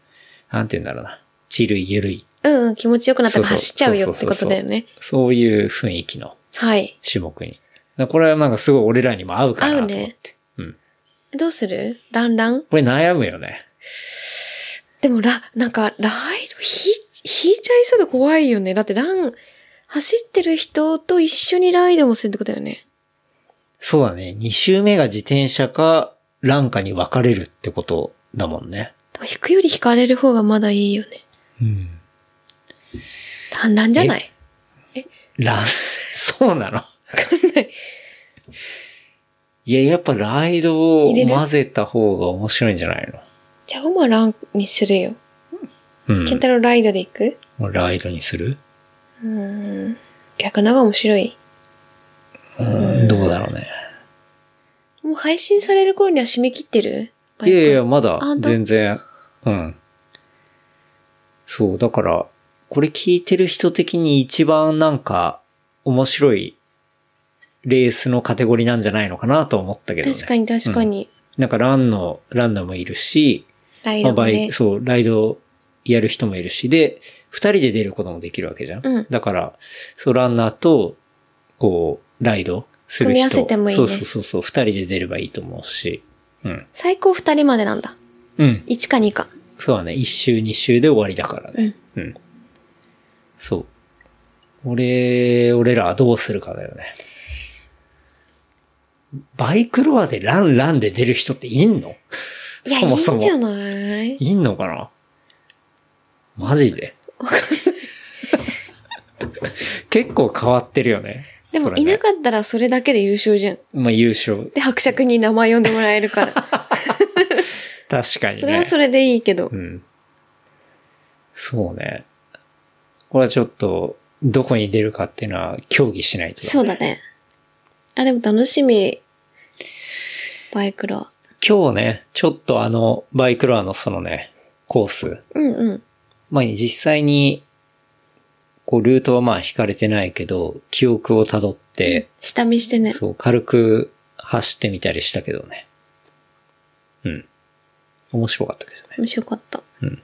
Speaker 2: う、なんて言うんだろうな、チルいゆるい、
Speaker 3: うんうん、気持ちよくなったら
Speaker 2: そうそう
Speaker 3: 走っちゃうよってことだよね。
Speaker 2: そういう雰囲気の
Speaker 3: はい。
Speaker 2: 種目に。だからこれはなんかすごい俺らにも合うかなと思って。
Speaker 3: 合うね
Speaker 2: うん。
Speaker 3: どうするランラン
Speaker 2: これ悩むよね。
Speaker 3: でもラ、なんか、ライド、ひ、引いちゃいそうで怖いよね。だってラン、走ってる人と一緒にライドもするってことだよね。
Speaker 2: そうだね。2周目が自転車か、ランかに分かれるってことだもんね。
Speaker 3: でも引くより引かれる方がまだいいよね。
Speaker 2: うん。
Speaker 3: ランランじゃない
Speaker 2: ラン、 *laughs* そうなのわかんない。いや、やっぱライドを
Speaker 3: 入れる
Speaker 2: 混ぜた方が面白いんじゃない
Speaker 3: じゃあ、オマランにするよ。
Speaker 2: のう
Speaker 3: ケン
Speaker 2: ん
Speaker 3: タロウライドで行く
Speaker 2: もうライドにする
Speaker 3: うーん。逆の方が面白い。
Speaker 2: うんどうだろうね。
Speaker 3: もう配信される頃には締め切ってる
Speaker 2: いやいや、まだ
Speaker 3: あ本当
Speaker 2: 全然、うん。そう、だから、これ聞いてる人的に一番なんか面白いレースのカテゴリーなんじゃないのかなと思ったけどね。
Speaker 3: 確かに確かに。
Speaker 2: なんかランの、ランナーもいるし、
Speaker 3: ライ
Speaker 2: まあ
Speaker 3: ドも
Speaker 2: バ
Speaker 3: ね
Speaker 2: イ、。そう、ライドやる人もいるし、で、二人で出ることもできるわけじゃん。
Speaker 3: うん
Speaker 2: だから、そう、ランナーと、こう、ライドする人。
Speaker 3: 組み合わせてもいいね
Speaker 2: そうそうそうそう、二人で出ればいいと思うし。うん。
Speaker 3: 最高二人までなんだ。
Speaker 2: うん。
Speaker 3: 一か二か。
Speaker 2: そうだね。一周二周で終わりだから
Speaker 3: う
Speaker 2: ね。
Speaker 3: ん。
Speaker 2: うん。そう。俺、俺らはどうするかだよね。バイクロアでランランで出る人っていんの
Speaker 3: いや、
Speaker 2: そもそも
Speaker 3: いいんじゃない
Speaker 2: いんのかなマジで *laughs* 結構変わってるよね。
Speaker 3: で
Speaker 2: そ
Speaker 3: も、
Speaker 2: れ
Speaker 3: い
Speaker 2: ね
Speaker 3: なかったらそれだけで優勝じゃん。
Speaker 2: まあ優勝。
Speaker 3: で、伯爵に名前呼んでもらえ
Speaker 2: *laughs*
Speaker 3: るから。
Speaker 2: 確かにね。
Speaker 3: それはそれでいいけど
Speaker 2: う。ん。そうね。これはちょっと、どこに出るかっていうのは協議しないと。
Speaker 3: そうだね。あ、でも楽しみ。バイクロア。
Speaker 2: 今日ね、ちょっとあの、バイクロアのそのね、コース。
Speaker 3: うんうん。
Speaker 2: まあ実際に、こう、ルートはまあ引かれてないけど、記憶をたどって、
Speaker 3: 下見してね。
Speaker 2: そう、軽く走ってみたりしたけどね。うん。面白かったけどね。
Speaker 3: 面白かった。
Speaker 2: うん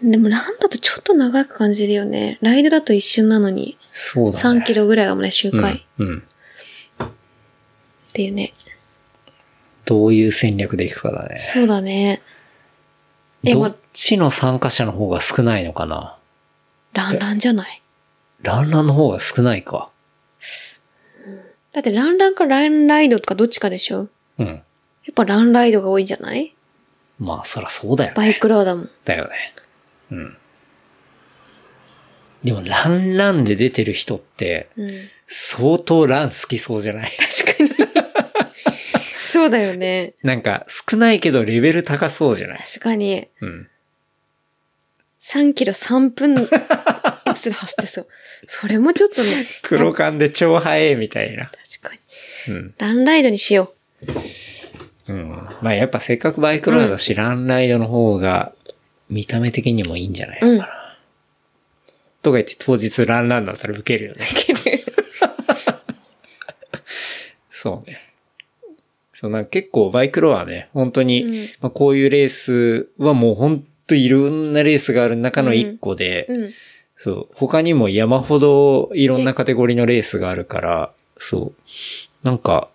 Speaker 3: でも、ランだとちょっと長く感じるよね。ライドだと一瞬なのに。
Speaker 2: そうだね。
Speaker 3: 3キロぐらいがもんね、周回っ
Speaker 2: うん。うん。
Speaker 3: ていうね。
Speaker 2: どういう戦略でいくかだね。
Speaker 3: そうだね。え、
Speaker 2: ど
Speaker 3: まあ
Speaker 2: っ、ちの参加者の方が少ないのかな
Speaker 3: ランランじゃない
Speaker 2: ランランの方が少ないか。
Speaker 3: だってランランかランライドとかどっちかでしょ
Speaker 2: うん。
Speaker 3: やっぱランライドが多いんじゃない
Speaker 2: まあ、そらそうだよね。
Speaker 3: バイクローだもん。
Speaker 2: だよね。うん。でも、ランランで出てる人って、
Speaker 3: うん。
Speaker 2: 相当ラン好きそうじゃ
Speaker 3: *laughs*
Speaker 2: ない
Speaker 3: 確かに。そうだよね。
Speaker 2: なんか、少ないけどレベル高そうじゃない
Speaker 3: 確かに。
Speaker 2: うん。
Speaker 3: 3キロ3分、エクセル走ってそう。それもちょっとね。
Speaker 2: 黒缶で超早いみたいな。
Speaker 3: 確かに。
Speaker 2: うん。
Speaker 3: ランライドにしよ
Speaker 2: うん。まあやっぱせっかくバイクロードだし、ランライドの方が見た目的にもいいんじゃないのかな。とか言って当日ランランだったら受けるよね。そうね。そうなんか結構バイクロはね、本当に、
Speaker 3: うん
Speaker 2: まあ、こういうレースはもう本当いろんなレースがある中の一個で、
Speaker 3: う。うん。
Speaker 2: そう。他にも山ほどいろんなカテゴリーのレースがあるから、そう。なんか、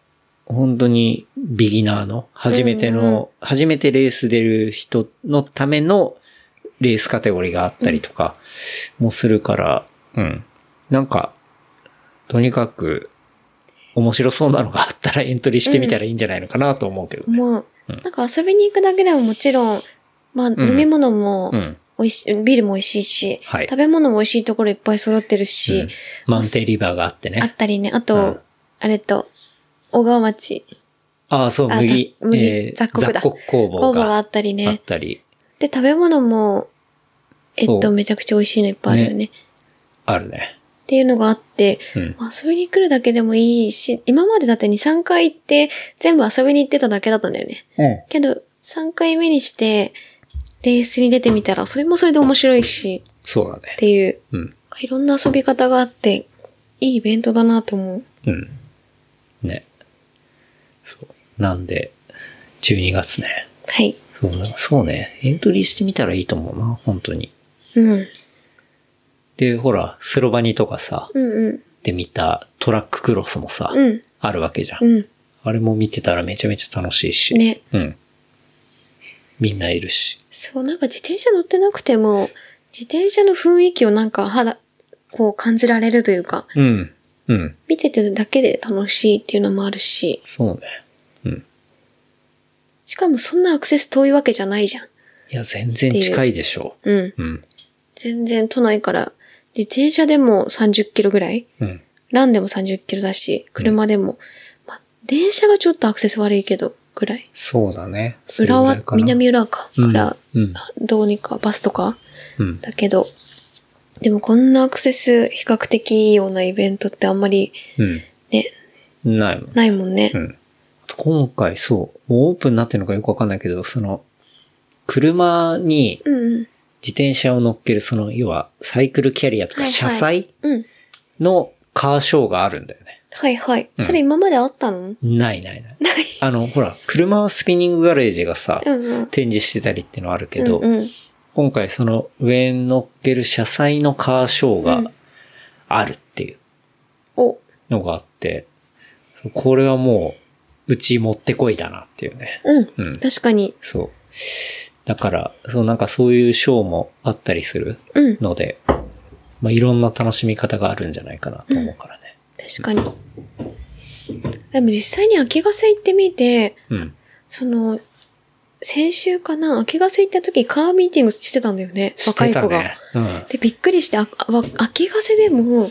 Speaker 2: 本当にビギナーの、初めての、
Speaker 3: うんう
Speaker 2: 初めてレース出る人のためのレースカテゴリーがあったりとかもするから、うん。なんか、とにかく、面白そうなのがあったらエントリーしてみたらいいんじゃないのかなと思うけどね。
Speaker 3: もう、
Speaker 2: うん
Speaker 3: なんか遊びに行くだけでももちろん、まあ、
Speaker 2: ん
Speaker 3: 飲み物も
Speaker 2: う、ん。
Speaker 3: 美味しい、ビールも美味しいし、
Speaker 2: はい
Speaker 3: 食べ物も美味しいところいっぱい揃ってるし、
Speaker 2: うんマウンテンリバーがあって
Speaker 3: あ
Speaker 2: ね
Speaker 3: っ。たりね、あと、
Speaker 2: うん
Speaker 3: あれと、小川町、
Speaker 2: ああ、そう、
Speaker 3: あ
Speaker 2: 麦、
Speaker 3: ざ麦
Speaker 2: えー
Speaker 3: 雑穀
Speaker 2: 雑
Speaker 3: だ
Speaker 2: 穀工
Speaker 3: 工
Speaker 2: 房
Speaker 3: 房があ
Speaker 2: が
Speaker 3: ったり
Speaker 2: あっ
Speaker 3: ね。
Speaker 2: たり、
Speaker 3: で、食べ物も、えっ
Speaker 2: そ
Speaker 3: と、
Speaker 2: う
Speaker 3: めちゃくちゃ美味しいのいっぱいあるよね。
Speaker 2: あるね。
Speaker 3: っていうのがあって、
Speaker 2: うん。
Speaker 3: まあ遊びに来るだけでもいいし、今までだって2、3回行って、全部遊びに行ってただけだったんだよね。
Speaker 2: うん。
Speaker 3: けど、3回目にして、レースに出てみたら、それもそれで面白いし、
Speaker 2: そうだね
Speaker 3: っ。ていう、
Speaker 2: うん。
Speaker 3: いろんな遊び方があって、いいイベントだなと思う。
Speaker 2: うん。ね。そう。なんで、12月ね。
Speaker 3: はい。
Speaker 2: そうねそうね。エントリーしてみたらいいと思うな、本当に。
Speaker 3: うん。
Speaker 2: で、ほら、スロバニとかさ、
Speaker 3: うんうん。
Speaker 2: で見たトラッククロスもさ、
Speaker 3: うん。
Speaker 2: あるわけじゃん,、
Speaker 3: うん。
Speaker 2: あれも見てたらめちゃめちゃ楽しいし。
Speaker 3: ね。
Speaker 2: うん。みんないるし。
Speaker 3: そう、なんか自転車乗ってなくても、自転車の雰囲気をなんか肌、こう感じられるというか、
Speaker 2: うん。うん。
Speaker 3: 見ててだけで楽しいっていうのもあるし、
Speaker 2: そうね。うん。
Speaker 3: しかもそんなアクセス遠いわけじゃないじゃん。
Speaker 2: いや、全然近いでしょ
Speaker 3: うん。
Speaker 2: う。うん。
Speaker 3: 全然都内から、自転車でも30キロぐらい
Speaker 2: うん。
Speaker 3: ランでも30キロだし、車でも、まあ、電車がちょっとアクセス悪いけど、ぐらい。
Speaker 2: そうだね。それぐ
Speaker 3: 浦
Speaker 2: ら
Speaker 3: 和
Speaker 2: い、かな
Speaker 3: 南浦和かから、
Speaker 2: うんうん
Speaker 3: どうにかバスとか
Speaker 2: うん。
Speaker 3: だけど、でもこんなアクセス比較的いいようなイベントってあんまり
Speaker 2: うん。
Speaker 3: ね、
Speaker 2: ないもん。
Speaker 3: ないもんね
Speaker 2: う。ん。あと今回そう、もうオープンになってるのかよくわかんないけど、その、車に
Speaker 3: うんうん。
Speaker 2: 自転車を乗っける、その、要は、サイクルキャリアと
Speaker 3: はい
Speaker 2: か車
Speaker 3: はい
Speaker 2: 載
Speaker 3: うん。
Speaker 2: のカーショーがあるんだよね。
Speaker 3: はいはい。
Speaker 2: うん
Speaker 3: それ今まであったの
Speaker 2: ないないない。
Speaker 3: ない。
Speaker 2: あの、ほら、車はスピニングガレージがさ、
Speaker 3: うんうん。
Speaker 2: 展示してたりってのあるけど、
Speaker 3: うんうん。
Speaker 2: 今回その上に乗っける車載のカーショー
Speaker 3: う
Speaker 2: が
Speaker 3: ん
Speaker 2: あるっていう
Speaker 3: お、
Speaker 2: のがあって、そうこれはもう、うち持ってこいだなっていうね。
Speaker 3: うん。
Speaker 2: うん
Speaker 3: 確かに。
Speaker 2: そう。だから、そうなんかそういうショーもあったりする
Speaker 3: うん。
Speaker 2: ので、まあいろんな楽しみ方があるんじゃないかなと思うからね。
Speaker 3: 確かに。でも実際に秋ヶ瀬行ってみて、
Speaker 2: うん。
Speaker 3: その、先週かな、秋ヶ瀬行った時カーミーティングしてたんだよね。
Speaker 2: して
Speaker 3: 若い
Speaker 2: た
Speaker 3: 子が。
Speaker 2: ね。うん。
Speaker 3: で、びっくりして、あ、あわ秋ヶ瀬でも、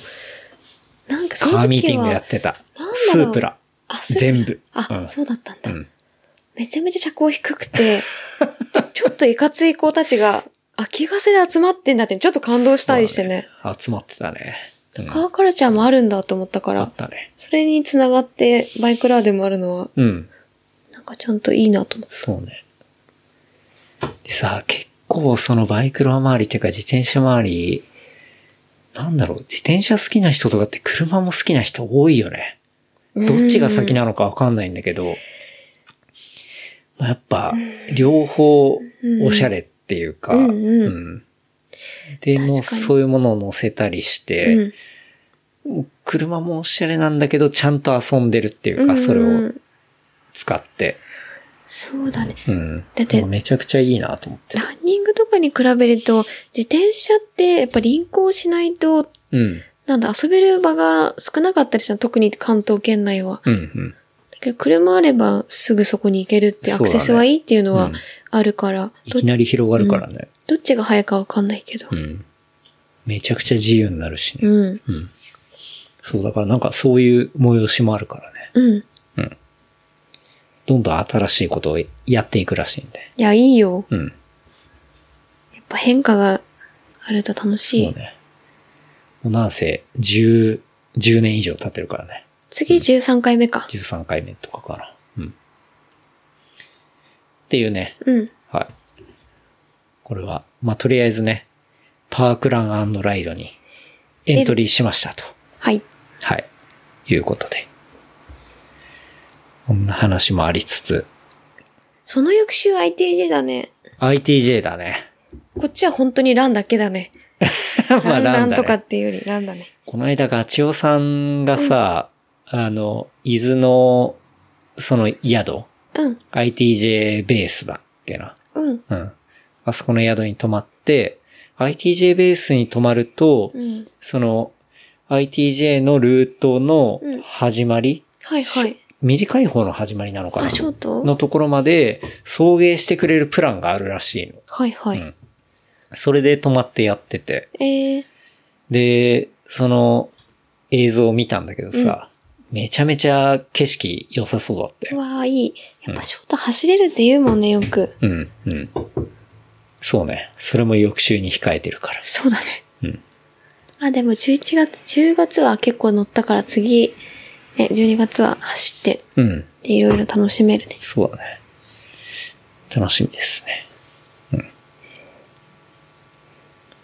Speaker 3: なんかその時は
Speaker 2: カ、ーミーティングやってた
Speaker 3: なんだろ。う
Speaker 2: スープラ。
Speaker 3: あスープラ
Speaker 2: 全部。
Speaker 3: あ、そうだったん
Speaker 2: う
Speaker 3: だ。
Speaker 2: ん。うん。
Speaker 3: めちゃめちゃ車高低くて、ちょっといかつい子たちが、秋ヶ瀬で集まってんだって、ちょっと感動したりしてね。
Speaker 2: 集まってたね。うん
Speaker 3: カーカルチャーもあるんだと思ったか
Speaker 2: あ
Speaker 3: ら
Speaker 2: っ、たね。
Speaker 3: それにつながってバイクラーでもあるのは、
Speaker 2: うん。
Speaker 3: なんかちゃんといいなと思って。
Speaker 2: そうね。でさ、結構そのバイクロア周りっていうか自転車周り、なんだろう、自転車好きな人とかって車も好きな人多いよね。どっちが先なのかわかんないんだけど、まあやっぱ、両方おしゃれっていうか、
Speaker 3: うんうん
Speaker 2: んで、
Speaker 3: 確か
Speaker 2: も
Speaker 3: に
Speaker 2: うそういうものを乗せたりして、
Speaker 3: うん
Speaker 2: 車もおしゃれなんだけど、ちゃんと遊んでるっていうか、それ
Speaker 3: うんう
Speaker 2: を
Speaker 3: ん
Speaker 2: 使って。
Speaker 3: そうだね。
Speaker 2: うん。
Speaker 3: だって
Speaker 2: もうめちゃくちゃいいなと思って。
Speaker 3: ランニングとかに比べると、自転車ってやっぱ輪行しないと、
Speaker 2: うん。
Speaker 3: なんだ、遊べる場が少なかったりしたの特に関東圏内は。
Speaker 2: うん、うん。
Speaker 3: だけど車あればすぐそこに行けるって、
Speaker 2: そ
Speaker 3: ア
Speaker 2: うだ
Speaker 3: ク
Speaker 2: ね
Speaker 3: セスはいいっていうの
Speaker 2: う
Speaker 3: は
Speaker 2: ん
Speaker 3: あるから、
Speaker 2: い
Speaker 3: ど
Speaker 2: きなり広がるからね。
Speaker 3: どっちが早いかわかんないけど
Speaker 2: う。ん。めちゃくちゃ自由になるし
Speaker 3: う
Speaker 2: ね。
Speaker 3: ん。
Speaker 2: うん。そう、だからなんかそういう催しもあるからね。
Speaker 3: うん。い
Speaker 2: どんどん新しいことをやっていくらしいんで。
Speaker 3: や、いいよ。
Speaker 2: うん。
Speaker 3: やっぱ変化があると楽しい。
Speaker 2: そうね。もうなんせ、10、10年以上経ってるからね。
Speaker 3: 次13回目か。
Speaker 2: 13回目とかかな。うん。っていうね。
Speaker 3: うん。
Speaker 2: はい。これは、まあ、とりあえずね、パークランライドにエントリーしましたと。
Speaker 3: はい。
Speaker 2: はい。いうことで。こんな話もありつつ、
Speaker 3: その翌週 ITJ だね。
Speaker 2: ITJ だね。
Speaker 3: *laughs* こっちは本当にランだけだね。
Speaker 2: *laughs* ま
Speaker 3: ラ
Speaker 2: あ、
Speaker 3: ン
Speaker 2: ラ
Speaker 3: ラ
Speaker 2: ン
Speaker 3: ン
Speaker 2: だ
Speaker 3: とか
Speaker 2: ね。
Speaker 3: っていうよりランだね。
Speaker 2: この間、ガチオさんがさ、あの、伊豆の、その宿、
Speaker 3: うん。
Speaker 2: ITJ ベースだっけな。
Speaker 3: うん。
Speaker 2: うん。あそこの宿に泊まって、ITJ ベースに泊まると、
Speaker 3: うん。
Speaker 2: その、ITJ のルートの
Speaker 3: うん
Speaker 2: 始まり、
Speaker 3: はいはい。
Speaker 2: 短い方の始まりなのかな
Speaker 3: あ、ショート
Speaker 2: のところまで送迎してくれるプランがあるらしいの。
Speaker 3: はいは
Speaker 2: うん
Speaker 3: い。
Speaker 2: それで泊まってやってて。
Speaker 3: えー、
Speaker 2: で、その映像を見たんだけどさ、めちゃめちゃ景色良さそうだって
Speaker 3: う。わあいい。やっぱショート走れるって言うもんね、よく。
Speaker 2: うん、うん。そうね。それも翌週に控えてるから。
Speaker 3: そうだね。
Speaker 2: うん。
Speaker 3: あ、でも11月、10月は結構乗ったから次、ね、12月は走って、
Speaker 2: うん。
Speaker 3: で、いろいろ楽しめるね。
Speaker 2: そうだね。楽しみですね。うん。ま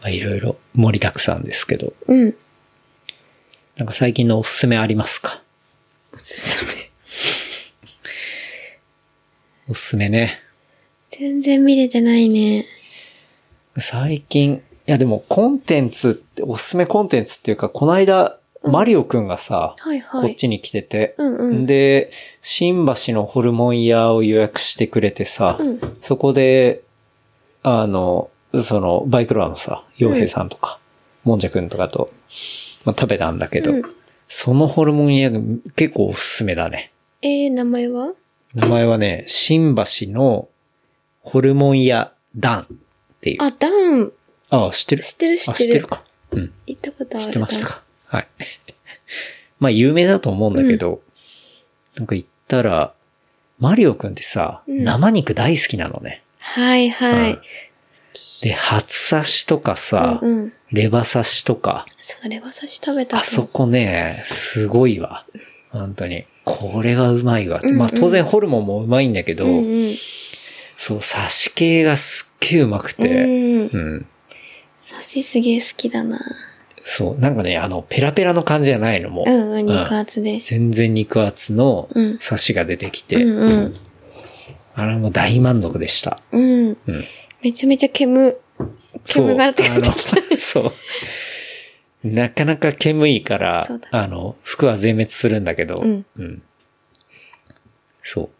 Speaker 2: あ、いろいろ盛りだくさんですけど、
Speaker 3: うん。
Speaker 2: なんか最近のおすすめありますか
Speaker 3: おすすめ。
Speaker 2: おすすめね。
Speaker 3: 全然見れてないね。
Speaker 2: 最近、いやでもコンテンツって、おすすめコンテンツっていうか、この間、マリオくんがさ、
Speaker 3: はいはい。
Speaker 2: こっちに来てて、
Speaker 3: うんうん
Speaker 2: で、新橋のホルモン屋を予約してくれてさ、
Speaker 3: うん
Speaker 2: そこで、あの、その、バイクロアのさ、洋平さんとか、もんじゃくんとかと、まあ、食べたんだけど、
Speaker 3: うん
Speaker 2: そのホルモン屋が結構おすすめだね。
Speaker 3: えー、名前は
Speaker 2: 名前はね、新橋のホルモン屋ダンっていう。
Speaker 3: あ、ダウン。
Speaker 2: ああ、知ってる
Speaker 3: 知ってる知
Speaker 2: あ、
Speaker 3: って
Speaker 2: 知っ
Speaker 3: る。
Speaker 2: てるか。うん。
Speaker 3: 行ったことある。
Speaker 2: 知ってましたか。はい。 *laughs* まあ、有名だと思うんだけど、なんか言ったら、マリオくんってさ、
Speaker 3: うん
Speaker 2: 生肉大好きなのね。
Speaker 3: はいは
Speaker 2: うん
Speaker 3: い。
Speaker 2: で、初刺しとかさ、
Speaker 3: うんうん。
Speaker 2: レバ刺しとか、
Speaker 3: そうだ、レバ刺し食べたかも
Speaker 2: あそこね、すごいわ。本当に。これはうまいわって。まあ
Speaker 3: うんうん
Speaker 2: 当然ホルモンもうまいんだけど、
Speaker 3: うんうん。
Speaker 2: そう、刺し系がすっげえうまくて、
Speaker 3: うん。
Speaker 2: うん。
Speaker 3: 刺しすげえ好きだな。
Speaker 2: そう、なんかね、あの、ペラペラの感じじゃないのもう。
Speaker 3: うんうん、肉厚で。
Speaker 2: 全然肉厚の
Speaker 3: うん
Speaker 2: 刺しが出てきて、
Speaker 3: うんうん。
Speaker 2: あれも大満足でした。
Speaker 3: うん。
Speaker 2: うん。
Speaker 3: めちゃめちゃ煙、
Speaker 2: そう
Speaker 3: 煙が出てきた。
Speaker 2: あのそう。なかなか煙いから
Speaker 3: そうだ、
Speaker 2: あの、服は全滅するんだけど、
Speaker 3: うん
Speaker 2: そう。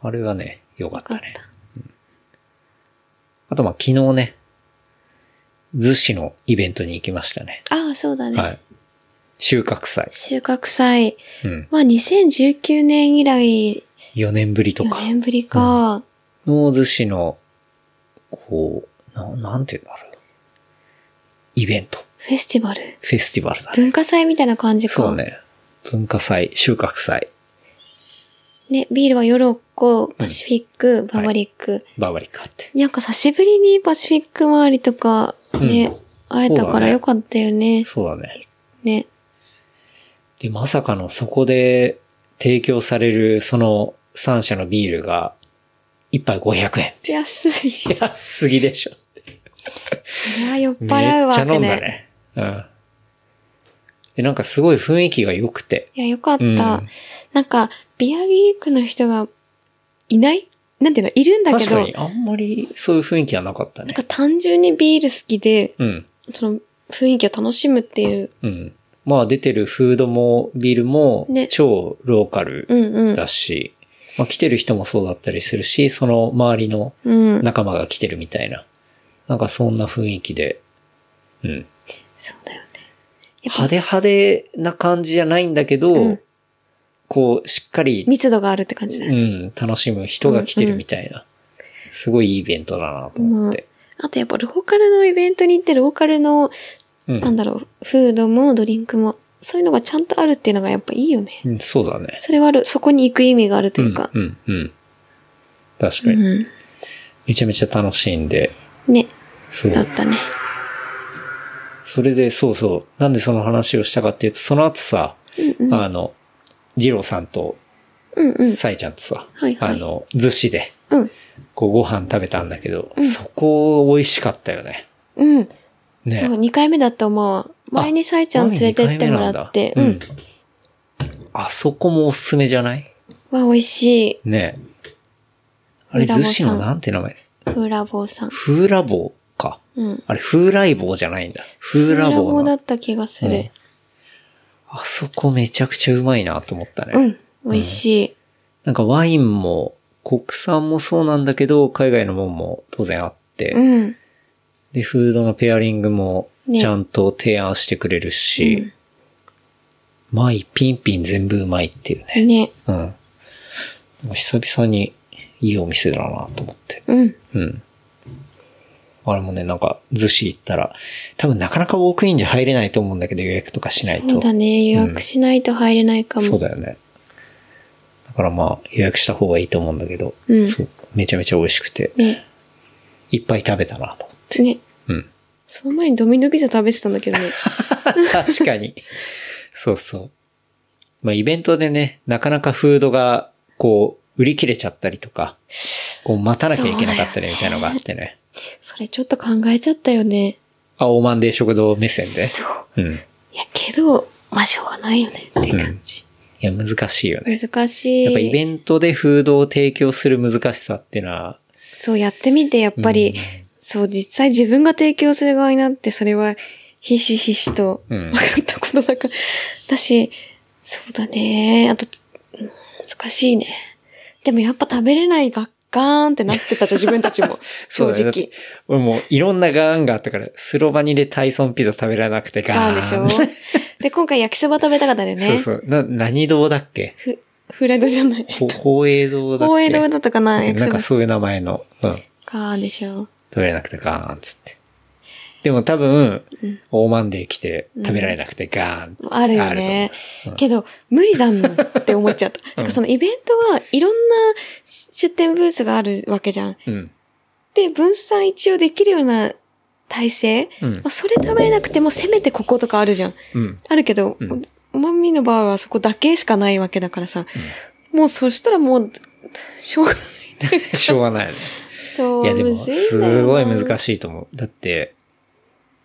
Speaker 2: あれはね、良かった
Speaker 3: よか
Speaker 2: ね
Speaker 3: っ。た
Speaker 2: あと、まあ、昨日ね、逗子のイベントに行きましたね。
Speaker 3: ああ、そうだね。
Speaker 2: はい。収穫祭。
Speaker 3: 収穫祭。
Speaker 2: うん。
Speaker 3: まあ、2019年以来、
Speaker 2: 4年ぶりと
Speaker 3: 4
Speaker 2: か。
Speaker 3: 年ぶりか。
Speaker 2: の寿司の、こう、ななんて言うんだろう。イベント。
Speaker 3: フェスティバル。
Speaker 2: フェスティバルだね。
Speaker 3: 文化祭みたいな感じか。
Speaker 2: そう。ね。文化祭、収穫祭、
Speaker 3: ね、ビールはヨロッコ、パシフィック、バーバリック。
Speaker 2: バーバリカって。
Speaker 3: なんか久しぶりにパシフィック周りとかね、
Speaker 2: うん
Speaker 3: 会えたからよかったよね。
Speaker 2: そうだね。
Speaker 3: ね。
Speaker 2: で、まさかのそこで提供されるその3社のビールが、一杯500円。
Speaker 3: 安い。
Speaker 2: いや、すぎでしょ。
Speaker 3: いや、酔っ
Speaker 2: めっ
Speaker 3: *laughs* 払うわ
Speaker 2: ちゃ
Speaker 3: け
Speaker 2: 飲んだ
Speaker 3: ね。
Speaker 2: ね。うん。で、なんかすごい雰囲気が良くて。
Speaker 3: いや、よかった。
Speaker 2: うん
Speaker 3: なんか、ビアギークの人がいないなんていうのいるんだけ
Speaker 2: 確
Speaker 3: ど、
Speaker 2: か
Speaker 3: な
Speaker 2: に、あんまりそういう雰囲気はなかったね
Speaker 3: んか。単純にビール好きで、
Speaker 2: うん。
Speaker 3: その雰囲気を楽しむっていう。
Speaker 2: うん。まあ出てるフードもビールも
Speaker 3: ね
Speaker 2: 超ローカル
Speaker 3: うんうん。
Speaker 2: だし、まあ来てる人もそうだったりするし、その周りの
Speaker 3: うん。
Speaker 2: 仲間が来てるみたいな。なんかそんな雰囲気で、うん。
Speaker 3: そうだよね。やっぱ
Speaker 2: 派手派手な感じじゃないんだけど、
Speaker 3: うん
Speaker 2: こうしっかり、
Speaker 3: 密度があるって感じだ
Speaker 2: う
Speaker 3: よね。
Speaker 2: ん、楽しむ人が来てるみたいな。すごいいいイベントだなと思って。
Speaker 3: あとやっぱローカルのイベントに行ってローカルの
Speaker 2: うん。
Speaker 3: なんだろう、フードもドリンクも、そういうのがちゃんとあるっていうのがやっぱいいよね。
Speaker 2: うんそうだね。
Speaker 3: それはある、そこに行く意味があるというか。
Speaker 2: うん、うん、うん。確
Speaker 3: う
Speaker 2: かに。
Speaker 3: ん。
Speaker 2: めちゃめちゃ楽しんで、
Speaker 3: ね、
Speaker 2: そう。
Speaker 3: だったね。
Speaker 2: それで、そうそう。なんでその話をしたかっていうと、その後さ、あの、二郎さんと、
Speaker 3: うんうん。
Speaker 2: さえちゃんとさ、
Speaker 3: はいはい
Speaker 2: あの、寿司で、
Speaker 3: うん。
Speaker 2: こう、ご飯食べたんだけど、そこ、美味しかったよね。
Speaker 3: うん。
Speaker 2: ね。
Speaker 3: そう、2回目だった思うわ。前にさえちゃん連れてってもらって、う
Speaker 2: 何
Speaker 3: ん
Speaker 2: 二。回目なんだうん。あそこもおすすめじゃない
Speaker 3: は、美味しい。
Speaker 2: ね。あれ、
Speaker 3: フーラボ
Speaker 2: 寿
Speaker 3: さん
Speaker 2: 司のなんて名前
Speaker 3: フーラボーさん。
Speaker 2: 風ラボか。
Speaker 3: うん。
Speaker 2: あれ、風来坊じゃないんだ。風
Speaker 3: フー
Speaker 2: ラ
Speaker 3: ラ
Speaker 2: ボ
Speaker 3: ボーだ
Speaker 2: の。
Speaker 3: った気がす
Speaker 2: うん
Speaker 3: る。
Speaker 2: あそこめちゃくちゃうまいなと思ったね。
Speaker 3: うん。美味しい。
Speaker 2: なんかワインも国産もそうなんだけど、海外のもんも当然あって、
Speaker 3: うん。
Speaker 2: で、フードのペアリングも
Speaker 3: ね
Speaker 2: ちゃんと提案してくれるし、うまい、ピンピン全部うまいっていうね。
Speaker 3: ね。
Speaker 2: うん。なんか久々にいいお店だなと思って。
Speaker 3: うん。
Speaker 2: うん。あれもね、なんか、逗子行ったら、多分なかなかウォークインじゃ入れないと思うんだけど、予約とかしないと。
Speaker 3: そうだね。予約しないと入れないかも。
Speaker 2: そうだよね。だからまあ、予約した方がいいと思うんだけど、
Speaker 3: うん
Speaker 2: そうめちゃめちゃ美味しくて、
Speaker 3: ね。
Speaker 2: いっぱい食べたなと。
Speaker 3: ね。 *laughs*
Speaker 2: うん。
Speaker 3: その前にドミノピザ食べてたんだ
Speaker 2: *laughs*
Speaker 3: けどね。
Speaker 2: 確かに。そうそう。まあ、イベントでね、なかなかフードが、こう、売り切れちゃったりとか、こう、待たなきゃいけなかったりみたいなのがあってね。
Speaker 3: それちょっと考えちゃったよね。
Speaker 2: あ、オーマンデー食堂目線で。
Speaker 3: そう。
Speaker 2: うん。
Speaker 3: いや、けど、まあ、しょうがないよねっていう感じ。
Speaker 2: いや、難しいよね。
Speaker 3: 難しい。
Speaker 2: やっぱイベントでフードを提供する難しさっていうのは、
Speaker 3: そう、やってみて、やっぱり、そう、実際自分が提供する側になって、それは、ひしひしと、
Speaker 2: うん
Speaker 3: 分かったことだから。だし、そうだね。あと、うん難しいね。でもやっぱ食べれないがっかーんってなってたじゃん、自分たちも。
Speaker 2: *laughs* そ
Speaker 3: 正
Speaker 2: うだねだって
Speaker 3: 直。
Speaker 2: 俺もういろんなガーンがあったから、スロバニでタイソンピザ食べられなくてガーン。
Speaker 3: ガーンでしょで、今回焼きそば食べたかったんだよね。
Speaker 2: そうそう。な、何堂だっけ
Speaker 3: ふ、フライドじゃない。
Speaker 2: ほ、宝永堂
Speaker 3: *laughs*
Speaker 2: だっけ
Speaker 3: 公営堂だったかな焼き
Speaker 2: な
Speaker 3: そ
Speaker 2: ん
Speaker 3: ば
Speaker 2: か。そういう名前の、うん。
Speaker 3: かでしょう。
Speaker 2: 食べられなくてガーンっつって。でも多分、オーマンデー来て食べられなくてガーン。
Speaker 3: あるよね
Speaker 2: ある。
Speaker 3: けど、無理だもんって思っちゃった。なんかそのイベントはいろんなし出店ブースがあるわけじゃん。
Speaker 2: と思う。
Speaker 3: で、分散一応できるような体制、
Speaker 2: うん
Speaker 3: まあ、それ食べれなくてもせめてこことかあるじゃん。
Speaker 2: うん。うん。
Speaker 3: あるけど、
Speaker 2: うん
Speaker 3: マミの場合はそこだけしかないわけだからさ、もうそしたらもう、しょうがない。
Speaker 2: しょうがないよね。
Speaker 3: そう、
Speaker 2: いやでも、
Speaker 3: むずいんだ
Speaker 2: す
Speaker 3: よ
Speaker 2: ご
Speaker 3: ない
Speaker 2: 難しいと思う。だって、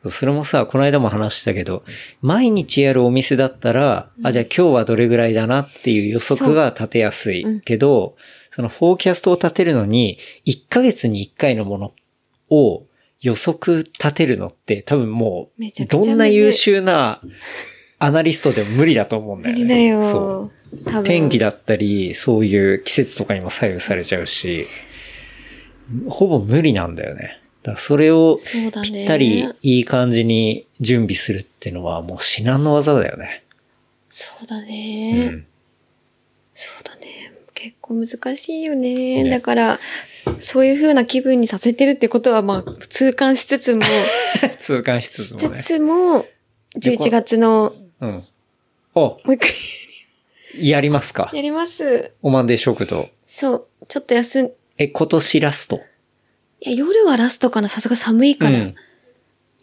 Speaker 2: それもさ、この間も話したけど、毎日やるお店だったら、あ、じゃあ今日はどれぐらいだなっていう予測が立てやすいけど、そのフォーキャストを立てるのに、1ヶ月に1回のものを予測立てるのって、多分も
Speaker 3: めち
Speaker 2: う、
Speaker 3: ゃくちゃむ
Speaker 2: ど
Speaker 3: ずい
Speaker 2: んな優秀なアナリストでも無理だと思うんだ
Speaker 3: 無
Speaker 2: よね。
Speaker 3: 理だ
Speaker 2: そう。
Speaker 3: よ。多分。
Speaker 2: 天気だったり、そういう季節とかにも左右されちゃうし、ほぼ無理なんだよね。だからそれを
Speaker 3: そうだね
Speaker 2: ぴったりいい感じに準備するっていうのはもう至難の技だよね。
Speaker 3: そうだ
Speaker 2: う
Speaker 3: ね。
Speaker 2: ん。 *laughs*
Speaker 3: そうだね。結構難しいよね。
Speaker 2: ね
Speaker 3: だから、そういう風な気分にさせてるってことは、まあ、痛感しつつも、
Speaker 2: 痛感しつ
Speaker 3: し
Speaker 2: つ
Speaker 3: つ
Speaker 2: もね。
Speaker 3: つも、11月の、
Speaker 2: うん。お、
Speaker 3: もう一回
Speaker 2: やりますか
Speaker 3: や。ります。
Speaker 2: おまんで食堂。
Speaker 3: そう。ちょっと休ん、い
Speaker 2: え、今年ラスト。
Speaker 3: や、夜はラストかな。さすが寒いから。
Speaker 2: うん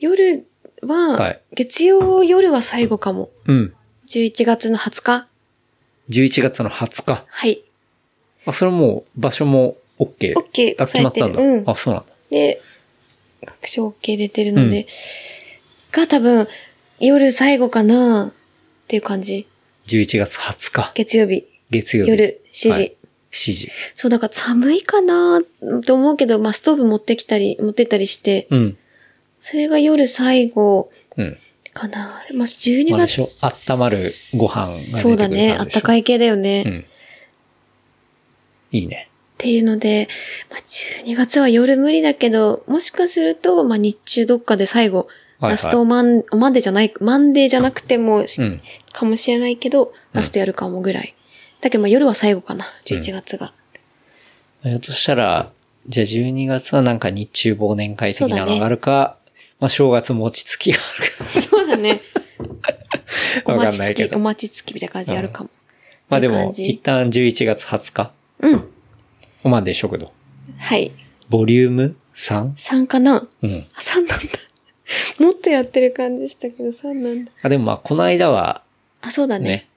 Speaker 3: 夜は、
Speaker 2: はい
Speaker 3: 月曜夜は最後かも。
Speaker 2: うん。
Speaker 3: 11月の20日。
Speaker 2: 11月の20日。
Speaker 3: はい。
Speaker 2: あ、それもう場所も OK。
Speaker 3: OK
Speaker 2: あ、決まったんだ。
Speaker 3: 押さえてるうん
Speaker 2: あ、そうなんだ。
Speaker 3: で、確証 OK 出てるので、が多分、夜最後かなっていう感じ。
Speaker 2: 11月20日。
Speaker 3: 月曜日。
Speaker 2: 月曜日。
Speaker 3: 夜7時。
Speaker 2: はい7時。
Speaker 3: そう、だから寒いかなと思うけど、まあ、ストーブ持ってきたり、持ってったりして、
Speaker 2: うん。
Speaker 3: それが夜最後
Speaker 2: うん。
Speaker 3: かなまあ、12
Speaker 2: まあ、でし
Speaker 3: 月
Speaker 2: ょ。あったまるご飯が出てくる
Speaker 3: そうだね。あったか
Speaker 2: い。
Speaker 3: い系だよね。
Speaker 2: う
Speaker 3: っ
Speaker 2: ん。いいね。
Speaker 3: ていうので、まあ、12月は夜無理だけど、もしかすると、まあ、日中どっかで最後、
Speaker 2: はいはい
Speaker 3: ラストマン、マンデーじゃない、マンデーじゃなくても、
Speaker 2: うん。
Speaker 3: かもしれないけど、ラストやるかもぐらい。だけどまあ夜は最後かな、11月が。
Speaker 2: えっとしたら、じゃあ12月はなんか日中忘年会的な
Speaker 3: そうだ
Speaker 2: の
Speaker 3: ね
Speaker 2: があるか、まあ正月餅つきがあるか。
Speaker 3: そうだね。
Speaker 2: *laughs*
Speaker 3: お *laughs*
Speaker 2: わか
Speaker 3: 待
Speaker 2: ん
Speaker 3: ち
Speaker 2: ない
Speaker 3: つ
Speaker 2: け
Speaker 3: き、
Speaker 2: ど
Speaker 3: お待ちつきみたいな感じやるかも。
Speaker 2: まあで
Speaker 3: って
Speaker 2: も
Speaker 3: 感、じ
Speaker 2: 一旦11月20日、
Speaker 3: うん。
Speaker 2: おまんで食堂。
Speaker 3: はい。
Speaker 2: ボリューム 3?
Speaker 3: 3かな
Speaker 2: うん。
Speaker 3: あ、3なんだ。もっとやってる感じしたけど3なんだ。
Speaker 2: あ、でもまあこの間は
Speaker 3: あ、そうだね。
Speaker 2: ね、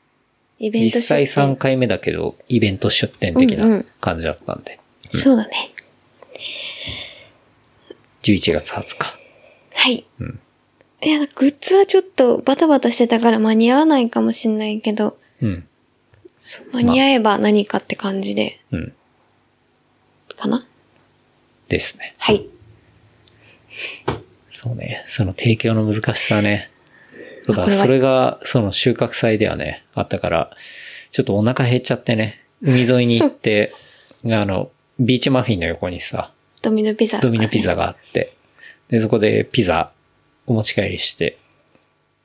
Speaker 3: イベント
Speaker 2: 実
Speaker 3: 出店
Speaker 2: 際3回目だけど、イベント出店的
Speaker 3: うんう
Speaker 2: なん感じだったんで、
Speaker 3: そうだね。
Speaker 2: 11月20日。
Speaker 3: はい。いや、グッズはちょっとバタバタしてたから間に合わないかもしんないけど、
Speaker 2: うん。
Speaker 3: そう間に合えば何かって感じで、
Speaker 2: うん。
Speaker 3: かな
Speaker 2: ですね。
Speaker 3: はい。
Speaker 2: そうね。その提供の難しさね。だから
Speaker 3: これは
Speaker 2: それが、その収穫祭ではね、あったから、ちょっとお腹減っちゃってね、海沿いに行って、あの、ビーチマフィンの横にさ、
Speaker 3: ドミノピザ。
Speaker 2: ドミノピザがあって、で、そこでピザお持ち帰りして、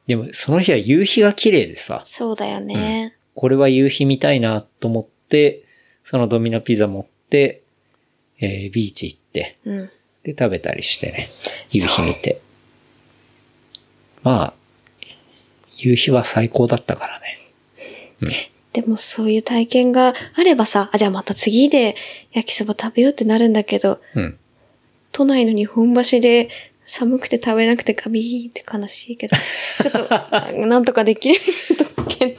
Speaker 2: でもその日は夕日が綺麗でさ、
Speaker 3: そうだよね。
Speaker 2: これは夕日見たいなと思って、そのドミノピザ持って、えービーチ行って、
Speaker 3: うん。
Speaker 2: で、食べたりしてね。夕日見て。まあ、夕日は最高だったからね。
Speaker 3: でもそういう体験があればさ、あ、じゃあまた次で焼きそば食べようってなるんだけど、
Speaker 2: うん。
Speaker 3: 都内の日本橋で寒くて食べなくてガビーって悲しいけど、ちょっ
Speaker 2: *laughs*
Speaker 3: と、なんとかできる特権。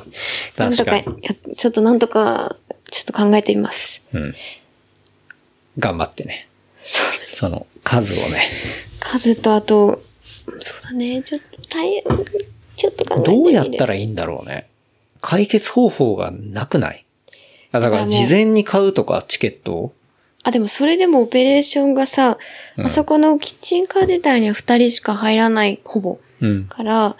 Speaker 3: なんとか、
Speaker 2: 確か
Speaker 3: やちょっとなんとか、ちょっと考えてみます。
Speaker 2: うん。頑張ってね。
Speaker 3: そうだね
Speaker 2: その数をね。
Speaker 3: 数とあと、そうだね、ちょっと大変、ちょっと考えてみる
Speaker 2: どうやったらいいんだろうね。解決方法がなくないあだから
Speaker 3: だからもう
Speaker 2: 事前に買うとかチケットを
Speaker 3: あ、でもそれでもオペレーションがさ、あそこのキッチンカー自体には二人しか入らない、ほぼ。
Speaker 2: うん。
Speaker 3: から、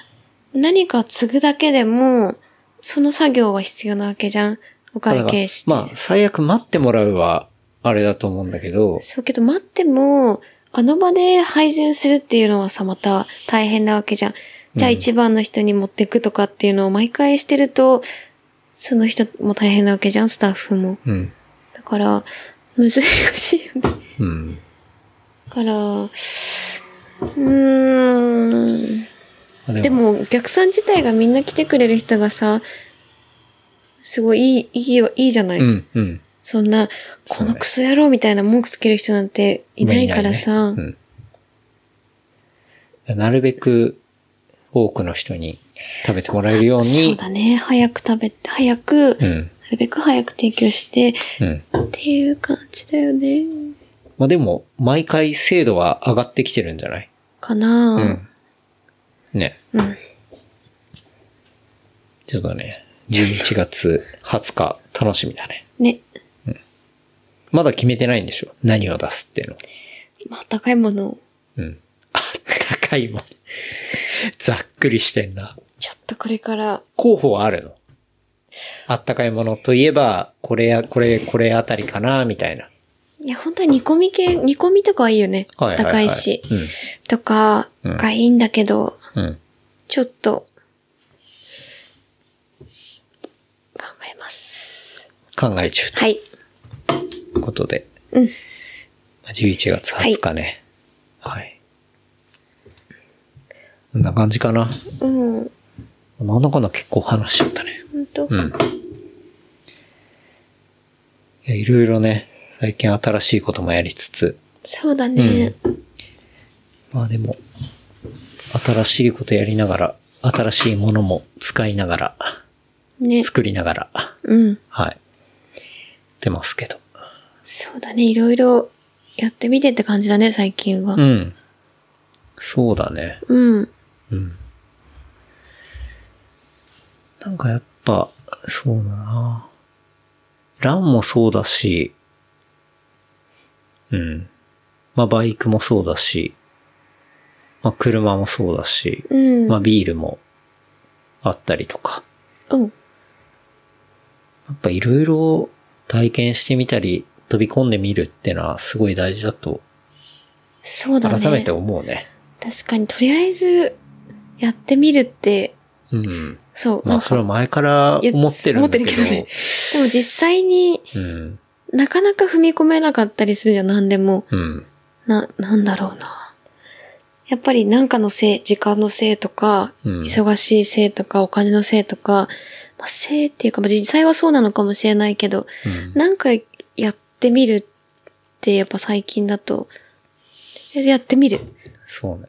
Speaker 3: 何か継ぐだけでも、その作業は必要なわけじゃん。お会計して。
Speaker 2: まあ、最悪待ってもらうは、あれだと思うんだけど、
Speaker 3: そうけど待っても、あの場で配膳するっていうのはさ、また大変なわけじゃん。じゃあ一番の人に持ってくとかっていうのを毎回してると、その人も大変なわけじゃん、スタッフも。
Speaker 2: うん。
Speaker 3: だから、難しいよね。
Speaker 2: うん。
Speaker 3: だから、うーん。で、も、お客さん自体がみんな来てくれる人がさ、すごいいい、いいよ、いいじゃない。
Speaker 2: うん、うん。
Speaker 3: そんな、
Speaker 2: そ
Speaker 3: こ
Speaker 2: うね
Speaker 3: のクソ野郎みたいな文句つける人なんていないからさ、
Speaker 2: まあいないねうんなるべく多くの人に食べてもらえるよう
Speaker 3: そう
Speaker 2: に、
Speaker 3: だね。早く食べて、早く、
Speaker 2: う、
Speaker 3: なんるべく早く提供して、
Speaker 2: うん。
Speaker 3: っていう感じだよね。
Speaker 2: まあでも、毎回精度は上がってきてるんじゃない
Speaker 3: かな、
Speaker 2: うん。ね。
Speaker 3: うん。
Speaker 2: ちょっとね、11月20日、楽しみだね。
Speaker 3: ね。
Speaker 2: まだ決めてないんでしょ何を出すっていうの。
Speaker 3: まあ、高いものを、
Speaker 2: うん。あったかいもん。ざっくりしてんな。
Speaker 3: ちょっとこれから、
Speaker 2: 候補はあるのあったかいものといえば、これや、これ、これあたりかな、みたいな。
Speaker 3: いや、本当は煮込み系、煮込みとかはいいよね。
Speaker 2: はいはい、はい。
Speaker 3: 高いし。
Speaker 2: う
Speaker 3: とか、
Speaker 2: うん
Speaker 3: がいいんだけど、
Speaker 2: ん。うん。
Speaker 3: ちょっと、考えます。
Speaker 2: 考え中
Speaker 3: はい。
Speaker 2: ということで。
Speaker 3: うん。
Speaker 2: まあ11月20日ね。はい。こんな感じかな。
Speaker 3: うん。
Speaker 2: なんだかんだ結構話しちゃったね。
Speaker 3: 本当、
Speaker 2: うん。いや、いろいろね、最近新しいこともやりつつ、
Speaker 3: そうだね。
Speaker 2: まあでも、新しいことやりながら、新しいものも使いながら、
Speaker 3: ね。
Speaker 2: 作りながら、
Speaker 3: うん。
Speaker 2: はい。出ますけど。
Speaker 3: そうだね。いろいろやってみてって感じだね、最近は。
Speaker 2: うん。そうだね。
Speaker 3: うん。
Speaker 2: うん。なんかやっぱ、そうだな。ランもそうだし、うん。まあバイクもそうだし、まあ車もそうだし、
Speaker 3: うん。
Speaker 2: まあビールもあったりとか。
Speaker 3: うん。
Speaker 2: やっぱいろいろ体験してみたり、飛び込んでみるってのはすごい大事だと
Speaker 3: そうだね。
Speaker 2: 改めて思うね。
Speaker 3: 確かに、とりあえず、やってみるって、
Speaker 2: うん。
Speaker 3: そう。
Speaker 2: ま
Speaker 3: なん
Speaker 2: あ
Speaker 3: か
Speaker 2: それは前から思ってるんだけ
Speaker 3: い
Speaker 2: ど
Speaker 3: や思ってるけどね、でも実際に
Speaker 2: うん。
Speaker 3: なかなか踏み込めなかったりするじゃん、何でも。
Speaker 2: うん。
Speaker 3: な、なんだろうな。やっぱりなんかのせい、時間のせいとか、
Speaker 2: うん
Speaker 3: 忙しいせいとか、お金のせいとか、まあ、せいっていうか、まあ、実際はそうなのかもしれないけど、
Speaker 2: うん
Speaker 3: なんかやってみるって、やっぱ最近だと、とりあえずやってみる。
Speaker 2: そうね。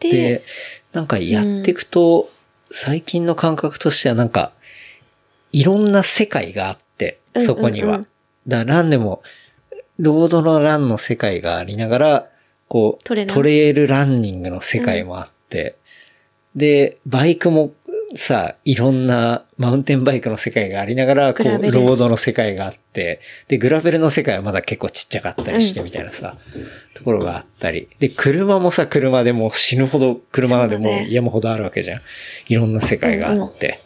Speaker 3: で
Speaker 2: で、なんかやっていくと、最近の感覚としてはなんか、いろんな世界があって、
Speaker 3: うん
Speaker 2: そこには。
Speaker 3: うんうん
Speaker 2: だから、ランでも、ロードのランの世界がありながら、こう、
Speaker 3: トレラン
Speaker 2: イルランニングの世界もあって、で、バイクもさ、いろんなマウンテンバイクの世界がありながら、こう、
Speaker 3: グラ
Speaker 2: ロ
Speaker 3: ベル
Speaker 2: ードの世界があって、で、グラベルの世界はまだ結構ちっちゃかったりしてみたいなさ、ところがあったり。で、車もさ、車でもう死ぬほど、車なんでもう
Speaker 3: そうだね
Speaker 2: 山ほどあるわけじゃん。いろんな世界があって。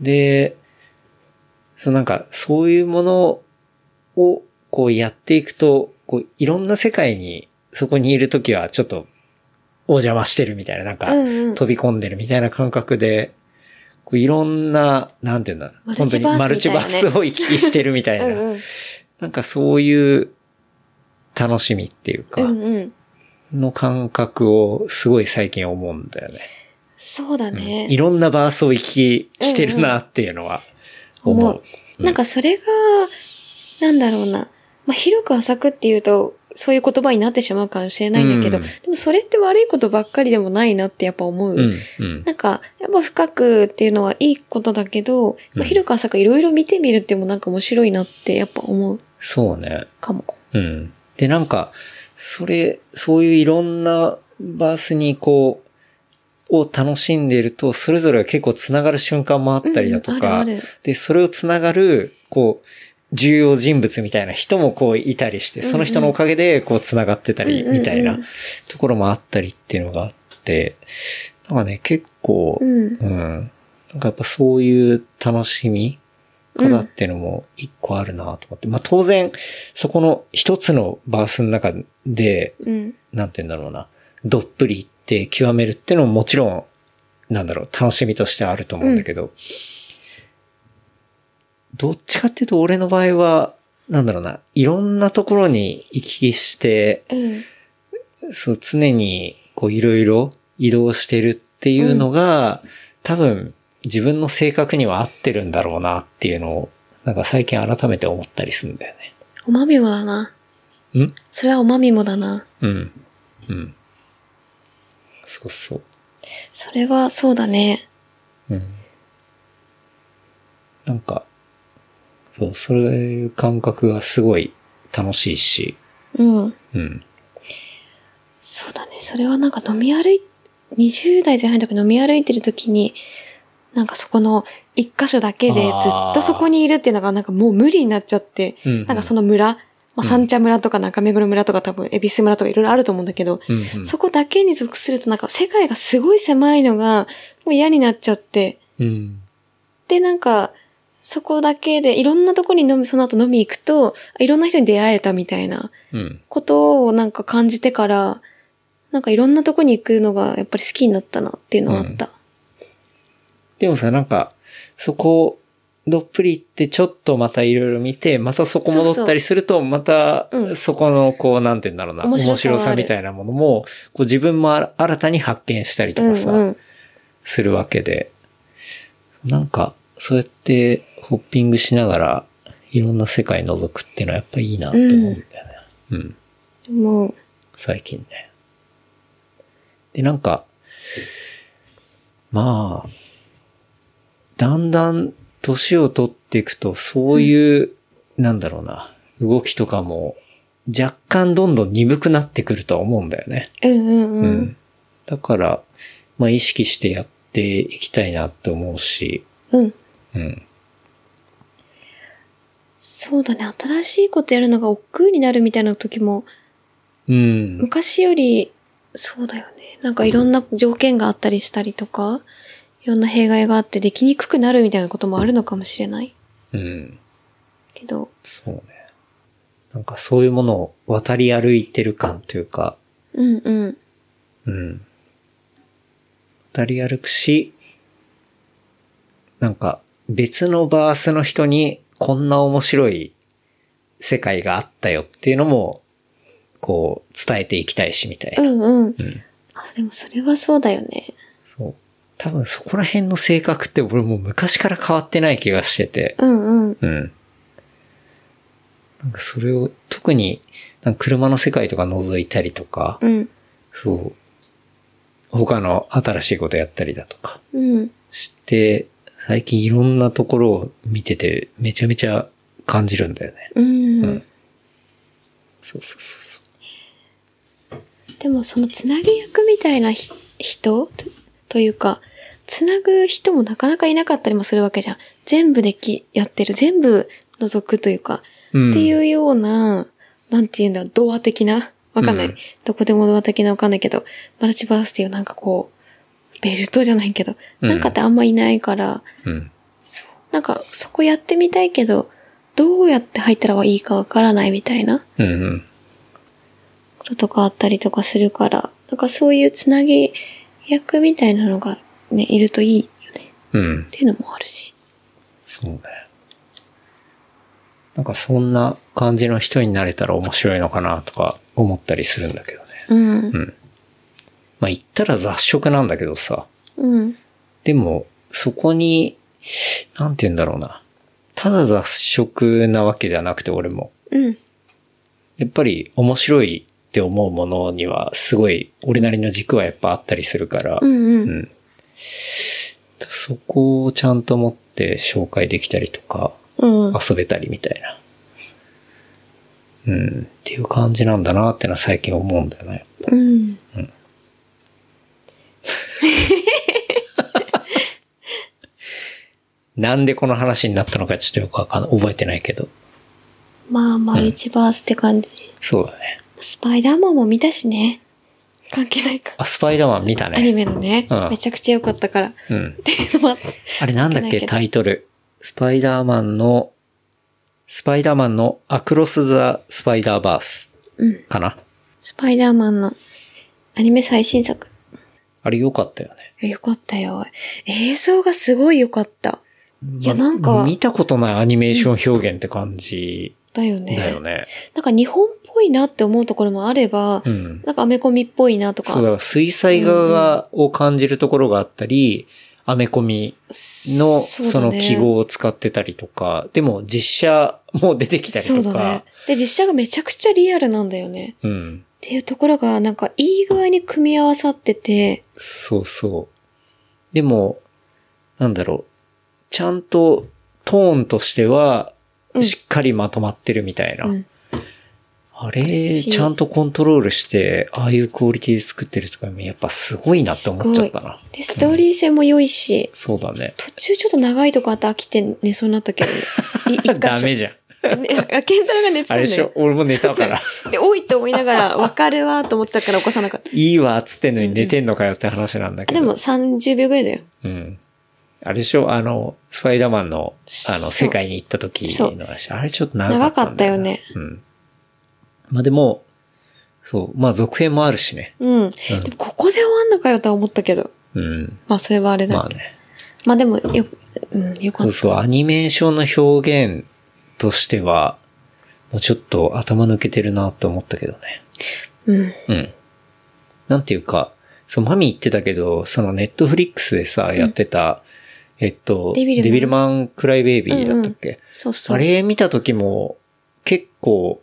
Speaker 2: で、そうなんか、そういうものを、こうやっていくと、こう、いろんな世界に、そこにいるときは、ちょっと、お邪魔してるみたいな、なんか、
Speaker 3: うんうん
Speaker 2: 飛び込んでるみたいな感覚で、こういろんな、なんていうんだろう。
Speaker 3: マルチバー
Speaker 2: 本当
Speaker 3: スみたいなね
Speaker 2: にマルチバースを行き来してるみたいな。
Speaker 3: うんうん。
Speaker 2: なんかそういう楽しみっていうか、
Speaker 3: うんうん。
Speaker 2: の感覚をすごい最近思うんだよね。
Speaker 3: そうだね。
Speaker 2: いろんなバースを行き来してるなっていうのは思う。
Speaker 3: 思う。なんかそれが、なんだろうな。まあ、広く浅くっていうと、そういう言葉になってしまうかもしれないんだけど、
Speaker 2: うん
Speaker 3: でもそれって悪いことばっかりでもないなってやっぱ思う。
Speaker 2: うん、うん
Speaker 3: なんか、やっぱ深くっていうのはいいことだけど、
Speaker 2: う
Speaker 3: ま
Speaker 2: ん
Speaker 3: あ、広く浅くいろいろ見てみるっていうのもなんか面白いなってやっぱ思う
Speaker 2: そうね。
Speaker 3: かも。
Speaker 2: うん。で、なんか、それ、そういういろんなバースにこう、を楽しんでいると、それぞれが結構つながる瞬間もあったりだと
Speaker 3: うん
Speaker 2: か、
Speaker 3: あるある
Speaker 2: で、それをつながる、こう、重要人物みたいな人もこういたりして、その人のおかげでこうつながってたり、
Speaker 3: うんうん
Speaker 2: みたい
Speaker 3: うん
Speaker 2: な
Speaker 3: うん
Speaker 2: ところもあったりっていうのがあって、なんかね、結構、
Speaker 3: うん。
Speaker 2: うん。なんかやっぱそういう楽しみ方っていうのも一個あるなと思って。まあ当然、そこの一つのバースの中で、
Speaker 3: うん。
Speaker 2: なんて言うんだろうな、どっぷりって極めるってのももちろん、なんだろう、楽しみとしてあると思うんだけど、どっちかっていうと俺の場合は、なんだろうな、いろんなところに行き来して、
Speaker 3: うん。
Speaker 2: そう、常に、こう、いろいろ移動してるっていうのが、多分、自分の性格には合ってるんだろうなっていうのを、なんか最近改めて思ったりするんだよ
Speaker 3: おまみもだな。
Speaker 2: ね。ん
Speaker 3: それはおまみもだな。
Speaker 2: うん。うん。そうそう。
Speaker 3: それは、そうだね。
Speaker 2: うん。なんか、そう、そういう感覚がすごい楽しいし、
Speaker 3: うん。
Speaker 2: うん。
Speaker 3: そうだね。それはなんか飲み歩い、20代前半とか飲み歩いてる時に、なんかそこの一箇所だけでず
Speaker 2: あー
Speaker 3: っとそこにいるっていうのがなんかもう無理になっちゃって、
Speaker 2: うんうん
Speaker 3: なんかその村、まあ、三茶村とか中目黒村とか多分恵比寿村とかいろいろあると思うんだけど、
Speaker 2: うん、うん。
Speaker 3: そこだけに属するとなんか世界がすごい狭いのがもう嫌になっちゃって、
Speaker 2: うん。
Speaker 3: でなんかそこだけでいろんなとこに飲み、その後飲み行くと、いろんな人に出会えたみたいな。
Speaker 2: うん。
Speaker 3: ことをなんか感じてから、なんかいろんなとこに行くのがやっぱり好きになったなっていうのはあった。
Speaker 2: でもさ、なんか、そこをどっぷり行って、ちょっとまたいろいろ見て、またそこ戻ったりすると、また
Speaker 3: う、ん
Speaker 2: そこの、こう、なんて言うんだろうな、
Speaker 3: 面白さは
Speaker 2: 面白さみたいなものも、こう自分もあ新たに発見したりと
Speaker 3: うん
Speaker 2: かさ、
Speaker 3: うん。
Speaker 2: するわけで、なんか、そうやって、ホッピングしながら、いろんな世界覗くっていうのはやっぱいいなと思うんだよね。うん
Speaker 3: もう、
Speaker 2: 最近ね。で、なんか、まあ、だんだん年を取っていくと、そういう、なんだろうな、動きとかも、若干どんどん鈍くなってくるとは思うんだよね。
Speaker 3: うんうん
Speaker 2: う
Speaker 3: うん。。
Speaker 2: だから、まあ意識してやっていきたいなって思うし、
Speaker 3: うん。
Speaker 2: うん。
Speaker 3: そうだね。新しいことやるのが億劫になるみたいな時も、
Speaker 2: うん。
Speaker 3: 昔より、そうだよね。なんかいろんな条件があったりしたりとか、いろんな弊害があってできにくくなるみたいなこともあるのかもしれない
Speaker 2: うん。
Speaker 3: けど、
Speaker 2: そうね。なんかそういうものを渡り歩いてる感というか、
Speaker 3: うんうん。
Speaker 2: うん。渡り歩くし、なんか別のバースの人にこんな面白い世界があったよっていうのも、こう伝えていきたいしみたいうな。
Speaker 3: んう
Speaker 2: う
Speaker 3: ん。
Speaker 2: ん。
Speaker 3: あ、でもそれはそうだよね。
Speaker 2: そう。多分そこら辺の性格って俺もう昔から変わってない気がしてて。
Speaker 3: うんうん。
Speaker 2: うん。なんかそれを特になんか車の世界とか覗いたりとか、
Speaker 3: うん。
Speaker 2: そう。他の新しいことやったりだとか。
Speaker 3: うん。
Speaker 2: して、最近いろんなところを見てて、めちゃめちゃ感じるんだよね。
Speaker 3: うん。
Speaker 2: うんそうそうそう
Speaker 3: でもそのつなぎ役みたいなひ人とというか、つなぐ人もなかなかいなかったりもするわけじゃん。全部でき、やってる。全部覗くというか、
Speaker 2: そう。うん、。
Speaker 3: っていううような、なんていうんだろう、童話的なわかんない。
Speaker 2: うん
Speaker 3: どこでも童話的なわかんないけど、マルチバースっていうなんかこう、ベルトじゃないけど、
Speaker 2: うん
Speaker 3: なんかってあんまいないから、
Speaker 2: ん。
Speaker 3: なんかそこやってみたいけど、どうやって入ったらいいかわからないみたいな。
Speaker 2: うんうん。
Speaker 3: こととかあったりとかするから、なんかそういうつなぎ役みたいなのがね、いるといいよね。
Speaker 2: うん
Speaker 3: っ。ていうのもあるし。
Speaker 2: そうね。なんかそんな感じの人になれたら面白いのかなとか思ったりするんだけどね。
Speaker 3: うん
Speaker 2: う。ん。まあ言ったら雑食なんだけどさ。
Speaker 3: うん。
Speaker 2: でも、そこに、なんて言うんだろうな。ただ雑食なわけじゃなくて俺も。
Speaker 3: うん。
Speaker 2: やっぱり面白いって思うものにはすごい俺なりの軸はやっぱあったりするから、
Speaker 3: うんうん。
Speaker 2: うんそこをちゃんと持って紹介できたりとか、
Speaker 3: うん。
Speaker 2: 遊べたりみたいな。うん、っていう感じなんだなってのは最近思うんだよね。
Speaker 3: うん。
Speaker 2: なんでこの話になったのかちょっとよくわかん覚えてないけど。
Speaker 3: まあ、マルチバースって感じ。
Speaker 2: そうだね。
Speaker 3: スパイダーマンも見たしね。関係ないか。
Speaker 2: あ、スパイダーマン見たね。
Speaker 3: アニメのね、
Speaker 2: うん
Speaker 3: めちゃくちゃ良かったから。っ *laughs*
Speaker 2: うん。
Speaker 3: ていうのもあって。
Speaker 2: あれなんだっけタイトル。スパイダーマンの、スパイダーマンのアクロス・ザ・スパイダーバース
Speaker 3: うん。
Speaker 2: かな。
Speaker 3: スパイダーマンのアニメ最新作。
Speaker 2: あれ良かったよね。
Speaker 3: えよかったよ。映像がすごい良かった。いや、なんか、
Speaker 2: 見たことないアニメーション表現って感じ
Speaker 3: だよね。
Speaker 2: だよね。
Speaker 3: なんか日本っぽいなって思うところもあれば、
Speaker 2: うん。
Speaker 3: なんかアメコミっぽいなと
Speaker 2: そうだ
Speaker 3: か、
Speaker 2: から、水彩画がを感じるところがあったり、アメコミの
Speaker 3: そうだね
Speaker 2: その記号を使ってたりとか、でも実写も出てきたり
Speaker 3: そう
Speaker 2: と
Speaker 3: だね
Speaker 2: か、。
Speaker 3: で、実写がめちゃくちゃリアルなんだよね。
Speaker 2: うん。
Speaker 3: っていうところが、なんかいい具合に組み合わさってて、
Speaker 2: そうそう。でも、なんだろう。ちゃんとトーンとしては、
Speaker 3: うん
Speaker 2: しっかりまとまってるみたいな。
Speaker 3: うん。
Speaker 2: あれ、
Speaker 3: し
Speaker 2: ちゃんとコントロールして、ああいうクオリティで作ってるとか、やっぱすごいなって思っちゃったな。
Speaker 3: で、ストーリー性も良いし、
Speaker 2: そうだね。
Speaker 3: 途中ちょっと長いとこあって飽きて寝そうになったけど、
Speaker 2: *laughs*
Speaker 3: い一箇所。
Speaker 2: ダメじゃん。
Speaker 3: ねあケンタロウが寝てた
Speaker 2: あ
Speaker 3: ん
Speaker 2: れで
Speaker 3: だ
Speaker 2: しょ
Speaker 3: よ。
Speaker 2: 俺も寝た
Speaker 3: *laughs*
Speaker 2: から。
Speaker 3: で、多いと思いながら、わかるわと思ってたから起こさなかった。
Speaker 2: いいわ、つってんのに寝てんのかよって話なんだ
Speaker 3: あ
Speaker 2: けど。
Speaker 3: でも30秒ぐらいだよ。
Speaker 2: うん。あれでしょあの、スパイダーマンの、あ
Speaker 3: そう
Speaker 2: の、世界に行った時の話。あれちょっと長かったんだな
Speaker 3: 長かっ
Speaker 2: うん。まあでも、そう。まあ続編もあるしね。
Speaker 3: うん。でもここで終わんのかよとは思ったけど。
Speaker 2: うん。
Speaker 3: まあ、それはあれだ。
Speaker 2: まあ
Speaker 3: まあ、
Speaker 2: ね。
Speaker 3: でも、よ、うん、よか
Speaker 2: そ
Speaker 3: っ
Speaker 2: うそう。アニメーションの表現としては、もうちょっと頭抜けてるなって思ったけどね。
Speaker 3: た。うん。
Speaker 2: うん。なんていうか、そう、マミ言ってたけど、そのネットフリックスでさ、やってた、えっと、
Speaker 3: デビルマン
Speaker 2: デビルマンクライベイビーだったっけ、
Speaker 3: そうそう。
Speaker 2: あれ見た時も結構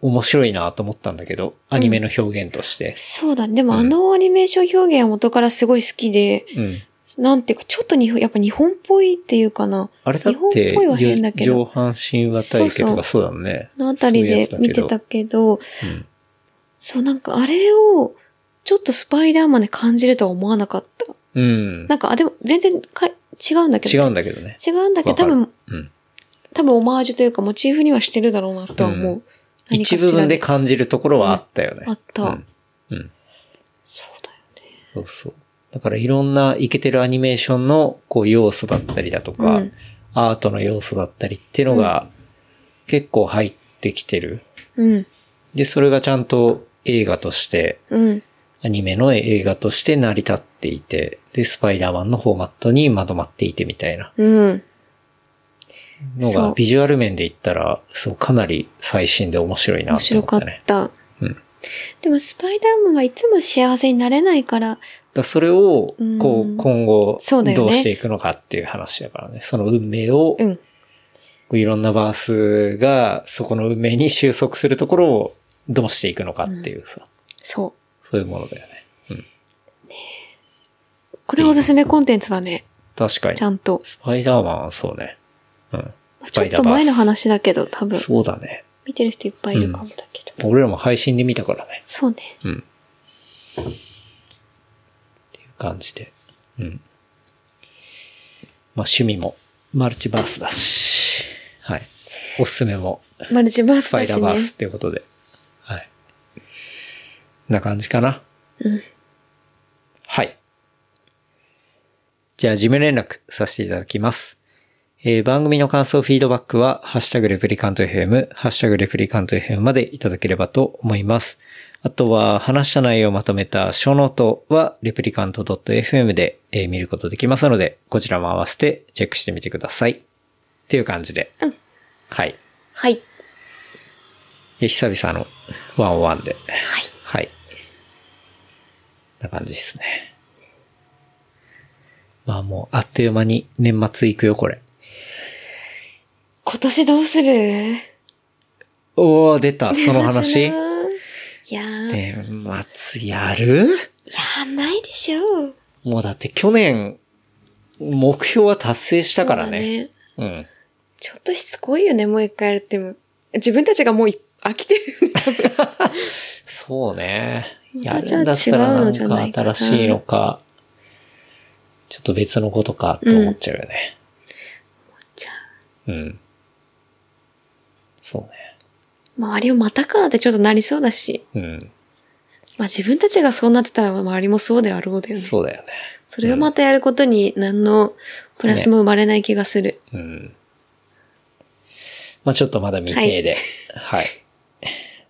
Speaker 2: 面白いなと思ったんだけど、アニメの表現として。
Speaker 3: そうだね。でも、
Speaker 2: うん
Speaker 3: あのアニメーション表現は元からすごい好きで、
Speaker 2: うん。
Speaker 3: なんていうか、ちょっと日本、やっぱ日本っぽいっていうかな。
Speaker 2: あれだっ
Speaker 3: 日本ってぽいは変だ、け
Speaker 2: 上
Speaker 3: ど。
Speaker 2: 半身話体系とかそうだもんね。
Speaker 3: あのあたりで
Speaker 2: そういう
Speaker 3: 見
Speaker 2: やつ
Speaker 3: て
Speaker 2: だけ
Speaker 3: たけど、
Speaker 2: ど。うん
Speaker 3: そう、なんかあれを、ちょっとスパイダーマンで感じるとは思わなかった。
Speaker 2: うん。
Speaker 3: なんか、あ、でも、全然か、違うんだけ
Speaker 2: 違
Speaker 3: ど。
Speaker 2: うんだけどね。
Speaker 3: 違うんだけど、
Speaker 2: わか
Speaker 3: 多
Speaker 2: る
Speaker 3: 分、
Speaker 2: うん。
Speaker 3: 多分オマージュというか、モチーフにはしてるだろうなとは思う。
Speaker 2: うん
Speaker 3: 何かし
Speaker 2: 一
Speaker 3: ら
Speaker 2: 部分で感じるところはあったよね。
Speaker 3: うんあった
Speaker 2: うん。うん
Speaker 3: そうだよね。
Speaker 2: そうそう。だからいろんなイケてるアニメーションのこう要素だったりだとか、
Speaker 3: うん
Speaker 2: アートの要素だったりっていうのが結構入ってきてる。
Speaker 3: うん。
Speaker 2: で、それがちゃんと映画として、
Speaker 3: うん。
Speaker 2: アニメの映画として成り立っていて、で、スパイダーマンのフォーマットにまとまっていてみたいな
Speaker 3: うん。
Speaker 2: の
Speaker 3: そ
Speaker 2: が、
Speaker 3: う
Speaker 2: ビジュアル面で言ったら、そう、かなり最新で面白いな
Speaker 3: 面
Speaker 2: と
Speaker 3: 白
Speaker 2: 思っ
Speaker 3: か
Speaker 2: た
Speaker 3: っ
Speaker 2: ね。
Speaker 3: た。
Speaker 2: うん
Speaker 3: でも、スパイダーマンはいつも幸せになれないから、
Speaker 2: だそれを、こ
Speaker 3: うん
Speaker 2: う、今後
Speaker 3: そう、だよ
Speaker 2: ど
Speaker 3: ね
Speaker 2: うしていくのかっていう話だからね。その運命を、
Speaker 3: うん。
Speaker 2: いろんなバースが、そこの運命に収束するところを、どうしていくのかっていうさ、
Speaker 3: そ
Speaker 2: そういうものだよね。うん。
Speaker 3: う。これはおすすめコンテンツだね。
Speaker 2: 確かに
Speaker 3: ち。ゃんと。
Speaker 2: スパイダーマンはそうね。うん。ス
Speaker 3: ちょ
Speaker 2: パ
Speaker 3: っ
Speaker 2: イダ
Speaker 3: と
Speaker 2: ーバース
Speaker 3: 前の話だけど、多分、
Speaker 2: そうだね。
Speaker 3: 見てる人いっぱいいるかもだけど。
Speaker 2: 俺らも配信で見たからね。
Speaker 3: そうね。
Speaker 2: うん。っていう感じで。うん。まあ趣味もマルチバースだし。はい。おすすめも
Speaker 3: マルチバー
Speaker 2: ス
Speaker 3: ス
Speaker 2: パ
Speaker 3: だ
Speaker 2: イダ
Speaker 3: し
Speaker 2: ー
Speaker 3: ね
Speaker 2: バー。スっていうことで。はい。こんな感じかな。
Speaker 3: うん
Speaker 2: はい。じゃあ、事務連絡させていただきます。えー番組の感想、フィードバックは、ハッシュタグレプリカント FM、ハッシュタグレプリカント FM までいただければと思います。あとは、話した内容をまとめた小ノートは、レプリカント .fm で、えー見ることできますので、こちらも合わせてチェックしてみてください。っていう感じで。
Speaker 3: うん
Speaker 2: はい。
Speaker 3: はい。
Speaker 2: え久々のワンオンワンで。
Speaker 3: はい。
Speaker 2: はい。こんな感じですね。まあもう、あっという間に年末行くよ、これ。
Speaker 3: 今年どうする
Speaker 2: おー、出た、その
Speaker 3: *laughs*
Speaker 2: 話。
Speaker 3: 夏なーいやー、
Speaker 2: 年末やる
Speaker 3: いやー、ないでしょう。
Speaker 2: もうだって去年、目標は達成したからね。
Speaker 3: そうだ
Speaker 2: う
Speaker 3: ちょっとしつこいよね、もう一回やるっても。自分たちがもうい飽きてるよね。
Speaker 2: ん。そうね。や
Speaker 3: また
Speaker 2: るんだった
Speaker 3: じゃあ違
Speaker 2: ら
Speaker 3: う
Speaker 2: な
Speaker 3: の
Speaker 2: ん
Speaker 3: じゃない
Speaker 2: か
Speaker 3: かな
Speaker 2: 新しいのか、ちょっと別のことかって思っちゃうよね。
Speaker 3: *laughs* じゃあ、
Speaker 2: うん。そう
Speaker 3: 周りをまたかってちょっとなりそうだし。
Speaker 2: ね。
Speaker 3: まあ自分たちがそうなってたら周りもそうであろうだ
Speaker 2: う
Speaker 3: よ
Speaker 2: ん。
Speaker 3: ね。
Speaker 2: そうだよね。
Speaker 3: それをまたやることに何のプラスも生まれない気がする。
Speaker 2: うん。まあちょっとまだ未定で。はい。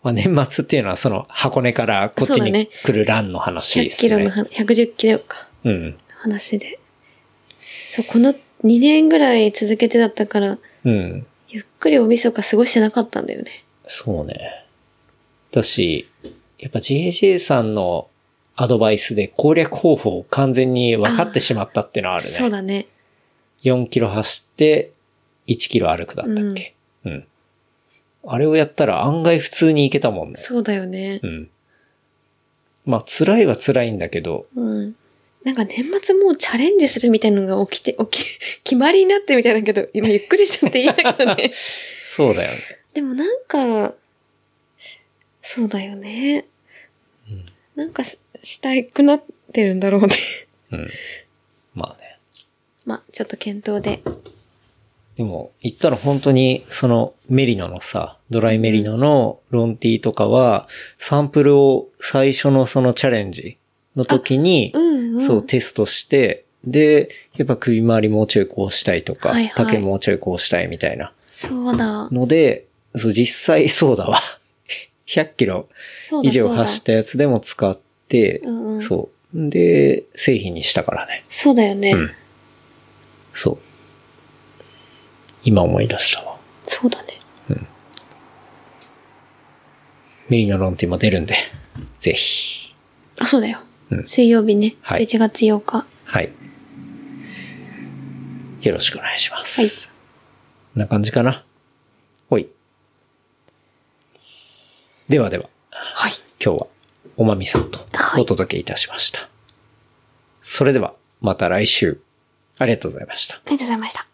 Speaker 2: まあ年末っていうのはその箱根からこっち
Speaker 3: そうだ
Speaker 2: に
Speaker 3: ね
Speaker 2: 来るランの話で
Speaker 3: 100
Speaker 2: す
Speaker 3: キ
Speaker 2: ね。
Speaker 3: ロのは、110キロか。
Speaker 2: うん。
Speaker 3: 話で。そう、この2年ぐらい続けてだったから、
Speaker 2: うん。
Speaker 3: ゆっくりおみそか過ごしてなかったんだよね。
Speaker 2: そうね。だし、やっぱ JJ さんのアドバイスで攻略方法を完全に分かってしまったっていうのはあるね。
Speaker 3: そうだね。
Speaker 2: 4キロ走って、1キロ歩くだったっけ、うん、あれをやったら案外普通に行けたもんね。
Speaker 3: そうだよね
Speaker 2: う。ん。まあ、辛いは辛いんだけど、
Speaker 3: うん。なんか年末もうチャレンジするみたいなのが起きて、起き、 *laughs* 決まりになってみたいだけど、今ゆっくりしちゃっていいんだけど
Speaker 2: *laughs*
Speaker 3: ね。
Speaker 2: そうだよね。
Speaker 3: でもなんか、そうだよね。
Speaker 2: うん
Speaker 3: なんかししたいくなってるんだろう
Speaker 2: *laughs*
Speaker 3: ね。
Speaker 2: うん。まあね。
Speaker 3: まあ、ちょっと検討で。
Speaker 2: でも、言ったら本当に、その、メリノのさ、ドライメリノのロンティーとかは、サンプルを最初のそのチャレンジの時に、
Speaker 3: うん、うん。
Speaker 2: そう、テストして、で、やっぱ首回りもうちょいこうしたいとか、
Speaker 3: はいはい
Speaker 2: 丈もうちょいこうしたいみたいな。
Speaker 3: そうだ。
Speaker 2: ので、そう、実際そうだわ。100キロ
Speaker 3: そうだ。
Speaker 2: 以上走ったやつでも使って
Speaker 3: そうだ。、うんうん。そう
Speaker 2: そう。で、製品にしたからね。
Speaker 3: だよね、
Speaker 2: うん。そう。今思い出したわ。
Speaker 3: そうだね。
Speaker 2: メリノロンって今出るんで、ぜひ。
Speaker 3: あ、そうだよ。
Speaker 2: うん
Speaker 3: 水曜日ね。
Speaker 2: はい
Speaker 3: 11月8日。
Speaker 2: はい。よろしくお願いします。
Speaker 3: はい
Speaker 2: こんな感じかな。ほい。ではでは、
Speaker 3: はい。
Speaker 2: 今日はおまみさんと
Speaker 3: はい
Speaker 2: お届けいたしました。それでは、また来週。ありがとうございました。
Speaker 3: ありがとうございました。